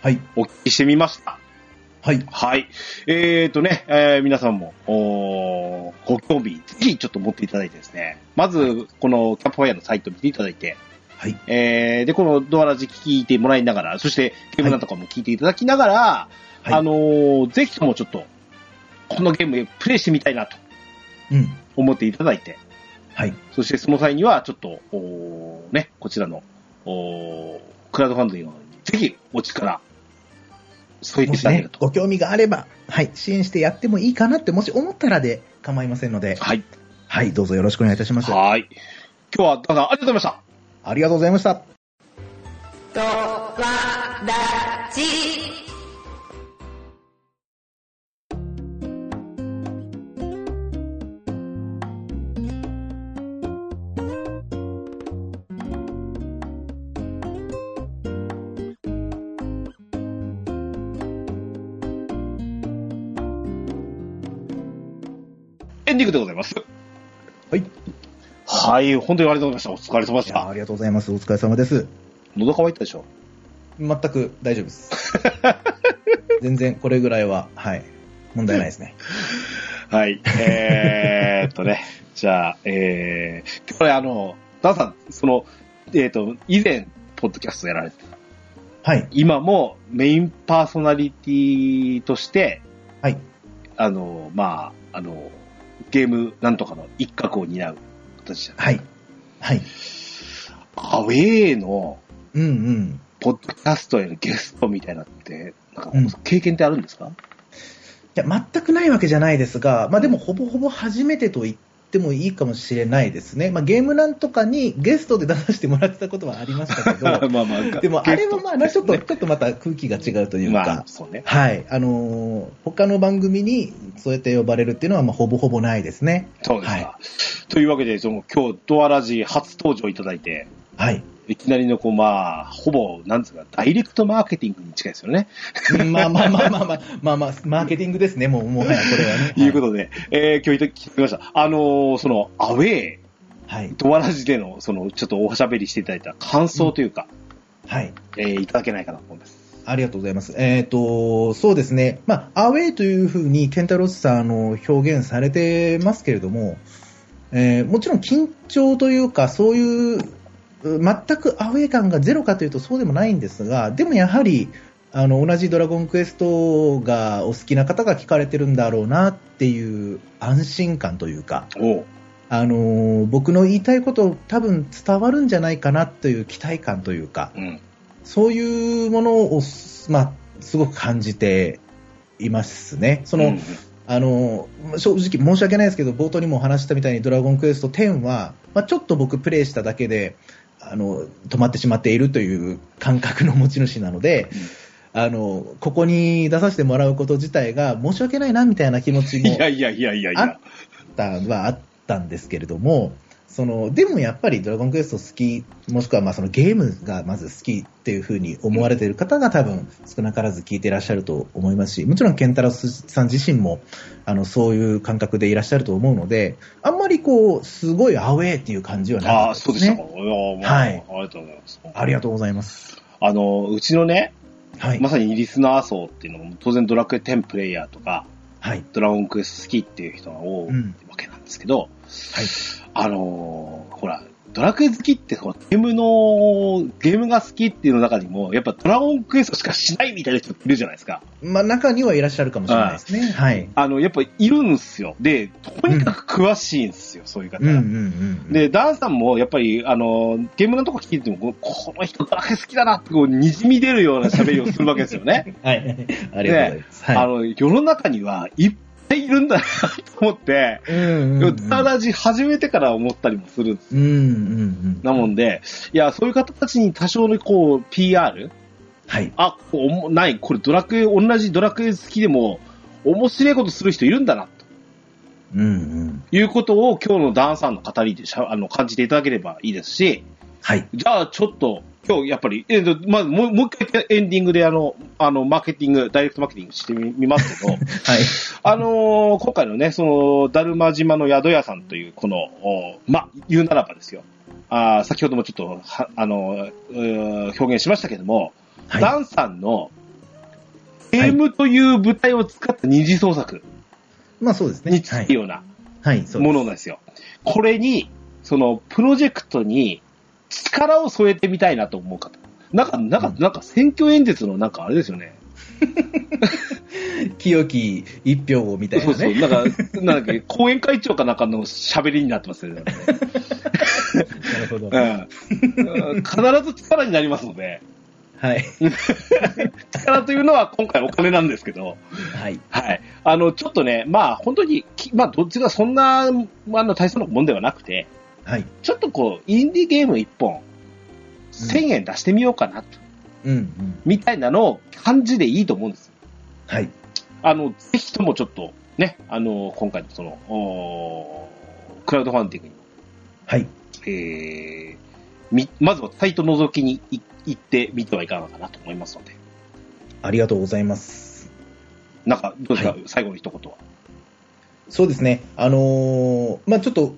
はい。お聞きしてみました。はい。はい。えっ、とね、えー皆さんも、おーご興味、ぜひちょっと持っていただいてですね、まず、このキャンプファイヤーのサイト見ていただいて、はい。えーで、このドアラジ聞いてもらいながら、そしてゲームなんとかも聞いていただきながら、はいあのーぜひともちょっと、このゲームプレイしてみたいなとうん。思っていただいて、はい。そしてその際には、ちょっと、おーね、こちらの、おークラウドファンディングにぜひお力、そう言っていもしただけねる、と。ご興味があれば、はい、支援してやってもいいかなって、もし思ったらで構いませんので、はい。はい、どうぞよろしくお願いいたします。はい。今日は、ただ、ありがとうございました。ありがとうございました。とわらじ。エンディングでございます。はい。いはい。本当にありがとうございました。お疲れ様でしやあた。りがとうございます。お疲れ様です。喉乾いたでしょ全く大丈夫です。全然これぐらいは、はい、問題ないですね。はい。えーっとね、 じゃあ、えー、これあの、ダンさん、その、えーっと、以前、ポッドキャストやられてた。はい、今もメインパーソナリティとして、はい、あの、まあ、あの、ゲームなんとかの一角を担う形じゃないはい、はい。アウェーの、うんうん。ポッドキャストへのゲストみたいなって、うなんんか、経験ってあるんですか、いや、全くないわけじゃないですが、まあでもほぼほぼ初めてと言ってもいいかもしれないですね。まあゲームなんとかにゲストで出させてもらってたことはありましたけど、 まあまあでもあれはまあなちょっと、ゲスちょっとまた空気が違うといトうか、まあ、そうね。はい、あのー他の番組にそうやって呼ばれるっていうのはまあほぼほぼないですね。そうですか。はというわけで、その今日、ドアラジ初登場いただいて、はい。いきなりの、こう、まあ、ほぼ、なんつうか、ダイレクトマーケティングに近いですよね。 まあまあまあまあまあ、まあまあ、マーケティングですね、もう、もう、これはね。という ことで、えー今日いた聞きました。あのーその、アウェー、はい。ドアラジでの、その、ちょっとおしゃべりしていただいた感想というか、はい。えーいただけないかなと思います。ありがとうございます。えっ、と、そうですね。まあ、アウェイというふうに、ケンタロスさん、あの、表現されてますけれども、えーもちろん緊張というか、そういう、う全くアウェイ感がゼロかというとそうでもないんですが、でもやはり、あの、同じドラゴンクエストがお好きな方が聞かれてるんだろうなっていう安心感というか、おうあのー僕の言いたいこと多分伝わるんじゃないかなという期待感というか、うん。そういうものをす、まあ、すごく感じていますね。その、うんあのー正直申し訳ないですけど、冒頭にもお話ししたみたいにドラゴンクエスト10は、まあ、ちょっと僕プレイしただけで、あの、止まってしまっているという感覚の持ち主なので、あの、ここに出させてもらうこと自体が申し訳ないなみたいな気持ちいもやいやいやいやいやあ。ったのはあったんですけれども、そのでもやっぱり「ドラゴンクエスト」好きもしくはまあそのゲームがまず好きっていう風に思われている方が多分少なからず聞いていらっしゃると思いますしもちろんケンタロスさん自身もあのそういう感覚でいらっしゃると思うのであんまりこうすごいアウェーっていう感じはなあかあ、っそたうですしでたか。ね。いやもうはいありがとうございます。ありがとうございます。あの、うちのね、はい。まさにリスナー層っていうのも、当然ドラクエ10プレイヤーとか、はい。ドラゴンクエスト好きっていう人が多いうんわけなんですけど、はい。あのーほら、ドラクエ好きってほらゲームの、ゲームが好きっていうの中にも、やっぱドラゴンクエストしかしないみたいな人いるじゃないですか。まあ中にはいらっしゃるかもしれないですね。はい。あの、やっぱいるんすよ。で、とにかく詳しいんすよ、そういう方うんが。うんうん。で、ダンさんも、やっぱり、あの、ゲームのとこ聞いてても、ここの人ドラクエ好きだなって、こう、滲み出るような喋りをするわけですよね。はい。ありがとうございます。あ はい。の、世の中にはいっぱいいるんだなと思って、うんうんうんただじ始めてから思ったりもするんです。うんうんうん。なもんで、いや、そういう方たちに多少のこう、PR? はい。あ、こうおもない、これドラクエ、同じドラクエ好きでも、面白いことする人いるんだな、うんうん。ということを今日のダンさんの語りでしゃあの感じていただければいいですし、はい。じゃあちょっと、今日やっぱり、えーとまずもうもう一回エンディングであの、あの、マーケティング、ダイレクトマーケティングしてみみます けど、はい。あのー今回のね、その、だるま島の宿屋さんという、この、おま、言うならばですよ。あー先ほどもちょっと、はあのーうー表現しましたけども、ダはンさんの、ゲームという舞台を使った二次創作い。まあそうですねに。は近いい。ようなはい、そうでものなんですよ。これに、その、プロジェクトに力を添えてみたいなと思う方。なんか、なんか、うんなんか選挙演説のなんかあれですよね。す。清き一票をみたいそうなそう、ね。なんか、なんだっけ、後援会長かなんかの喋りになってますよね。なるほど。うん必ず力になりますので、はい。宝というのは今回お金なんですけど、はい。はい。あの、ちょっとね、まあ本当にき、まあどっちがそんな、あの、大層なもんではなくて、はい。ちょっとこう、インディーゲーム1本、1000円出してみようかなと、うんうん。みたいなのを感じでいいと思うんです。はい。あの、ぜひともちょっと、ね、あの、今回のその、おークラウドファンディングに、はい。えー、み、まずはサイト覗きにい行ってみてはいかがかなと思いますので、ありがとうございます。なんか、どうですか、は最後の一言は。そうですね、あのーまあ、ちょっと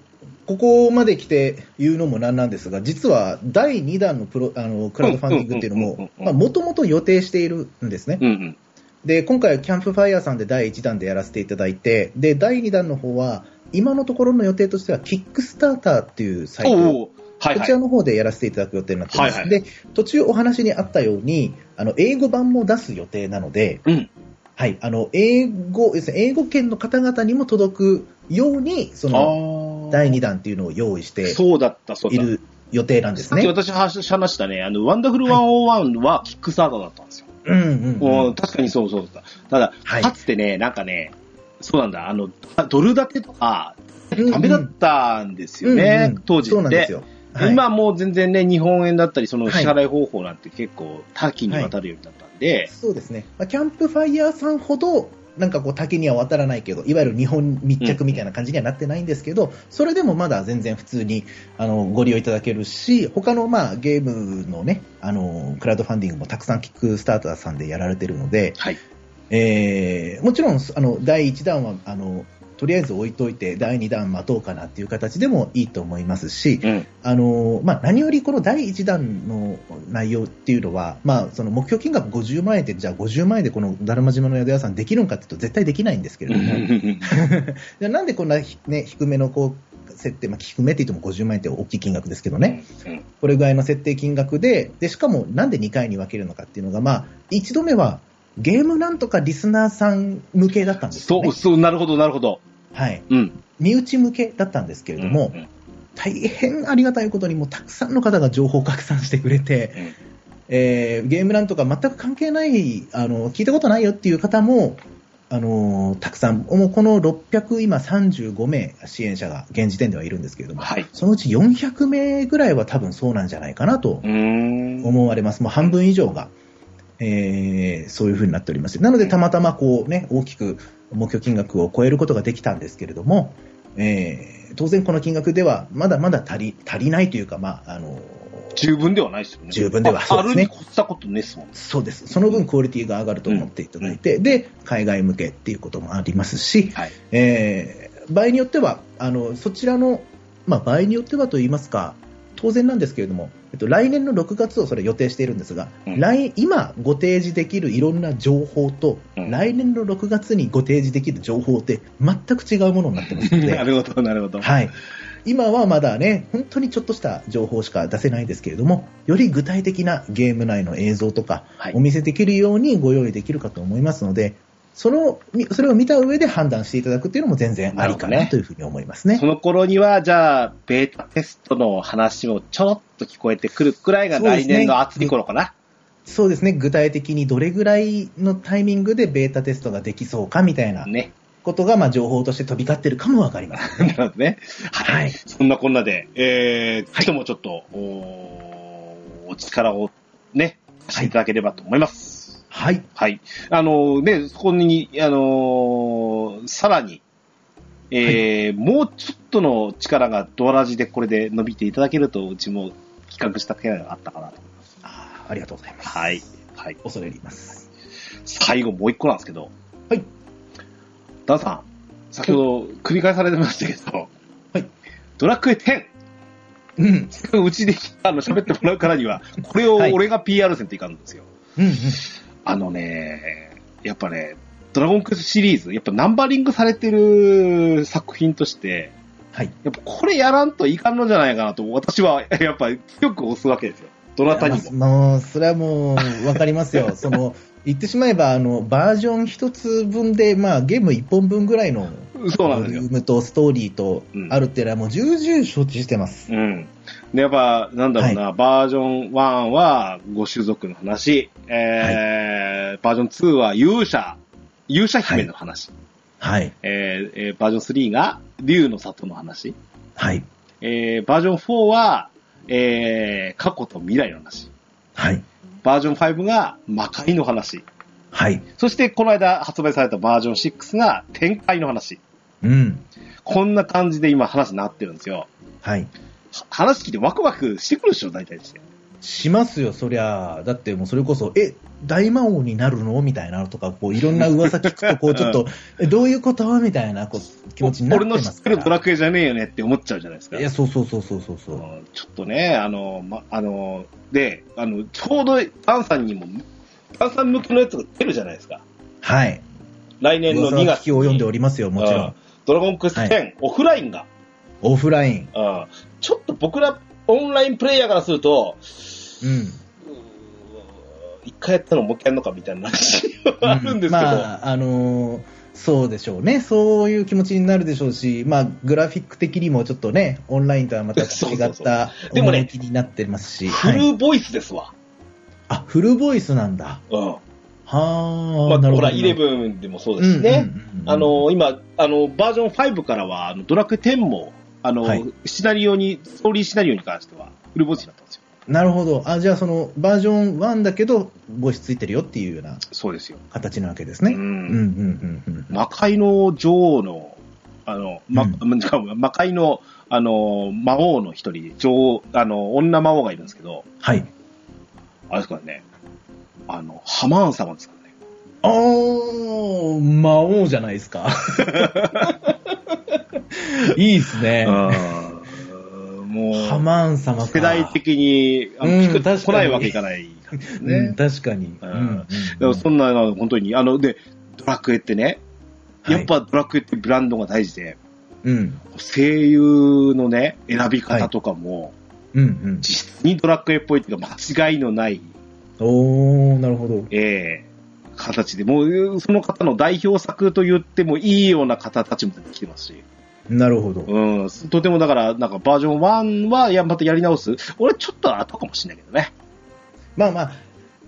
ここまで来て言うのもなんなんですが、実は第2弾のプロあのクラウドファンディングっていうのうんうんうんもうん、もともと予定しているんですね、うんうん。で今回、キャンプファイヤーさんで第1弾でやらせていただいて、で第2弾の方は、今のところの予定としては、キックスターターっていうサイトおーはいこはちらい。の方でやらせていただく予定になってます。はいはいで、途中お話にあったように、あの、英語版も出す予定なので、うんはい、あの、英語、ですね、英語圏の方々にも届くように、その、あ第2弾っていうのを用意してそうだった、そういだった。る予定なんですさっきね。私話し話したね、あの、ワンダフル101はキックスターターだったんですよ。うんうんうん、うん確かにそうそうだった。ただ、はいかつてね、なんかね、そうなんだ、あの、ドル建てとか、うんうんダメだったんですようんね、うん当時そうなっんですて。よ。はい今もう全然ね、日本円だったり、そのはい支払い方法なんて結構多岐にわたるようになったんで、そうですね。まあ、キャンプファイヤーさんほど、なんかこう、滝には渡らないけど、いわゆる日本密着みたいな感じにはなってないんですけど、それでもまだ全然普通に、あの、ご利用いただけるし、他の、まあ、ゲームのね、あの、クラウドファンディングもたくさんキックスターターさんでやられてるので、はい。えーもちろん、あの、第1弾は、あの、とりあえず置いといて、第2弾待とうかなっていう形でもいいと思いますし、うん。あのまあ、何よりこの第1弾の内容っていうのは、まあ、その目標金額50万円って、じゃあ50万円でこのだるま島の宿屋さんできるのかっていうと絶対できないんですけれども、じゃあなんでこんな、ね、低めのこう設定、まあ、低めって言っても50万円って大きい金額ですけどね、うんこれぐらいの設定金額で、で、しかもなんで2回に分けるのかっていうのが、まあ、1度目はゲームなんとかリスナーさん向けだったんです よそねう、。そう、なるほど、なるほど。はい。うん。身内向けだったんですけれども、うん大変ありがたいことにもうたくさんの方が情報を拡散してくれて、うんえーゲームなんとか全く関係ないあの聞いたことないよっていう方もあのーたくさんもうこの600今35名支援者が現時点ではいるんですけれどもはい。うそのうち400名ぐらいは多分そうなんじゃないかなとーん。思われます、もう半分以上が、えーそういうふうになっておりますなので、たまたまこう、ね、大きく目標金額を超えることができたんですけれども、えー当然、この金額ではまだまだ足り足りないというか、まああの十分ではないですよね。十分ではあそうですねあるに越したことねえっすもん。そうですその分、クオリティが上がると思っていただいて、で海外向けっていうこともありますし、はい。えー場合によってはあのそちらの、まあ、場合によってはと言いますか当然なんですけれども、えっと、来年の6月をそれ予定しているんですが、うん来今ご提示できるいろんな情報と、うん来年の6月にご提示できる情報って全く違うものになってますの なで、るほど、なるほど。はい、今はまだね本当にちょっとした情報しか出せないですけれどもより具体的なゲーム内の映像とかはいお見せできるようにご用意できるかと思いますので、そのみそれを見た上で判断していただくっていうのも全然あなるりかほどなねというふうに思いますね。その頃には、じゃあ、ベータテストの話もちょろっと聞こえてくるくらいがそうで来すね年の暑い頃かな。そうですね、具体的にどれぐらいのタイミングでベータテストができそうかみたいなね。 ことが、まあ、情報として飛び交ってるかもわかりません。なるほどね。はい。はいそんなこんなで、えー、人もちょっと、おーお力をね、貸していただければと思います。はい、はい。あのね、そこに、あのーさらに、えーもうちょっとの力がドアラジでこれで伸びていただけると、うちも企画した気配があったかなと。あーありがとうございます。はい。はい。恐れ入ります。最後もう一個なんですけど。はい。ダンさん、先ほど繰り返されてましたけど、はい。ドラクエ10、うん、う ん、うちであの喋ってもらうからには、これをはい俺が PR せんっていかんんですよ。うん。あのね、やっぱね、ドラゴンクエストシリーズ、やっぱナンバリングされてる作品として、はい。やっぱこれやらんといかんのじゃないかなと、私はやっぱり強く押すわけですよ。どなたにも。まあもう、それはもう、わかります よ。その、言ってしまえば、あの、バージョン一つ分で、まあ、ゲーム一本分ぐらいの、そうなんですよボリュー。ムとストーリーとうんあるっていうのはもう重々承知してます。うん。で、やっぱ、なんだろうな、バージョン1はご種族の話、えーバージョン2は勇者、勇者姫の話、はい。えーえーバージョン3が竜の里の話、はい。えーバージョン4は、えー過去と未来の話、はい。バージョン5が魔界の話、はい。そしてこの間発売されたバージョン6が展開の話。うん。こんな感じで今話になってるんですよ。はい。は話聞いてワクワクしてくるでしょ、大体して。しますよ、そりゃ。だってもうそれこそ、え、大魔王になるのみたいなのとか、こう、いろんな噂聞くと、こう、ちょ っと、え、どういうことみたいなこう気持ちになって俺まの知っすてかるドラら。クエじゃねえよねって思っちゃうじゃないですか。いや、そうそうそうそうそうそう。うんちょっとね、あの、ま、あの、で、あの、ちょうどパンさんにも、パンさん向けのやつが出るじゃないですか。はい。来年の噂2は月聞き及んでおりますよ、もちろうんん。ドラゴンクエスト10、はオフラインが。オフライン。うんちょっと僕らオンラインプレイヤーからすると、うん。うーん一回やったのもう一回やるのかみたいな話はあるんですけど、まあ、あのーそうでしょうね。そういう気持ちになるでしょうし、まあ、グラフィック的にもちょっとね、オンラインとはまた違っ そうそうそうたでもね趣になってますし。フはい、ルボイスですわ。あ、フルボイスなんだ。うん。まあ、はあ、なるほほど。ら、イレンブンでもそうですしね。あの、今、あの、バージョン5からは、あのドラクエ10も、あの、はいシナリオに、ストーリーシナリオに関しては、フルボイスになったんですよ。なるほど。あ、じゃあそのバージョン1だけど、ボイスついてるよっていうようなそうですよ。形なわけですね。ううんんうんうんうん。魔界の女王の、あの、ま、違う魔界の、あの、魔王の一人、女王、あの、女魔王がいるんですけど、はい。あれですからね、あの、ハマーン様ですからね。あー、魔王じゃないですか。 いいですね。うんもう、ハマーン様か。世代的に、あの、うん聞く確かに来ないわけいかない感じですね。うん確かに。うんうんでもそんなの、本当に、あの、で、ドラクエってね、やっ、はいぱドラクエってブランドが大事で、うん。声優のね、選び方とかも、うんうん。実質にドラクエっぽいっていうか、間違いのない、おー、なるほど。えー形で、もう、その方の代表作と言ってもいいような方たちも出てきてますし、なるほど。うん、とてもだから、なんかバージョン1は、いや、またやり直す。俺、ちょっと後かもしれないけどね。まあまあ、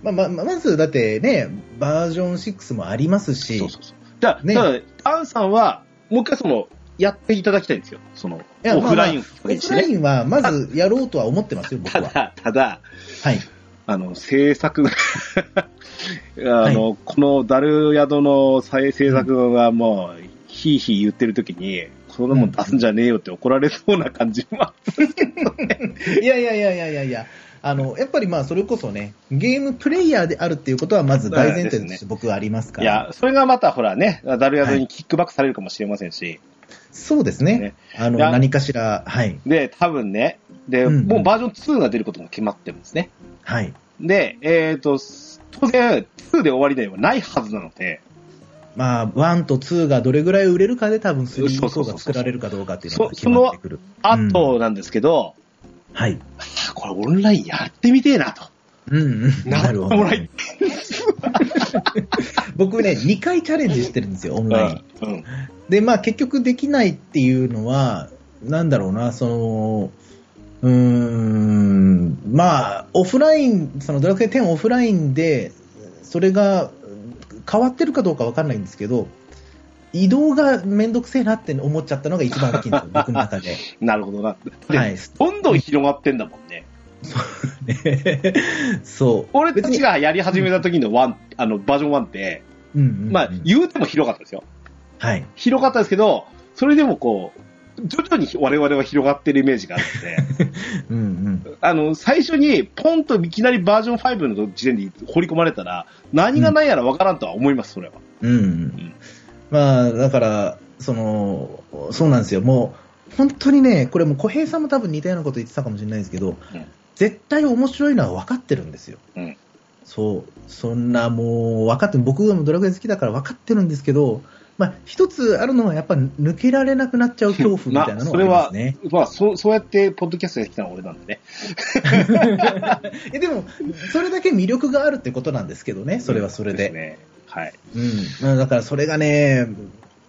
まあまあ、まあまずだってね、バージョン6もありますし、そうそうそう。だから、ねただ、アンさんは、もう一回その、やっていただきたいんですよ。その、やオフラインをオフラインはまずやろうとは思ってますよ、僕たは。だ、ただ、はい。あの、 制作があの、このダル宿の再制作がもう、ひいひい言ってる時に、こんなもん出すんじゃねえよって怒られそうな感じもあっていやいやいやいやいやいや。あの、やっぱりまあ、それこそね、ゲームプレイヤーであるっていうことは、まず大前提そうとでしすて僕はありますかいら。や、それがまたほらね、ダル宿にキックバックされるかもしれませんし、そうですね。ねあの、いや何かしら、はい。で、多分ね、で、うんうんもうバージョン2が出ることも決まってるんですね。はい。で、えっ、と、当然、2で終わりではないはずなので、まあ、1と2がどれぐらい売れるかで、多分3そとうそうそう4そうが作られるかどうかっていうのが決そまってくる。あとなんですけど、はい。あこれオンラインやってみてえなと。うんうん。なるほオどンラ。イン 僕ね、2回チャレンジしてるんですよ、オンうラインん。うん。で、まあ結局できないっていうのは、なんだろうな、その、うーん、まあ、オフライン、そのドラクエ10オフラインで、それがうん変わってるかどうかわかんないんですけど、移動がめんどくせえなって思っちゃったのが一番大きいんです よ、僕の中で。なるほどな。ではい。 どんどん広がってんだもんね。そう。俺たち別に、がやり始めた時のワン、あの、バージョン1って、うんうんうんまあ、言うても広かったですよ。はい。広かったですけど、それでもこう、徐々に我々は広がってるイメージがあ って、うんうん。あの、最初にポンといきなりバージョン5の時点で放り込まれたら、何がないやらわからんとは思います、それは。うんうん。まあ、だから、その、そうなんですよ。もう、本当にね、これもう小平さんも多分似たようなこと言ってたかもしれないですけど、ん絶対面白いのは分かってるんですよ。うんそう。そんなもう、分かって、僕がドラクエ好きだから分かってるんですけど、まあ、一つあるのはやっぱ抜けられなくなっちゃう恐怖みたいなのがありますね。まあ、そう、そうやって、ポッドキャストやってきたのは俺なんでね。えでも、それだけ魅力があるってことなんですけどね、それはそれで。すね。はい。うん、まあだからそれがね、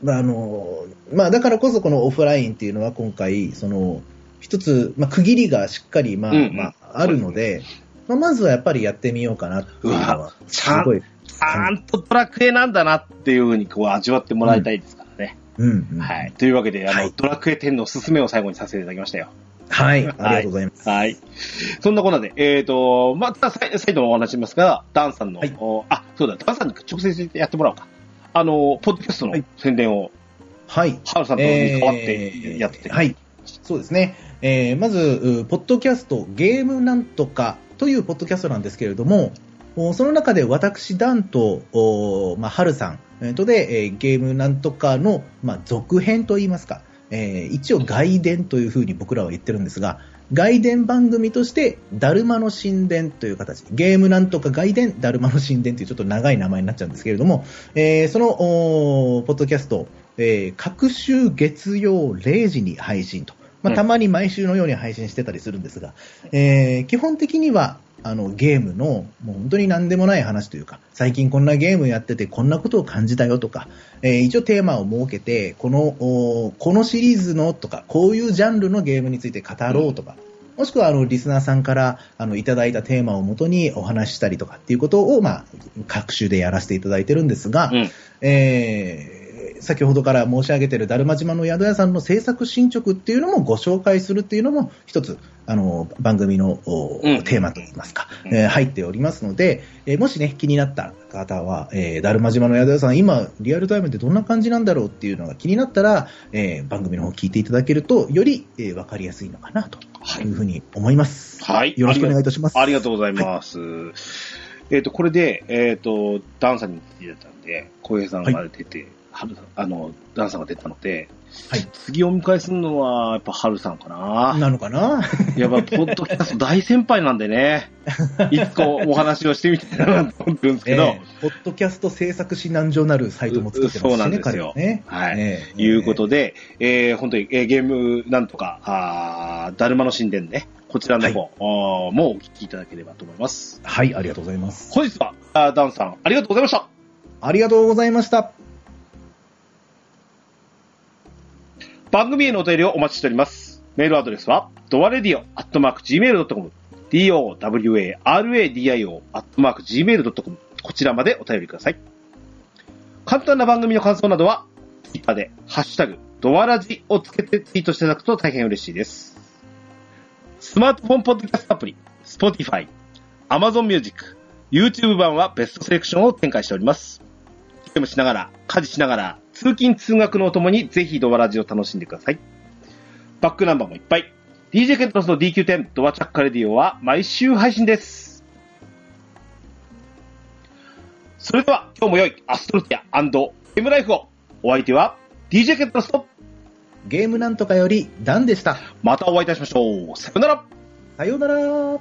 まああのまあ、だからこそこのオフラインっていうのは今回その、一つ、まあ、区切りがしっかり、まあ、うんうんまあ、あるので、まあ、まずはやっぱりやってみようかなっていうのうはわ、すごい。ちゃんとドラクエなんだなっていうふうにこう味わってもらいたいですからね。うん、うん。は。い。というわけで、あの、はいドラクエ10のおすすめを最後にさせていただきましたよ。はい、ありがとうございます。はい。そんなこんなで、えっ、と、また再再度お話ししますが、ダンさんの、はいおあ、そうだ、ダンさんに直接やってもらおうか。あの、ポッドキャストのはい宣伝を、はい。ハウさんとに代わってやって、えーはい。そうですね。えーまず、うポッドキャスト、ゲームなんとかというポッドキャストなんですけれども、おその中で私、ダンと、おまあ、ハルさんえーとで、えーゲームなんとかの、まあ、続編といいますか、えー一応外伝というふうに僕らは言ってるんですが、外伝番組として、だるまの神殿という形、ゲームなんとか外伝、だるまの神殿というちょっと長い名前になっちゃうんですけれども、えーその、おポッドキャスト、えー、各週月曜0時に配信と。まうあ、んたまに毎週のように配信してたりするんですが、えー基本的には、あの、ゲームの、もう本当に何でもない話というか、最近こんなゲームやっててこんなことを感じたよとか、えー一応テーマを設けて、この、おーこのシリーズのとか、こういうジャンルのゲームについて語ろうとか、もしくは、あの、リスナーさんから、あの、いただいたテーマをもとにお話ししたりとかっていうことを、まあ、各種でやらせていただいてるんですが、うん。えー先ほどから申し上げているだるま島の宿屋さんの制作進捗っていうのもご紹介するっていうのも一つあの番組の、おうんテーマといいますか、うんえー入っておりますので、えーもしね気になった方は、えーだるま島の宿屋さん今リアルタイムでどんな感じなんだろうっていうのが気になったら、えー番組の方聞いていただけるとより、えーわかりやすいのかなとはいいうふうに思います、はいよろしくお願いいたしますありがとうございます。えっ、と、これで、えっ、と、ダンさんに出てたんで、浩平さんが出て、はる、あの、ダンさんが出たので、はい次お迎えするのは、やっぱハルさんかな。なのかなやっぱ、ポッドキャスト大先輩なんで ね、いつかお話をしてみたいなと思ってるんですけど、えーポッドキャスト制作指南所なるサイトも作ってますしね、そうなんですよ彼はね。はいえーいうことで、えー本当に、えーゲームなんとか、あーだるまの神殿ね、こちらの方、あーもうお聞きいただければと思います。はい、ありがとうございます。本日は、あーダンさん、ありがとうございました。ありがとうございました。番組へのお便りをお待ちしております。メールアドレスは、ドアレディオアットマーク Gmail.com、dowaradio アットマーク Gmail.com、こちらまでお便りください。簡単な番組の感想などは、ツイッターで、ハッシュタグ、ドアラジをつけてツイートしていただくと大変嬉しいです。スマートフォンポッドキャストアプリ、Spotify、Amazon Music、YouTube 版はベストセレクションを展開しております。ゲームしながら、家事しながら、通勤通学のお供にぜひドアラジを楽しんでください。バックナンバーもいっぱい。DJ ケントロスの DQ10 ドアチャッカレディオは毎週配信です。それでは今日も良いアストロティアゲームライフを。お相手は DJ ケントロスとゲームなんとかより、ダンでした。またお会いいたしましょう。さよならさようなら。